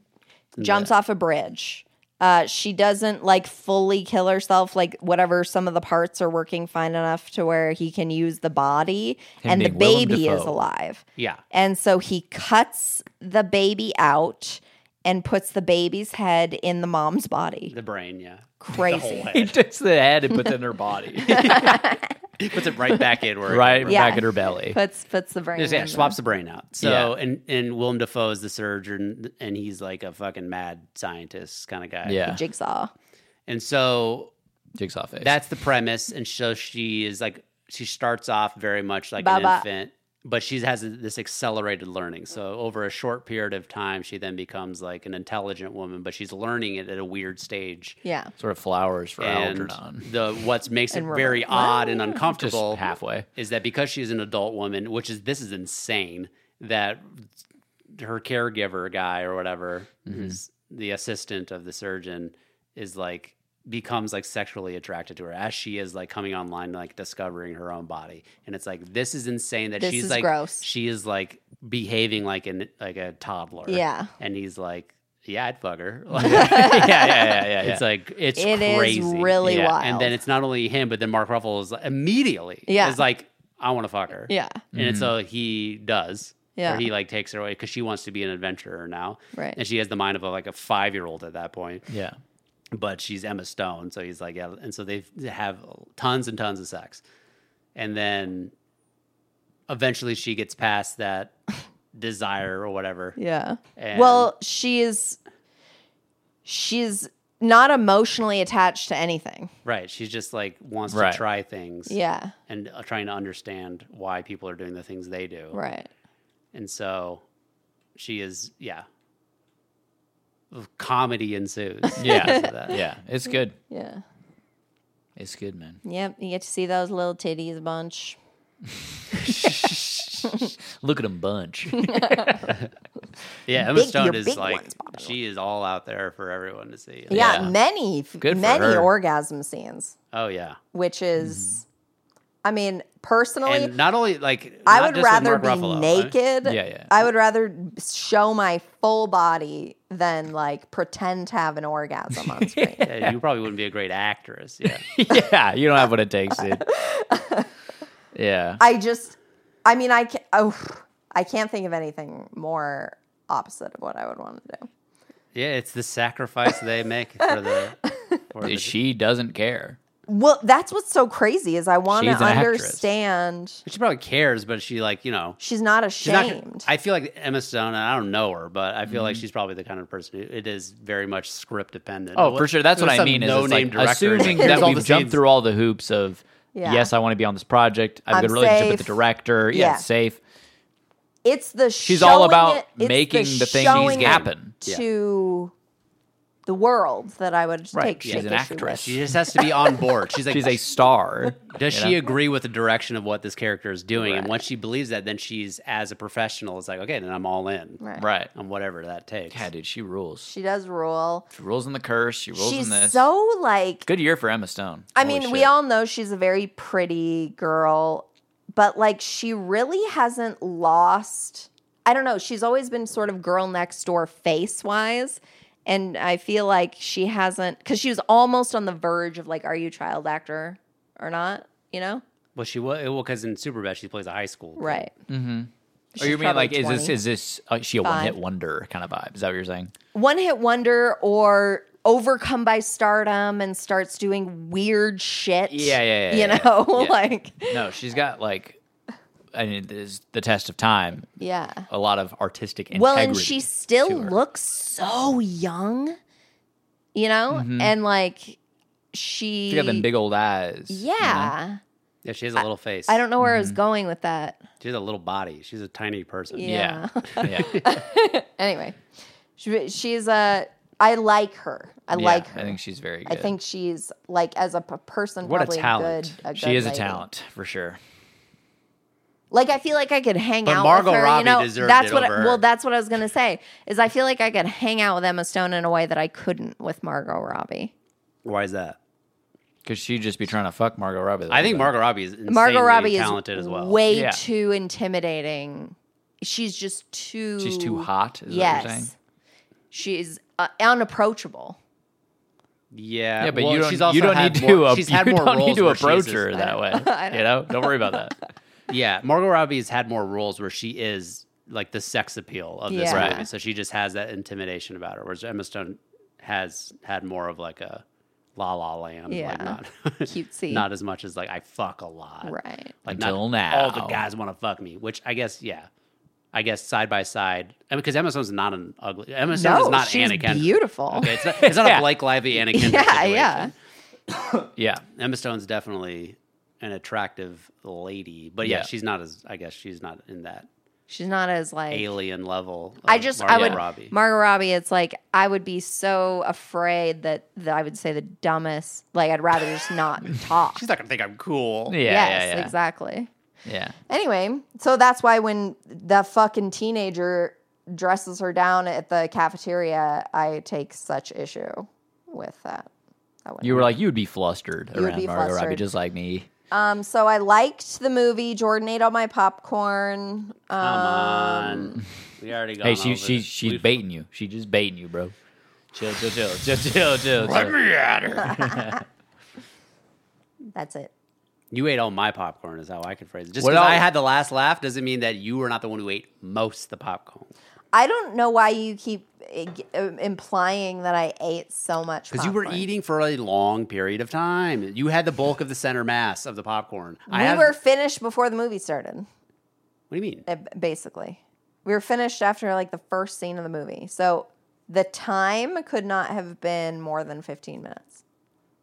Speaker 2: jumps off a bridge. Uh, she doesn't like fully kill herself, like whatever. Some of the parts are working fine enough to where he can use the body,
Speaker 3: Him
Speaker 2: and the
Speaker 3: being Willem
Speaker 2: baby is
Speaker 3: Dafoe.
Speaker 2: alive.
Speaker 1: Yeah.
Speaker 2: And so he cuts the baby out and puts the baby's head in the mom's body.
Speaker 1: The brain, yeah.
Speaker 2: Crazy.
Speaker 1: head.
Speaker 3: He takes the head and puts it in her body,
Speaker 1: Puts it right back in where it
Speaker 3: right
Speaker 2: Yeah.
Speaker 3: back in her belly.
Speaker 2: Puts puts the brain.
Speaker 1: Just, yeah,
Speaker 2: in
Speaker 1: swaps the brain out. So
Speaker 3: Yeah.
Speaker 1: and and Willem Dafoe is the surgeon, and he's like a fucking mad scientist kind of guy.
Speaker 2: the
Speaker 3: Yeah,
Speaker 2: jigsaw.
Speaker 1: And so
Speaker 3: jigsaw face.
Speaker 1: that's the premise, and so she is like she starts off very much like
Speaker 2: Baba.
Speaker 1: an infant, but she has this accelerated learning. So over a short period of time, she then becomes like an intelligent woman, but she's learning it at a weird stage.
Speaker 2: Yeah.
Speaker 3: sort of flowers for
Speaker 1: And
Speaker 3: Algernon.
Speaker 1: the what makes it
Speaker 2: And we're
Speaker 1: very
Speaker 2: like,
Speaker 1: odd and
Speaker 3: Just
Speaker 1: uncomfortable
Speaker 3: halfway.
Speaker 1: is that because she's an adult woman, which is this is insane that her caregiver guy or whatever
Speaker 2: Mm-hmm.
Speaker 1: who's the assistant of the surgeon is like becomes like sexually attracted to her as she is like coming online like discovering her own body and it's like this is insane that
Speaker 2: This
Speaker 1: she's
Speaker 2: is
Speaker 1: like
Speaker 2: gross.
Speaker 1: she is like behaving like an like a toddler
Speaker 2: Yeah.
Speaker 1: and he's like yeah i'd fuck her
Speaker 3: yeah, yeah, yeah, yeah. yeah.
Speaker 1: it's like it's
Speaker 2: It is
Speaker 1: crazy
Speaker 2: really
Speaker 1: Yeah. and
Speaker 2: wild.
Speaker 1: then it's not only him but then mark ruffalo is like, immediately
Speaker 2: Yeah.
Speaker 1: is like i want to fuck her
Speaker 2: Yeah.
Speaker 1: and
Speaker 3: Mm-hmm.
Speaker 1: so he does.
Speaker 2: Yeah.
Speaker 1: Or he like takes her away because she wants to be an adventurer now.
Speaker 2: Right.
Speaker 1: And she has the mind of a, like a five year old at that point,
Speaker 3: yeah.
Speaker 1: but she's Emma Stone. So he's like, yeah. And so they have tons and tons of sex. And then eventually she gets past that desire or whatever.
Speaker 2: Yeah.
Speaker 1: And-
Speaker 2: well, she is she's not emotionally attached to anything.
Speaker 1: Right. She's just like wants
Speaker 3: Right.
Speaker 1: to try things
Speaker 2: Yeah.
Speaker 1: and uh, trying to understand why people are doing the things they do.
Speaker 2: Right.
Speaker 1: And so she is, yeah. Comedy ensues.
Speaker 3: Yeah.
Speaker 1: because of that.
Speaker 3: Yeah. It's good.
Speaker 2: Yeah.
Speaker 3: It's good, man.
Speaker 2: Yep. You get to see those little titties a bunch.
Speaker 3: Look at him bunch.
Speaker 1: Yeah, Emma
Speaker 2: Big- your
Speaker 1: Stone is
Speaker 2: big
Speaker 1: like
Speaker 2: ones, Bobby.
Speaker 1: she is all out there for everyone to see.
Speaker 2: Yeah.
Speaker 3: Yeah.
Speaker 2: Many
Speaker 3: Good for
Speaker 2: many
Speaker 3: her.
Speaker 2: orgasm scenes,
Speaker 1: Oh yeah.
Speaker 2: which is
Speaker 3: Mm-hmm.
Speaker 2: I mean, personally
Speaker 1: And not only like
Speaker 2: I
Speaker 1: not
Speaker 2: would
Speaker 1: just with
Speaker 2: rather
Speaker 1: Mark
Speaker 2: be
Speaker 1: Ruffalo, I-
Speaker 2: naked.
Speaker 3: Yeah, yeah.
Speaker 2: I would rather show my full body than like pretend to have an orgasm on screen.
Speaker 1: Yeah, you probably wouldn't be a great actress. Yeah.
Speaker 3: yeah, you don't have what it takes, dude. Yeah.
Speaker 2: I just, I mean, I can, oh, I can't think of anything more opposite of what I would want to do.
Speaker 1: yeah, it's the sacrifice they make for the for the she,
Speaker 3: she doesn't care.
Speaker 2: Well, that's what's so crazy is I want to
Speaker 3: She's an actress.
Speaker 2: understand.
Speaker 1: she probably cares, but she like, you know
Speaker 2: She's not
Speaker 1: she's not-
Speaker 2: ashamed.
Speaker 1: I feel like Emma Stone, and I don't know her, but I feel like
Speaker 4: Mm-hmm.
Speaker 1: she's probably the kind of person who it is very much script dependent.
Speaker 3: Oh, for sure. That's what
Speaker 1: Some
Speaker 3: I mean. Is it's
Speaker 1: no-name
Speaker 3: like
Speaker 1: director.
Speaker 3: assuming
Speaker 1: Here's
Speaker 3: that
Speaker 1: all
Speaker 3: we've
Speaker 1: the
Speaker 3: jumped
Speaker 1: scenes.
Speaker 3: through all the hoops of
Speaker 2: Yeah.
Speaker 3: yes, I want to be on this project. I have a
Speaker 2: I'm
Speaker 3: good relationship with the
Speaker 2: safe.
Speaker 3: director. Yeah,
Speaker 2: Yeah.
Speaker 3: it's safe.
Speaker 2: it's the
Speaker 3: She's all
Speaker 2: showing
Speaker 3: about
Speaker 2: it- it's
Speaker 3: making the things
Speaker 2: showing it
Speaker 3: happen.
Speaker 2: to the world that I would
Speaker 3: Right.
Speaker 2: take.
Speaker 3: She's
Speaker 2: take
Speaker 3: an
Speaker 2: issue
Speaker 3: actress.
Speaker 1: She just has to be on board. She's like
Speaker 3: She's a star.
Speaker 1: Does
Speaker 3: you
Speaker 1: she
Speaker 3: know?
Speaker 1: agree with the direction of what this character is doing? And once she believes that, then she's as a professional. It's like okay, then I'm all in
Speaker 2: Right.
Speaker 3: Right.
Speaker 1: on whatever that takes.
Speaker 3: Yeah, dude, she rules.
Speaker 2: She does rule.
Speaker 3: She rules in the curse. She rules in
Speaker 2: She's
Speaker 3: this.
Speaker 2: so like
Speaker 3: good year for Emma Stone.
Speaker 2: I
Speaker 3: Holy
Speaker 2: mean, we
Speaker 3: shit.
Speaker 2: all know she's a very pretty girl, but like she really hasn't lost. I don't know. She's always been sort of girl next door face wise. And I feel like she hasn't, because she was almost on the verge of like, are you a child actor or not? You know?
Speaker 1: Well, she was well because in Superbad she plays a high school. kid.
Speaker 2: Right.
Speaker 3: Or Mm-hmm. Oh, you
Speaker 2: she's
Speaker 3: mean like
Speaker 2: probably
Speaker 3: is this
Speaker 2: 20.
Speaker 3: is this uh, she a
Speaker 2: Five.
Speaker 3: one hit wonder kind of vibe? Is that what you're saying?
Speaker 2: One hit wonder or overcome by stardom and starts doing weird shit.
Speaker 3: Yeah, yeah, yeah,
Speaker 2: You
Speaker 3: yeah,
Speaker 2: know?
Speaker 3: yeah.
Speaker 2: like,
Speaker 3: No, she's got like, I mean, there's the test of time.
Speaker 2: yeah.
Speaker 3: A lot of artistic integrity.
Speaker 2: Well, and she still
Speaker 3: to her.
Speaker 2: looks so young,
Speaker 3: Mm-hmm.
Speaker 2: you know, and like she,
Speaker 3: She got them big old eyes. you know? Mm-hmm.
Speaker 2: yeah,
Speaker 1: Yeah, she has a little face.
Speaker 4: I don't know where I was going with that.
Speaker 1: She has a little body. She's a tiny person.
Speaker 3: Yeah. Yeah.
Speaker 2: Anyway, she, she's a. I like her. I like her.
Speaker 3: I think she's very
Speaker 2: I
Speaker 3: good.
Speaker 2: think she's like as a p- person.
Speaker 1: What a
Speaker 2: probably
Speaker 1: talent.
Speaker 2: Good, a
Speaker 3: she
Speaker 2: good
Speaker 3: is a
Speaker 2: lady.
Speaker 3: talent for sure.
Speaker 4: Like I feel like I could hang
Speaker 1: But
Speaker 4: out
Speaker 1: Margot
Speaker 4: with her.
Speaker 1: Robbie
Speaker 4: you know,
Speaker 1: deserved
Speaker 4: that's
Speaker 1: it
Speaker 4: what.
Speaker 1: over her.
Speaker 4: I, well, that's what I was gonna say. Is I feel like I could hang out with Emma Stone in a way that I couldn't with Margot Robbie.
Speaker 1: Why is that?
Speaker 3: Because she'd just be trying to fuck Margot Robbie. the
Speaker 1: I
Speaker 3: whole
Speaker 1: think
Speaker 3: time.
Speaker 1: Margot Robbie is insanely
Speaker 4: Margot Robbie
Speaker 1: talented
Speaker 4: is
Speaker 1: as well.
Speaker 4: way
Speaker 3: Yeah.
Speaker 4: too intimidating. She's just too.
Speaker 3: she's too hot. Is
Speaker 4: yes,
Speaker 3: what you're saying?
Speaker 4: she's uh, unapproachable.
Speaker 1: yeah,
Speaker 3: Yeah, but
Speaker 1: well,
Speaker 3: you don't.
Speaker 1: she's also
Speaker 3: you don't
Speaker 1: had
Speaker 3: need
Speaker 1: more,
Speaker 3: to. ap-
Speaker 1: she's had
Speaker 3: you
Speaker 1: more
Speaker 3: don't
Speaker 1: roles
Speaker 3: need to
Speaker 1: where she's
Speaker 3: approach
Speaker 1: this-
Speaker 3: her that way. You know, don't worry about that.
Speaker 1: Yeah, Margot Robbie's had more roles where she is like the sex appeal of this
Speaker 4: Yeah.
Speaker 1: movie, so she just has that intimidation about her. Whereas Emma Stone has had more of like a La La Land, like
Speaker 4: Yeah.
Speaker 1: not
Speaker 4: Cutesy.
Speaker 1: not as much as like I fuck a lot,
Speaker 4: Right.
Speaker 1: Like
Speaker 3: Until
Speaker 1: not
Speaker 3: now.
Speaker 1: all the guys want to fuck me, which I guess yeah, I guess side by side, because Emma Stone's not an ugly. Emma Stone is
Speaker 4: No,
Speaker 1: not
Speaker 4: she's
Speaker 1: Anna Kendrick.
Speaker 4: beautiful.
Speaker 1: Okay, it's not, it's not
Speaker 3: Yeah.
Speaker 1: a Blake Lively Anna Kendrick.
Speaker 4: Yeah,
Speaker 1: situation.
Speaker 4: yeah.
Speaker 3: Yeah,
Speaker 1: Emma Stone's definitely an attractive lady, but yeah,
Speaker 3: Yeah.
Speaker 1: she's not as I guess she's not in that
Speaker 4: She's not as like.
Speaker 1: alien level. Of
Speaker 4: I just I
Speaker 1: Margot
Speaker 4: would
Speaker 1: Robbie.
Speaker 4: Margot Robbie. It's like I would be so afraid that, that I would say the dumbest. Like I'd rather just not talk.
Speaker 1: She's not gonna think I'm cool.
Speaker 3: yeah,
Speaker 4: yes,
Speaker 3: yeah, yeah.
Speaker 4: exactly.
Speaker 3: yeah.
Speaker 2: Anyway, so that's why when the fucking teenager dresses her down at the cafeteria, I take such issue with that.
Speaker 3: You were like, you'd be flustered
Speaker 2: would
Speaker 3: around
Speaker 2: be
Speaker 3: Margot Robbie,
Speaker 2: flustered.
Speaker 3: just like me.
Speaker 2: Um, so I liked the movie. Jordan ate all my popcorn. Um,
Speaker 1: Come on. We already got.
Speaker 3: Hey, she, she, she's baiting you. She just baiting you, bro. Chill, chill, chill, chill, chill, chill. chill.
Speaker 1: me at her.
Speaker 2: that's it.
Speaker 1: You ate all my popcorn, is how I could phrase it. Just
Speaker 3: What
Speaker 1: because I
Speaker 3: else?
Speaker 1: had the last laugh doesn't mean that you were not the one who ate most of the popcorn.
Speaker 2: I don't know why you keep eh, g- um, implying that I ate so much
Speaker 1: Because you were
Speaker 2: popcorn.
Speaker 1: eating for a long period of time. You had the bulk of the center mass of the popcorn.
Speaker 2: We were finished before the movie started.
Speaker 1: What do you mean?
Speaker 2: eh, b- Basically, we were finished after like the first scene of the movie. So the time could not have been more than fifteen minutes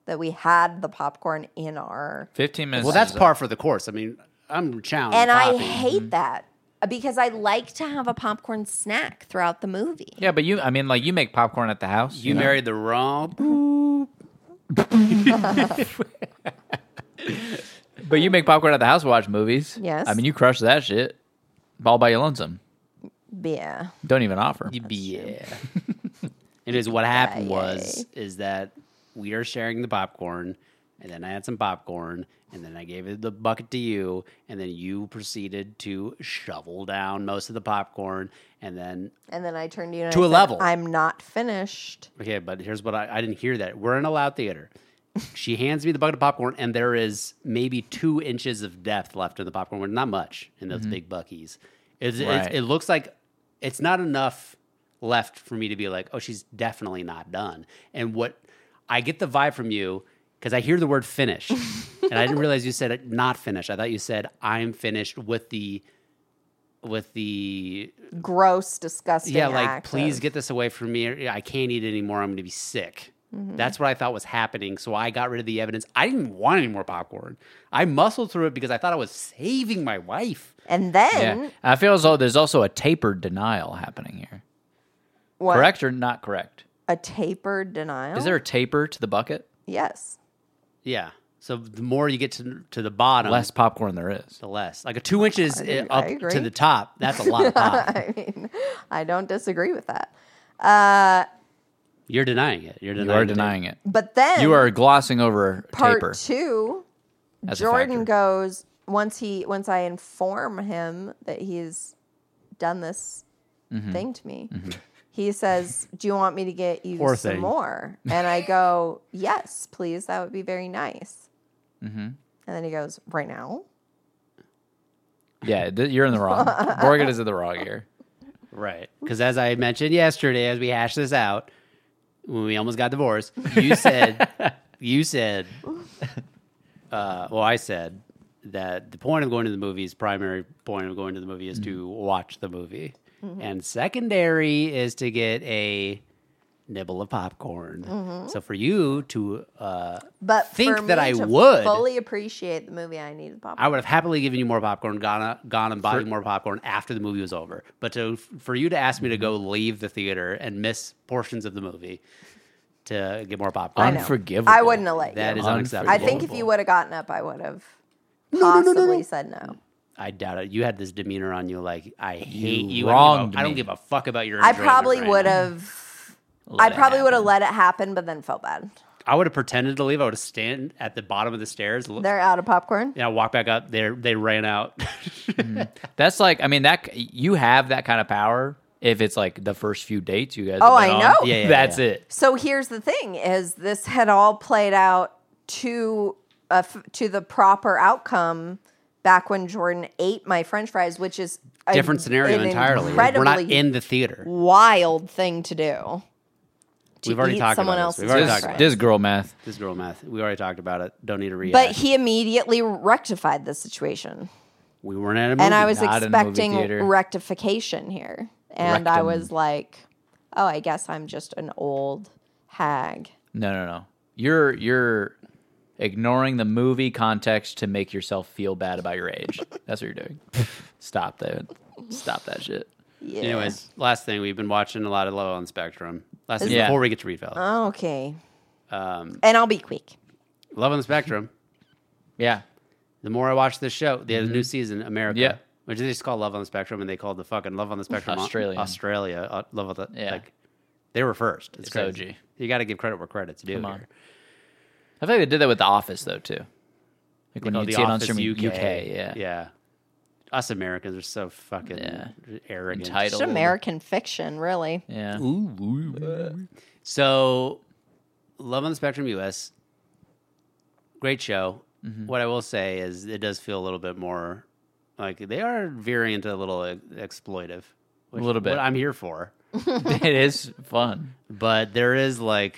Speaker 2: that we had the popcorn in our.
Speaker 3: 15 minutes.
Speaker 1: Well, that's
Speaker 3: is-
Speaker 1: par for the course. I mean, I'm challenged.
Speaker 2: And I
Speaker 1: popping.
Speaker 2: hate that uh, because I like to have a popcorn snack throughout the movie.
Speaker 3: Yeah, but you, I mean, like, you make popcorn at the house.
Speaker 1: You
Speaker 3: know?
Speaker 1: married the wrong.
Speaker 3: But you make popcorn at the house, to watch movies.
Speaker 2: Yes.
Speaker 3: I mean, you crush that shit all by your lonesome.
Speaker 2: Yeah.
Speaker 3: Don't even offer.
Speaker 1: Yeah. it is what happened was is that we are sharing the popcorn, and then I had some popcorn, and then I gave it the bucket to you, and then you proceeded to shovel down most of the popcorn, and then
Speaker 2: And then I turned to you and
Speaker 1: To a
Speaker 2: I said,
Speaker 1: level.
Speaker 2: I'm not finished.
Speaker 1: okay, but here's what I, I didn't hear that we're in a loud theater. She hands me the bucket of popcorn, and there is maybe two inches of depth left in the popcorn. Well, Not much in those big buckies. It's, it's,
Speaker 3: Right.
Speaker 1: it looks like it's not enough left for me to be like, oh, she's definitely not done. And what I get the vibe from you because I hear the word finish, and I didn't realize you said it, not finished. I thought you said I'm finished with the with the
Speaker 2: Gross, disgusting.
Speaker 1: yeah, like
Speaker 2: act
Speaker 1: please
Speaker 2: of-
Speaker 1: get this away from me. I can't eat anymore. I'm going to be sick.
Speaker 2: Mm-hmm.
Speaker 1: That's what I thought was happening. So I got rid of the evidence. I didn't want any more popcorn. I muscled through it because I thought I was saving my wife.
Speaker 2: And then
Speaker 3: Yeah. I feel as though there's also a tapered denial happening here.
Speaker 2: what?
Speaker 3: Correct or not correct?
Speaker 2: A tapered denial.
Speaker 3: Is there a taper to the bucket?
Speaker 2: Yes.
Speaker 1: Yeah. So the more you get to to the bottom,
Speaker 3: Less popcorn there is.
Speaker 1: the less. Like a two inches uh,
Speaker 2: I
Speaker 1: up to
Speaker 2: agree.
Speaker 1: the top. That's a lot of pop.
Speaker 2: I mean, I don't disagree with that.
Speaker 1: You're denying it. You're
Speaker 3: You
Speaker 1: denying.
Speaker 3: are
Speaker 1: it.
Speaker 3: denying it.
Speaker 2: But then
Speaker 3: You are glossing over
Speaker 2: part
Speaker 3: taper.
Speaker 2: two.
Speaker 3: as a
Speaker 2: Jordan
Speaker 3: factor.
Speaker 2: goes once he once I inform him that he's done this
Speaker 1: Mm-hmm.
Speaker 2: thing to me. He says, "Do you want me to get you
Speaker 1: Poor
Speaker 2: some
Speaker 1: thing.
Speaker 2: more?" And I go, "Yes, please. That would be very nice."
Speaker 1: Mm-hmm.
Speaker 2: And then he goes, "Right now."
Speaker 3: Yeah, th- you're in the wrong. Morgan is in the wrong here.
Speaker 1: Right. Because as I mentioned yesterday, as we hashed this out, when we almost got divorced, you said, you said, uh, well, I said that the point of going to the movies, primary point of going to the movie is to watch the movie. And secondary is to get a nibble of popcorn. So for you to uh,
Speaker 2: But
Speaker 1: Think
Speaker 2: for me
Speaker 1: that I
Speaker 2: to
Speaker 1: would.
Speaker 2: fully appreciate the movie. I needed popcorn.
Speaker 1: I would have happily given you more popcorn, gone, gone and bought you more popcorn after the movie was over. But to for you to ask me to go
Speaker 3: Mm-hmm.
Speaker 1: leave the theater and miss portions of the movie to get more popcorn,
Speaker 2: I know.
Speaker 3: Unforgivable.
Speaker 2: I wouldn't have let
Speaker 1: that
Speaker 2: you.
Speaker 1: is
Speaker 3: Unforgivable.
Speaker 1: unacceptable.
Speaker 2: I think if you would have gotten up, I would have possibly said no.
Speaker 1: I doubt it. You had this demeanor on you, like I hate you.
Speaker 3: wronged
Speaker 1: I, don't
Speaker 3: me.
Speaker 1: give a, I don't give a fuck about your.
Speaker 2: I
Speaker 1: enjoyment
Speaker 2: probably
Speaker 1: right
Speaker 2: would
Speaker 1: now.
Speaker 2: have. I
Speaker 3: it
Speaker 2: probably would have
Speaker 3: happen.
Speaker 2: let it happen, but then felt bad.
Speaker 1: I would have pretended to leave. I would have stand at the bottom of the stairs. Look,
Speaker 2: They're out of popcorn.
Speaker 1: yeah, walk back up. They they ran out.
Speaker 3: That's like, I mean, that c- you have that kind of power if it's like the first few dates you guys.
Speaker 2: Oh,
Speaker 3: have been
Speaker 2: I
Speaker 3: on.
Speaker 2: know.
Speaker 1: Yeah, yeah,
Speaker 3: That's
Speaker 1: yeah.
Speaker 3: it.
Speaker 2: So here's the thing: is this had all played out to uh, f- to the proper outcome back when Jordan ate my French fries, which is a-
Speaker 1: Different scenario
Speaker 2: an
Speaker 1: entirely. Like, we're not
Speaker 2: incredibly
Speaker 1: in the theater.
Speaker 2: wild thing to do. to
Speaker 1: We've already
Speaker 2: eat
Speaker 1: talked
Speaker 2: someone
Speaker 1: about this.
Speaker 2: else's
Speaker 1: We've already
Speaker 2: French
Speaker 1: talked
Speaker 3: This,
Speaker 1: about
Speaker 2: fries.
Speaker 1: it.
Speaker 3: this girl math.
Speaker 1: This girl math. We already talked about it. Don't need to read.
Speaker 2: But he immediately rectified the situation.
Speaker 1: we weren't at a movie.
Speaker 2: and I was
Speaker 3: not in a movie
Speaker 2: expecting
Speaker 3: theater.
Speaker 2: rectification here. And I
Speaker 3: Rectum.
Speaker 2: was like, oh, I guess I'm just an old hag.
Speaker 3: No, no, no. You're you're ignoring the movie context to make yourself feel bad about your age. That's what you're doing. Stop that. Stop that shit.
Speaker 2: Yeah.
Speaker 1: Anyways, last thing we've been watching a lot of Low on Spectrum. Last thing
Speaker 3: Yeah.
Speaker 1: before we get to Reedville,
Speaker 2: Uh-huh. Okay.
Speaker 3: Um,
Speaker 2: and I'll be quick.
Speaker 1: Love on the Spectrum.
Speaker 3: Yeah.
Speaker 1: The more I watch this show, they had a new season, America.
Speaker 3: Mm-hmm. Yeah.
Speaker 1: Which they just call Love on the Spectrum, and they called the fucking Love on the Spectrum
Speaker 3: Australian.
Speaker 1: Australia, uh, Love on the
Speaker 3: Yeah.
Speaker 1: like. They were first. It's,
Speaker 3: It's
Speaker 1: crazy.
Speaker 3: OG.
Speaker 1: You got to give credit where credit's due.
Speaker 3: on.
Speaker 1: here.
Speaker 3: I feel like they did that with The Office though too. Like when
Speaker 1: Called
Speaker 3: you
Speaker 1: Oh, The
Speaker 3: see it on
Speaker 1: Office
Speaker 3: streaming UK. yeah.
Speaker 1: yeah. Us Americans are so fucking
Speaker 3: Yeah.
Speaker 1: arrogant.
Speaker 3: Entitled.
Speaker 2: Just American fiction, really.
Speaker 3: Yeah.
Speaker 1: So, Love on the Spectrum US, great show.
Speaker 3: Mm-hmm.
Speaker 1: What I will say is it does feel a little bit more like they are veering into a little ex- exploitive. Which,
Speaker 3: A little bit.
Speaker 1: What I'm here for.
Speaker 3: it is fun.
Speaker 1: But there is like,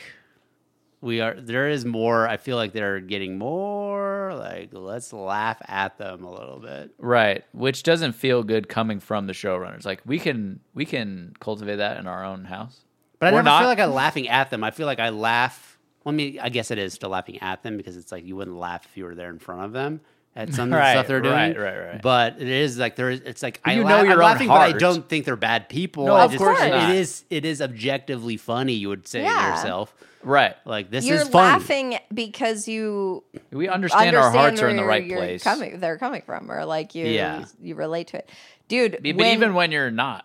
Speaker 1: we are, there is more. I feel like they're getting more like, let's laugh at them a little bit.
Speaker 3: Right, which doesn't feel good coming from the showrunners. Like we can we can cultivate that in our own house.
Speaker 1: But I
Speaker 3: We're
Speaker 1: never
Speaker 3: not-
Speaker 1: feel like I'm laughing at them. I feel like I laugh. Well, I mean, I guess it is still laughing at them because it's like you wouldn't laugh if you were there in front of them at some of the
Speaker 3: Right,
Speaker 1: stuff they're doing.
Speaker 3: right, right, right.
Speaker 1: But it is like there is. It's like I
Speaker 3: You
Speaker 1: la-
Speaker 3: know your
Speaker 1: I'm
Speaker 3: own
Speaker 1: laughing, but I
Speaker 3: heart.
Speaker 1: don't think they're bad people.
Speaker 3: No,
Speaker 1: I
Speaker 3: of
Speaker 1: just,
Speaker 3: course
Speaker 1: it
Speaker 3: not.
Speaker 1: is. It is objectively funny. You would say to
Speaker 2: Yeah.
Speaker 1: yourself,
Speaker 3: Right.
Speaker 1: like this
Speaker 2: You're
Speaker 1: is funny.
Speaker 2: laughing because you
Speaker 3: We understand,
Speaker 2: understand,
Speaker 3: our hearts are in the
Speaker 2: where
Speaker 3: right
Speaker 2: you're
Speaker 3: place.
Speaker 2: Coming, they're coming from, or like you,
Speaker 1: Yeah.
Speaker 2: you relate to it, dude.
Speaker 3: But
Speaker 2: when-
Speaker 3: even when you're not,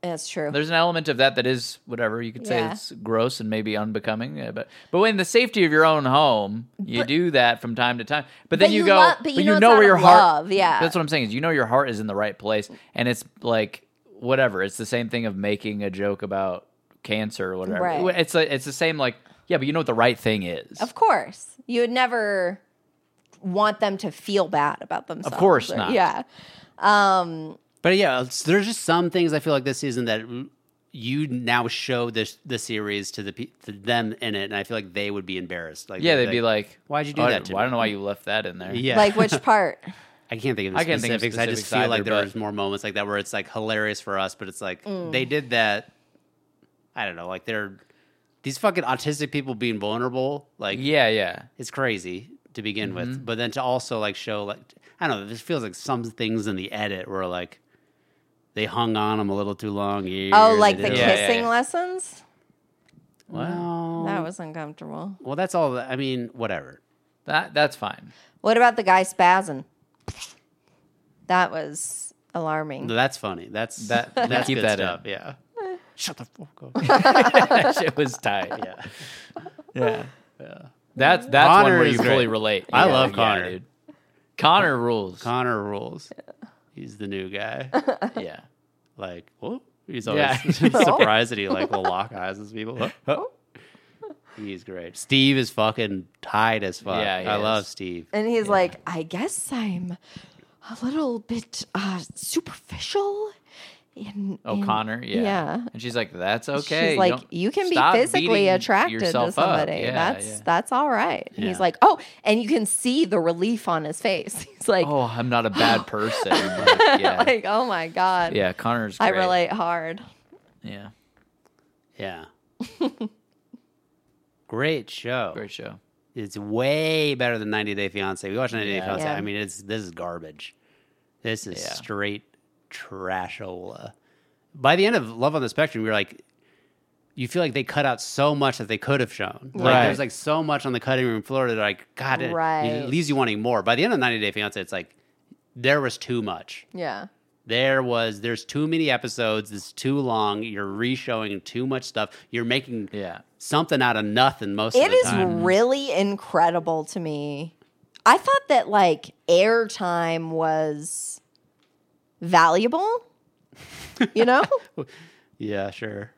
Speaker 2: that's true.
Speaker 3: there's an element of that that is whatever you could say
Speaker 2: Yeah.
Speaker 3: it's gross and maybe unbecoming yeah, but but in the safety of your own home you do that from time to time but then
Speaker 2: But
Speaker 3: you,
Speaker 2: you
Speaker 3: go
Speaker 2: love- but you know it's out
Speaker 3: where
Speaker 2: of
Speaker 3: your
Speaker 2: love,
Speaker 3: heart
Speaker 2: yeah.
Speaker 3: that's what i'm saying is you know your heart is in the right place and it's like whatever it's the same thing of making a joke about cancer or whatever
Speaker 2: Right.
Speaker 3: it's like it's the same like yeah but you know what the right thing is
Speaker 2: Of course. You would never want them to feel bad about themselves.
Speaker 3: course
Speaker 2: or-
Speaker 3: not.
Speaker 2: Yeah.
Speaker 1: But yeah, it's- there's just some things I feel like this season that you now show this the series to the pe- to them in it, and I feel like they would be embarrassed. Like
Speaker 3: yeah they'd be like
Speaker 1: "Why'd you do
Speaker 3: "Oh,
Speaker 1: that to
Speaker 3: well, i don't
Speaker 1: me?"
Speaker 3: know why you left that in there
Speaker 1: yeah.
Speaker 2: Like which part?
Speaker 1: I can't think of the
Speaker 3: I can't
Speaker 1: specifics.
Speaker 3: think of
Speaker 1: I just
Speaker 3: specifics
Speaker 1: feel like
Speaker 3: either,
Speaker 1: there
Speaker 3: but-
Speaker 1: was more moments like that where it's like hilarious for us, but it's like
Speaker 2: Mm.
Speaker 1: they did that. I don't know, like they're these fucking autistic people being vulnerable. Like,
Speaker 3: yeah Mm-hmm. yeah
Speaker 1: it's crazy to begin with, but then to also like show like I don't know. This feels like some things in the edit were like they hung on them a little too long. Here,
Speaker 2: Oh,
Speaker 1: they
Speaker 2: like the
Speaker 1: did-
Speaker 3: Yeah, yeah,
Speaker 2: kissing
Speaker 3: yeah.
Speaker 2: lessons?
Speaker 1: Well,
Speaker 2: That was uncomfortable.
Speaker 1: well, that's all. that- I mean, whatever.
Speaker 3: that that's fine
Speaker 2: What about the guy spazzing? That was alarming.
Speaker 1: That's funny. That's that.
Speaker 3: we
Speaker 1: That's
Speaker 3: keep
Speaker 1: good
Speaker 3: that in.
Speaker 1: stuff. Yeah. Shut the fuck up.
Speaker 3: that shit was tight
Speaker 1: yeah.
Speaker 3: Yeah. That's that's
Speaker 1: Connor
Speaker 3: one where
Speaker 1: is
Speaker 3: you fully
Speaker 1: great.
Speaker 3: relate.
Speaker 1: I love Connor.
Speaker 3: Connor rules.
Speaker 1: Connor rules. He's the new guy.
Speaker 3: yeah.
Speaker 1: Like, whoop. He's always
Speaker 3: Yeah. Oh.
Speaker 1: surprised that he like will lock eyes with people. Whoop. He's great. Steve is fucking tight as fuck.
Speaker 3: Yeah, he
Speaker 1: I love
Speaker 3: is.
Speaker 1: Steve.
Speaker 2: And he's like, I guess I'm a little bit uh, superficial. In,
Speaker 3: Oh,
Speaker 2: in-
Speaker 3: Connor. Yeah.
Speaker 2: yeah.
Speaker 3: And she's like, that's okay.
Speaker 2: She's
Speaker 3: You
Speaker 2: like,
Speaker 3: don't-
Speaker 2: you can be
Speaker 3: stop
Speaker 2: physically
Speaker 3: beating
Speaker 2: attracted to
Speaker 3: yourself up."
Speaker 2: somebody.
Speaker 3: Yeah,
Speaker 2: that's
Speaker 3: yeah.
Speaker 2: that's all right. And
Speaker 1: Yeah.
Speaker 2: He's like, oh, and you can see the relief on his face. He's like,
Speaker 3: Oh, I'm not a bad person. Like, yeah.
Speaker 2: like, oh my god,
Speaker 3: yeah. Connor's.
Speaker 2: I
Speaker 3: great.
Speaker 2: relate hard.
Speaker 3: Yeah.
Speaker 1: Yeah. Great show.
Speaker 3: Great show.
Speaker 1: It's way better than 90 Day Fiance. We watched 90 Day
Speaker 3: Yeah.
Speaker 1: Fiance.
Speaker 2: Yeah.
Speaker 1: I mean, it's this is garbage. This is
Speaker 3: Yeah.
Speaker 1: straight trashola. By the end of Love on the Spectrum, you're like, you feel like they cut out so much that they could have shown. Like
Speaker 3: Right.
Speaker 1: there's like so much on the cutting room floor that like, God, it,
Speaker 2: Right.
Speaker 1: it leaves you wanting more. By the end of 90 Day Fiance, it's like there was too much.
Speaker 5: Yeah.
Speaker 1: There was there's too many episodes. It's too long. You're reshowing too much stuff. You're making
Speaker 3: Yeah.
Speaker 1: something out of nothing most of
Speaker 2: It
Speaker 1: the
Speaker 2: is
Speaker 1: time.
Speaker 2: really incredible to me. I thought that like airtime was valuable, you know?
Speaker 1: Yeah, sure.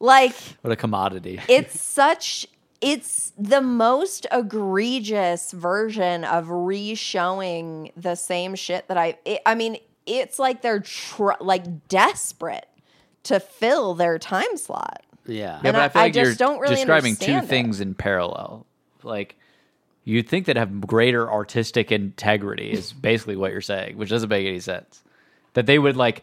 Speaker 2: like
Speaker 3: What a commodity.
Speaker 2: it's such it's the most egregious version of re-showing the same shit that I it, I mean, it's like they're tr- like desperate to fill their time slot.
Speaker 3: Yeah,
Speaker 1: Yeah.
Speaker 2: And
Speaker 3: but I,
Speaker 2: I-
Speaker 3: feel
Speaker 2: I
Speaker 3: like you're
Speaker 2: just don't really
Speaker 3: describing two
Speaker 2: understand it.
Speaker 3: things in parallel. Like you'd think that have greater artistic integrity is basically what you're saying, which doesn't make any sense. That they would like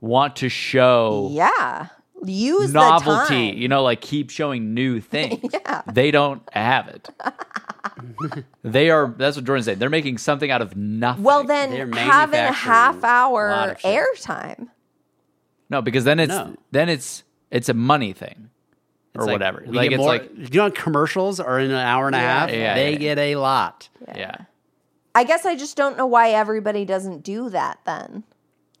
Speaker 3: want to show
Speaker 2: Yeah. Use
Speaker 3: novelty,
Speaker 2: the time.
Speaker 3: you know, like keep showing new things. They don't have it. they are that's what Jordan said. They're making something out of nothing.
Speaker 2: Well,
Speaker 1: They're
Speaker 2: then having a
Speaker 1: manufacturing
Speaker 2: half
Speaker 1: a lot
Speaker 2: hour
Speaker 1: of shit.
Speaker 2: airtime.
Speaker 3: no, because then it's
Speaker 1: No.
Speaker 3: then it's it's a money thing. or
Speaker 1: It's like,
Speaker 3: whatever.
Speaker 1: we
Speaker 3: Like
Speaker 1: get
Speaker 3: it's
Speaker 1: more-
Speaker 3: like
Speaker 1: you know, commercials are in an hour and a half.
Speaker 3: Yeah,
Speaker 1: they
Speaker 3: yeah,
Speaker 1: get a lot.
Speaker 3: yeah.
Speaker 2: I guess I just don't know why everybody doesn't do that then.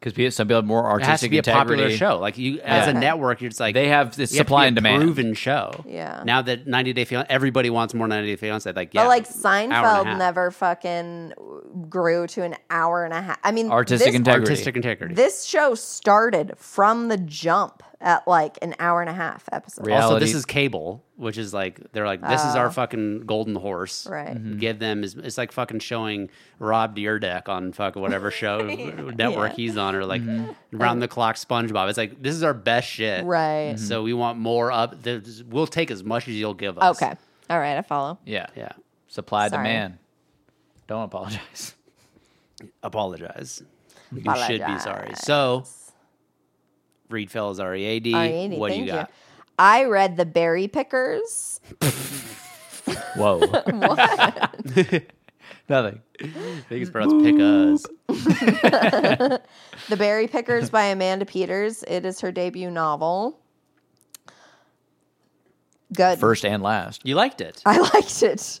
Speaker 3: Because some people have more
Speaker 1: It
Speaker 3: artistic
Speaker 1: has to be a
Speaker 3: integrity.
Speaker 1: popular show. Like you, as a
Speaker 3: Yeah.
Speaker 1: network, you're just like
Speaker 3: They have this
Speaker 1: you to
Speaker 3: supply
Speaker 1: be
Speaker 3: and
Speaker 1: a
Speaker 3: demand.
Speaker 1: proven show.
Speaker 2: Yeah.
Speaker 1: Now that 90 Day Fiance, everybody wants more 90 Day Fiance. Like yeah,
Speaker 2: but like
Speaker 1: hour and a
Speaker 2: Seinfeld
Speaker 1: half.
Speaker 2: never fucking grew to an hour and a half. I mean,
Speaker 3: Artistic
Speaker 2: this,
Speaker 3: integrity.
Speaker 1: artistic integrity.
Speaker 2: this show started from the jump at like an hour and a half episode.
Speaker 3: Really?
Speaker 1: also, this
Speaker 3: reality-
Speaker 1: is cable, which is like they're like this is our fucking golden horse.
Speaker 2: Oh. Right.
Speaker 3: Mm-hmm.
Speaker 1: Give them is it's like fucking showing Rob Deerdeck on fucking whatever show network he's on or like
Speaker 3: Mm-hmm.
Speaker 1: round the clock SpongeBob. It's like this is our best shit.
Speaker 2: Right.
Speaker 1: So we want more up. There's, we'll take as much as you'll give us.
Speaker 2: Okay. All right. I follow.
Speaker 3: Yeah.
Speaker 1: Yeah.
Speaker 3: Supply
Speaker 2: Sorry.
Speaker 3: demand. Don't apologize.
Speaker 1: Apologize. You should be
Speaker 2: Apologize.
Speaker 1: sorry. So, Reed Fells, R E A D.
Speaker 2: Alrighty,
Speaker 1: What do you
Speaker 2: thank
Speaker 1: got?
Speaker 2: I read The Berry Pickers.
Speaker 3: Whoa. what? Nothing.
Speaker 1: Biggest for us pick us.
Speaker 2: The Berry Pickers by Amanda Peters. It is her debut novel. Good.
Speaker 3: First and last.
Speaker 1: You liked it.
Speaker 2: I liked
Speaker 1: What's
Speaker 2: it.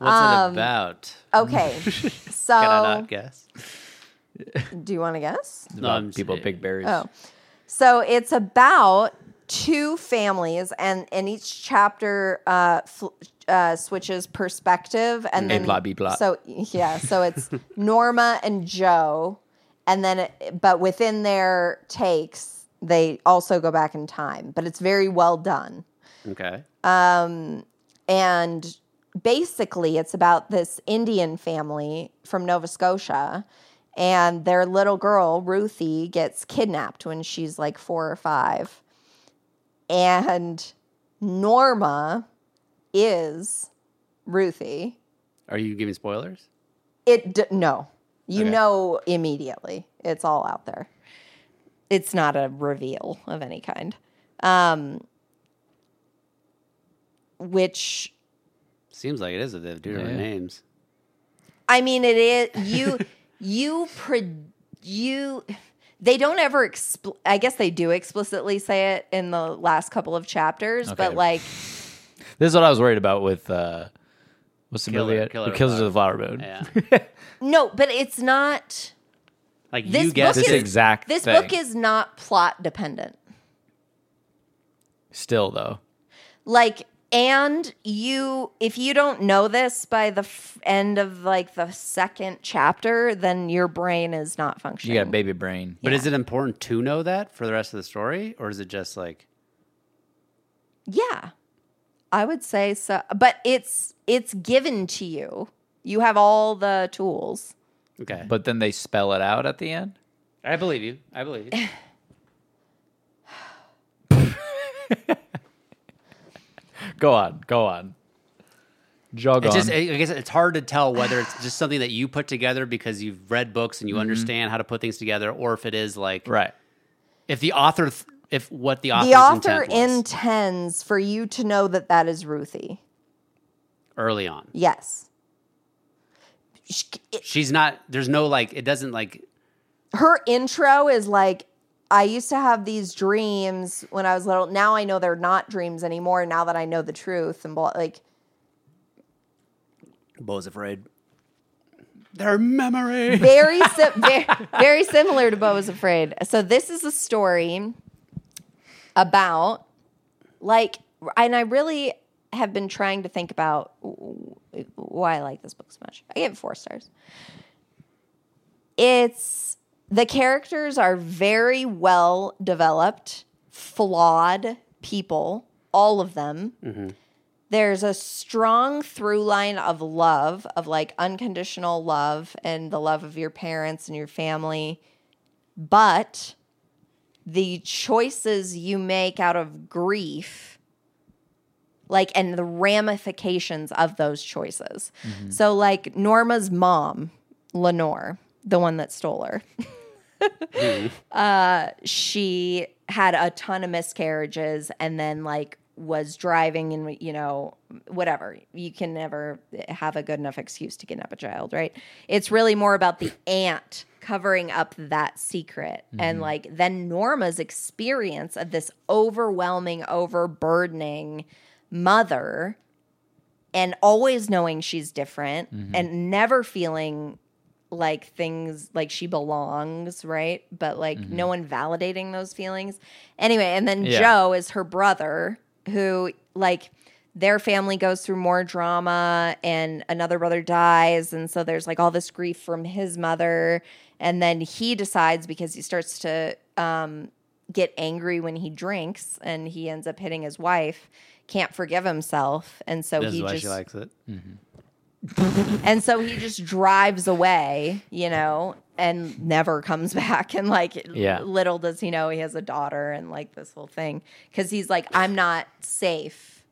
Speaker 2: Um,
Speaker 1: it about?
Speaker 2: Okay.
Speaker 1: Can I
Speaker 2: So,
Speaker 1: not guess?
Speaker 2: do you want to guess?
Speaker 3: It's
Speaker 1: No,
Speaker 3: about
Speaker 1: I'm just-
Speaker 3: people pick berries.
Speaker 2: Oh. So, it's about two families, and, and each chapter uh, fl- uh, switches perspective.
Speaker 1: Mm.
Speaker 2: And
Speaker 3: A
Speaker 2: then,
Speaker 3: plot, B plot.
Speaker 2: So, yeah. So, it's Norma and Joe. And then, it, but within their takes, they also go back in time. But it's very well done.
Speaker 1: Okay.
Speaker 2: And basically, it's about this Indian family from Nova Scotia, and their little girl, Ruthie, gets kidnapped when she's like four or five. And Norma is Ruthie.
Speaker 1: Are you giving spoilers?
Speaker 2: It d- no, you
Speaker 1: Okay.
Speaker 2: know immediately. It's all out there. It's not a reveal of any kind. Um, which
Speaker 1: Seems like it is if they have two different
Speaker 3: Yeah.
Speaker 1: names.
Speaker 2: I mean, it is you. you pre, you. They don't ever expl- I guess they do explicitly say it in the last couple of chapters, but
Speaker 3: Okay.
Speaker 2: like,
Speaker 3: This is what I was worried about with uh what's the
Speaker 1: Killer-
Speaker 3: movie?
Speaker 1: Killer
Speaker 3: The Killers of the Flower Moon.
Speaker 1: Yeah.
Speaker 2: no, but it's not.
Speaker 1: Like
Speaker 2: This
Speaker 1: you guessed
Speaker 2: book
Speaker 3: This
Speaker 1: it.
Speaker 2: is-
Speaker 3: exact
Speaker 2: This
Speaker 3: thing.
Speaker 2: book is not plot dependent.
Speaker 3: still though.
Speaker 2: Like, and you, if you don't know this by the f- end of like the second chapter, then your brain is not
Speaker 3: You
Speaker 2: functioning.
Speaker 3: got a baby brain.
Speaker 1: But is it important to know that for the rest of the story, or is it just like
Speaker 2: Yeah. I would say so, but it's it's given to you. You have all the tools.
Speaker 1: okay?
Speaker 3: But then they spell it out at the end?
Speaker 1: I believe you. I believe you.
Speaker 3: Go on, go on. Jog
Speaker 1: It's
Speaker 3: on.
Speaker 1: just, I I guess it's hard to tell whether it's just something that you put together because Mm-hmm. you've read books and you understand how to put things together, or if it is like,
Speaker 3: right.
Speaker 1: if the author th- if what the
Speaker 6: The
Speaker 1: author's
Speaker 6: author
Speaker 1: intent was
Speaker 6: intends for you to know that that is Ruthie.
Speaker 1: early on.
Speaker 6: Yes. Sh- it-
Speaker 1: She's not. There's no like. It doesn't like.
Speaker 6: Her intro is like, I used to have these dreams when I was little. Now I know they're not dreams anymore. Now that I know the truth and blah, like,
Speaker 1: Bo's afraid. Their memory.
Speaker 6: very sim-
Speaker 2: very, very similar to Bo was Afraid. So this is a story about like, and I really have been trying to think about w- w- why I like this book so much. I gave it four stars. It's the characters are very well developed, flawed people, all of them there's a strong through line of love, of like unconditional love and the love of your parents and your family. But the choices you make out of grief, like, and the ramifications of those choices. So, like, Norma's mom, Lenore, the one that stole her uh, she had a ton of miscarriages and then like was driving and you know whatever you can never have a good enough excuse to kidnap a child right it's really more about the aunt covering up that secret and like then norma's experience of this overwhelming overburdening mother and always knowing she's different and never feeling like things like she belongs, right? But like no one validating those feelings. Anyway, and then
Speaker 3: Yeah.
Speaker 2: Joe is her brother who like their family goes through more drama and another brother dies and so there's like all this grief from his mother and then he decides because he starts to um get angry when he drinks and he ends up hitting his wife can't forgive himself and so
Speaker 1: This
Speaker 2: he
Speaker 1: is why
Speaker 2: just
Speaker 1: she likes it.
Speaker 2: and so he just drives away, you know, and never comes back. And like,
Speaker 3: Yeah.
Speaker 2: little does he know he has a daughter and like this whole thing. Cause he's like, I'm not safe.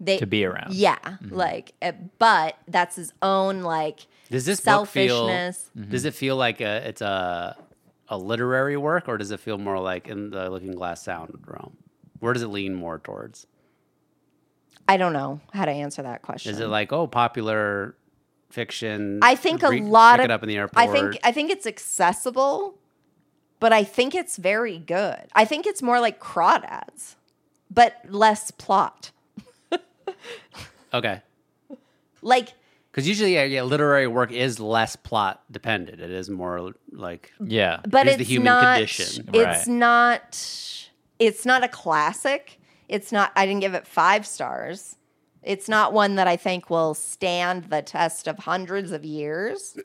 Speaker 2: They,
Speaker 3: to be around.
Speaker 2: Yeah.
Speaker 1: Mm-hmm.
Speaker 2: Like, uh, but that's his own, like,
Speaker 1: Does this
Speaker 2: Selfishness.
Speaker 1: book feel? Does it feel like a, it's a a literary work, or does it feel more like in the Looking Glass Sound realm? Where does it lean more towards?
Speaker 2: I don't know how to answer that question.
Speaker 1: Is it like oh, popular fiction?
Speaker 2: I think a
Speaker 1: re-
Speaker 2: lot
Speaker 1: pick
Speaker 2: of
Speaker 1: it up in the airport.
Speaker 2: I think I think it's accessible, but I think it's very good. I think it's more like crawdads, but less plot.
Speaker 1: okay,
Speaker 2: Like
Speaker 1: because usually yeah, yeah, literary work is less plot dependent. It is more like oh,
Speaker 3: Yeah.
Speaker 2: but
Speaker 1: is
Speaker 2: it's
Speaker 1: the human
Speaker 2: not,
Speaker 1: condition.
Speaker 3: Right.
Speaker 2: It's not. It's not a classic. It's not. I didn't give it five stars. It's not one that I think will stand the test of hundreds of years.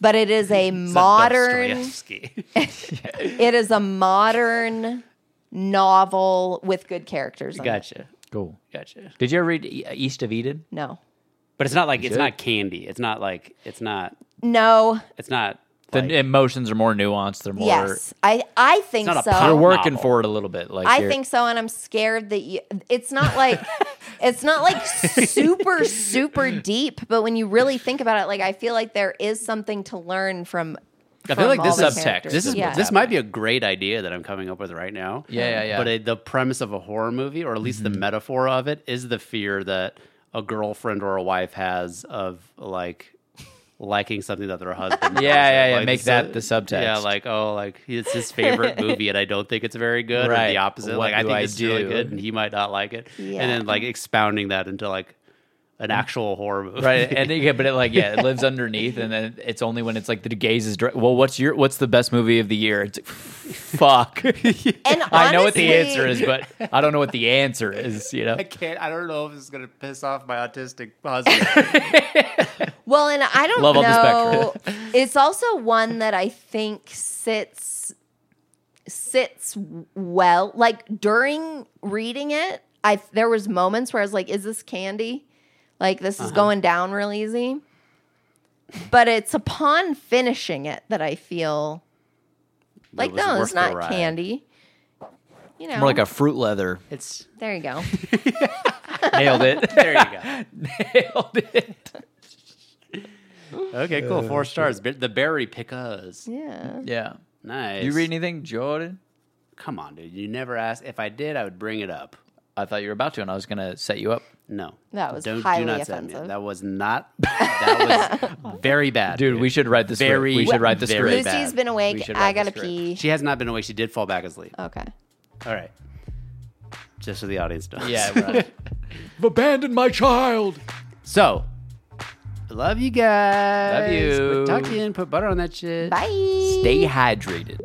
Speaker 2: but it is a
Speaker 1: it's a
Speaker 2: modern.
Speaker 1: Dostoevsky.
Speaker 2: It is a modern novel with good characters. in it.
Speaker 1: gotcha,
Speaker 3: cool.
Speaker 1: gotcha.
Speaker 3: Did you ever read E- East of Eden?
Speaker 2: No.
Speaker 1: But it's not like it's
Speaker 3: should.
Speaker 1: not candy. It's not like it's not
Speaker 2: No.
Speaker 1: it's not.
Speaker 3: The
Speaker 1: like-
Speaker 3: emotions are more nuanced. They're more.
Speaker 2: yes. I. I think
Speaker 1: not a
Speaker 2: so.
Speaker 1: power
Speaker 3: You're working
Speaker 1: Novel.
Speaker 3: for it a little bit. Like
Speaker 2: I
Speaker 3: you're-
Speaker 2: think so, and I'm scared that you. It's not like it's not like super super deep, but when you really think about it, like I feel like there is something to learn from.
Speaker 1: I feel
Speaker 2: from
Speaker 1: like this
Speaker 2: all the
Speaker 3: subtext.
Speaker 2: characters.
Speaker 1: This is
Speaker 2: yeah.
Speaker 1: this might be a great idea that I'm coming up with right now.
Speaker 3: Yeah, yeah, yeah. Mm-hmm.
Speaker 1: But it, the premise of a horror movie, or at least the metaphor of it, is the fear that a girlfriend or a wife has of like liking something that their husband.
Speaker 3: Yeah, yeah, yeah.
Speaker 1: Like,
Speaker 3: Make that the subtext.
Speaker 1: Yeah, like oh, like it's his favorite movie, and I don't think it's very good. Or
Speaker 3: Right.
Speaker 1: the opposite,
Speaker 3: What
Speaker 1: like I
Speaker 3: do
Speaker 1: think
Speaker 3: I
Speaker 1: it's really
Speaker 3: do?
Speaker 1: good, and he might not like it.
Speaker 2: Yeah.
Speaker 1: And then like expounding that into like an actual horror movie.
Speaker 3: Mm. Right, and yeah, but it like yeah, it lives underneath, and then it's only when it's like the gaze is direct. Well, what's your what's the best movie of the year? It's fuck.
Speaker 2: And
Speaker 3: I know what the
Speaker 2: honestly-
Speaker 3: answer is, but I don't know what the answer is. You know,
Speaker 1: I can't. I don't know if this is gonna piss off my autistic husband.
Speaker 2: Well, and I don't
Speaker 3: Love on
Speaker 2: know.
Speaker 3: the
Speaker 2: it's also one that I think sits sits well. Like during reading it, I there was moments where I was like, "Is this candy? Like this
Speaker 3: Uh-huh.
Speaker 2: is going down real easy." But it's upon finishing it that I feel like
Speaker 1: was
Speaker 2: no,
Speaker 1: worth
Speaker 2: it's
Speaker 1: the
Speaker 2: not
Speaker 1: ride.
Speaker 2: candy. You know,
Speaker 3: more like a fruit leather.
Speaker 1: it's
Speaker 2: there you go.
Speaker 3: Nailed it.
Speaker 1: there you go.
Speaker 3: Nailed it.
Speaker 1: Okay, cool. Four stars. Be- The berry pickers.
Speaker 2: Yeah.
Speaker 3: Yeah.
Speaker 1: Nice.
Speaker 3: You read anything, Jordan?
Speaker 1: come on, dude. You never asked. If I did, I would bring it up.
Speaker 3: I thought you were about to, and I was gonna set you up,
Speaker 1: No.
Speaker 2: That was
Speaker 1: Don't,
Speaker 2: highly
Speaker 1: do not send me.
Speaker 2: offensive.
Speaker 1: That was not. That was very bad,
Speaker 3: dude. We should write the script.
Speaker 1: Very,
Speaker 3: we should write the
Speaker 1: very
Speaker 3: script.
Speaker 1: bad.
Speaker 2: Lucy's been
Speaker 3: We
Speaker 2: awake.
Speaker 3: should
Speaker 2: I
Speaker 3: write
Speaker 2: gotta
Speaker 3: the script.
Speaker 2: pee.
Speaker 1: She has not been awake. She did fall back asleep.
Speaker 2: Okay.
Speaker 1: All right. Just so the audience knows.
Speaker 3: Yeah, right. I've abandoned my child.
Speaker 1: So, love you guys.
Speaker 3: Love you.
Speaker 1: Tuck in. Put butter on that shit.
Speaker 2: Bye.
Speaker 3: Stay hydrated.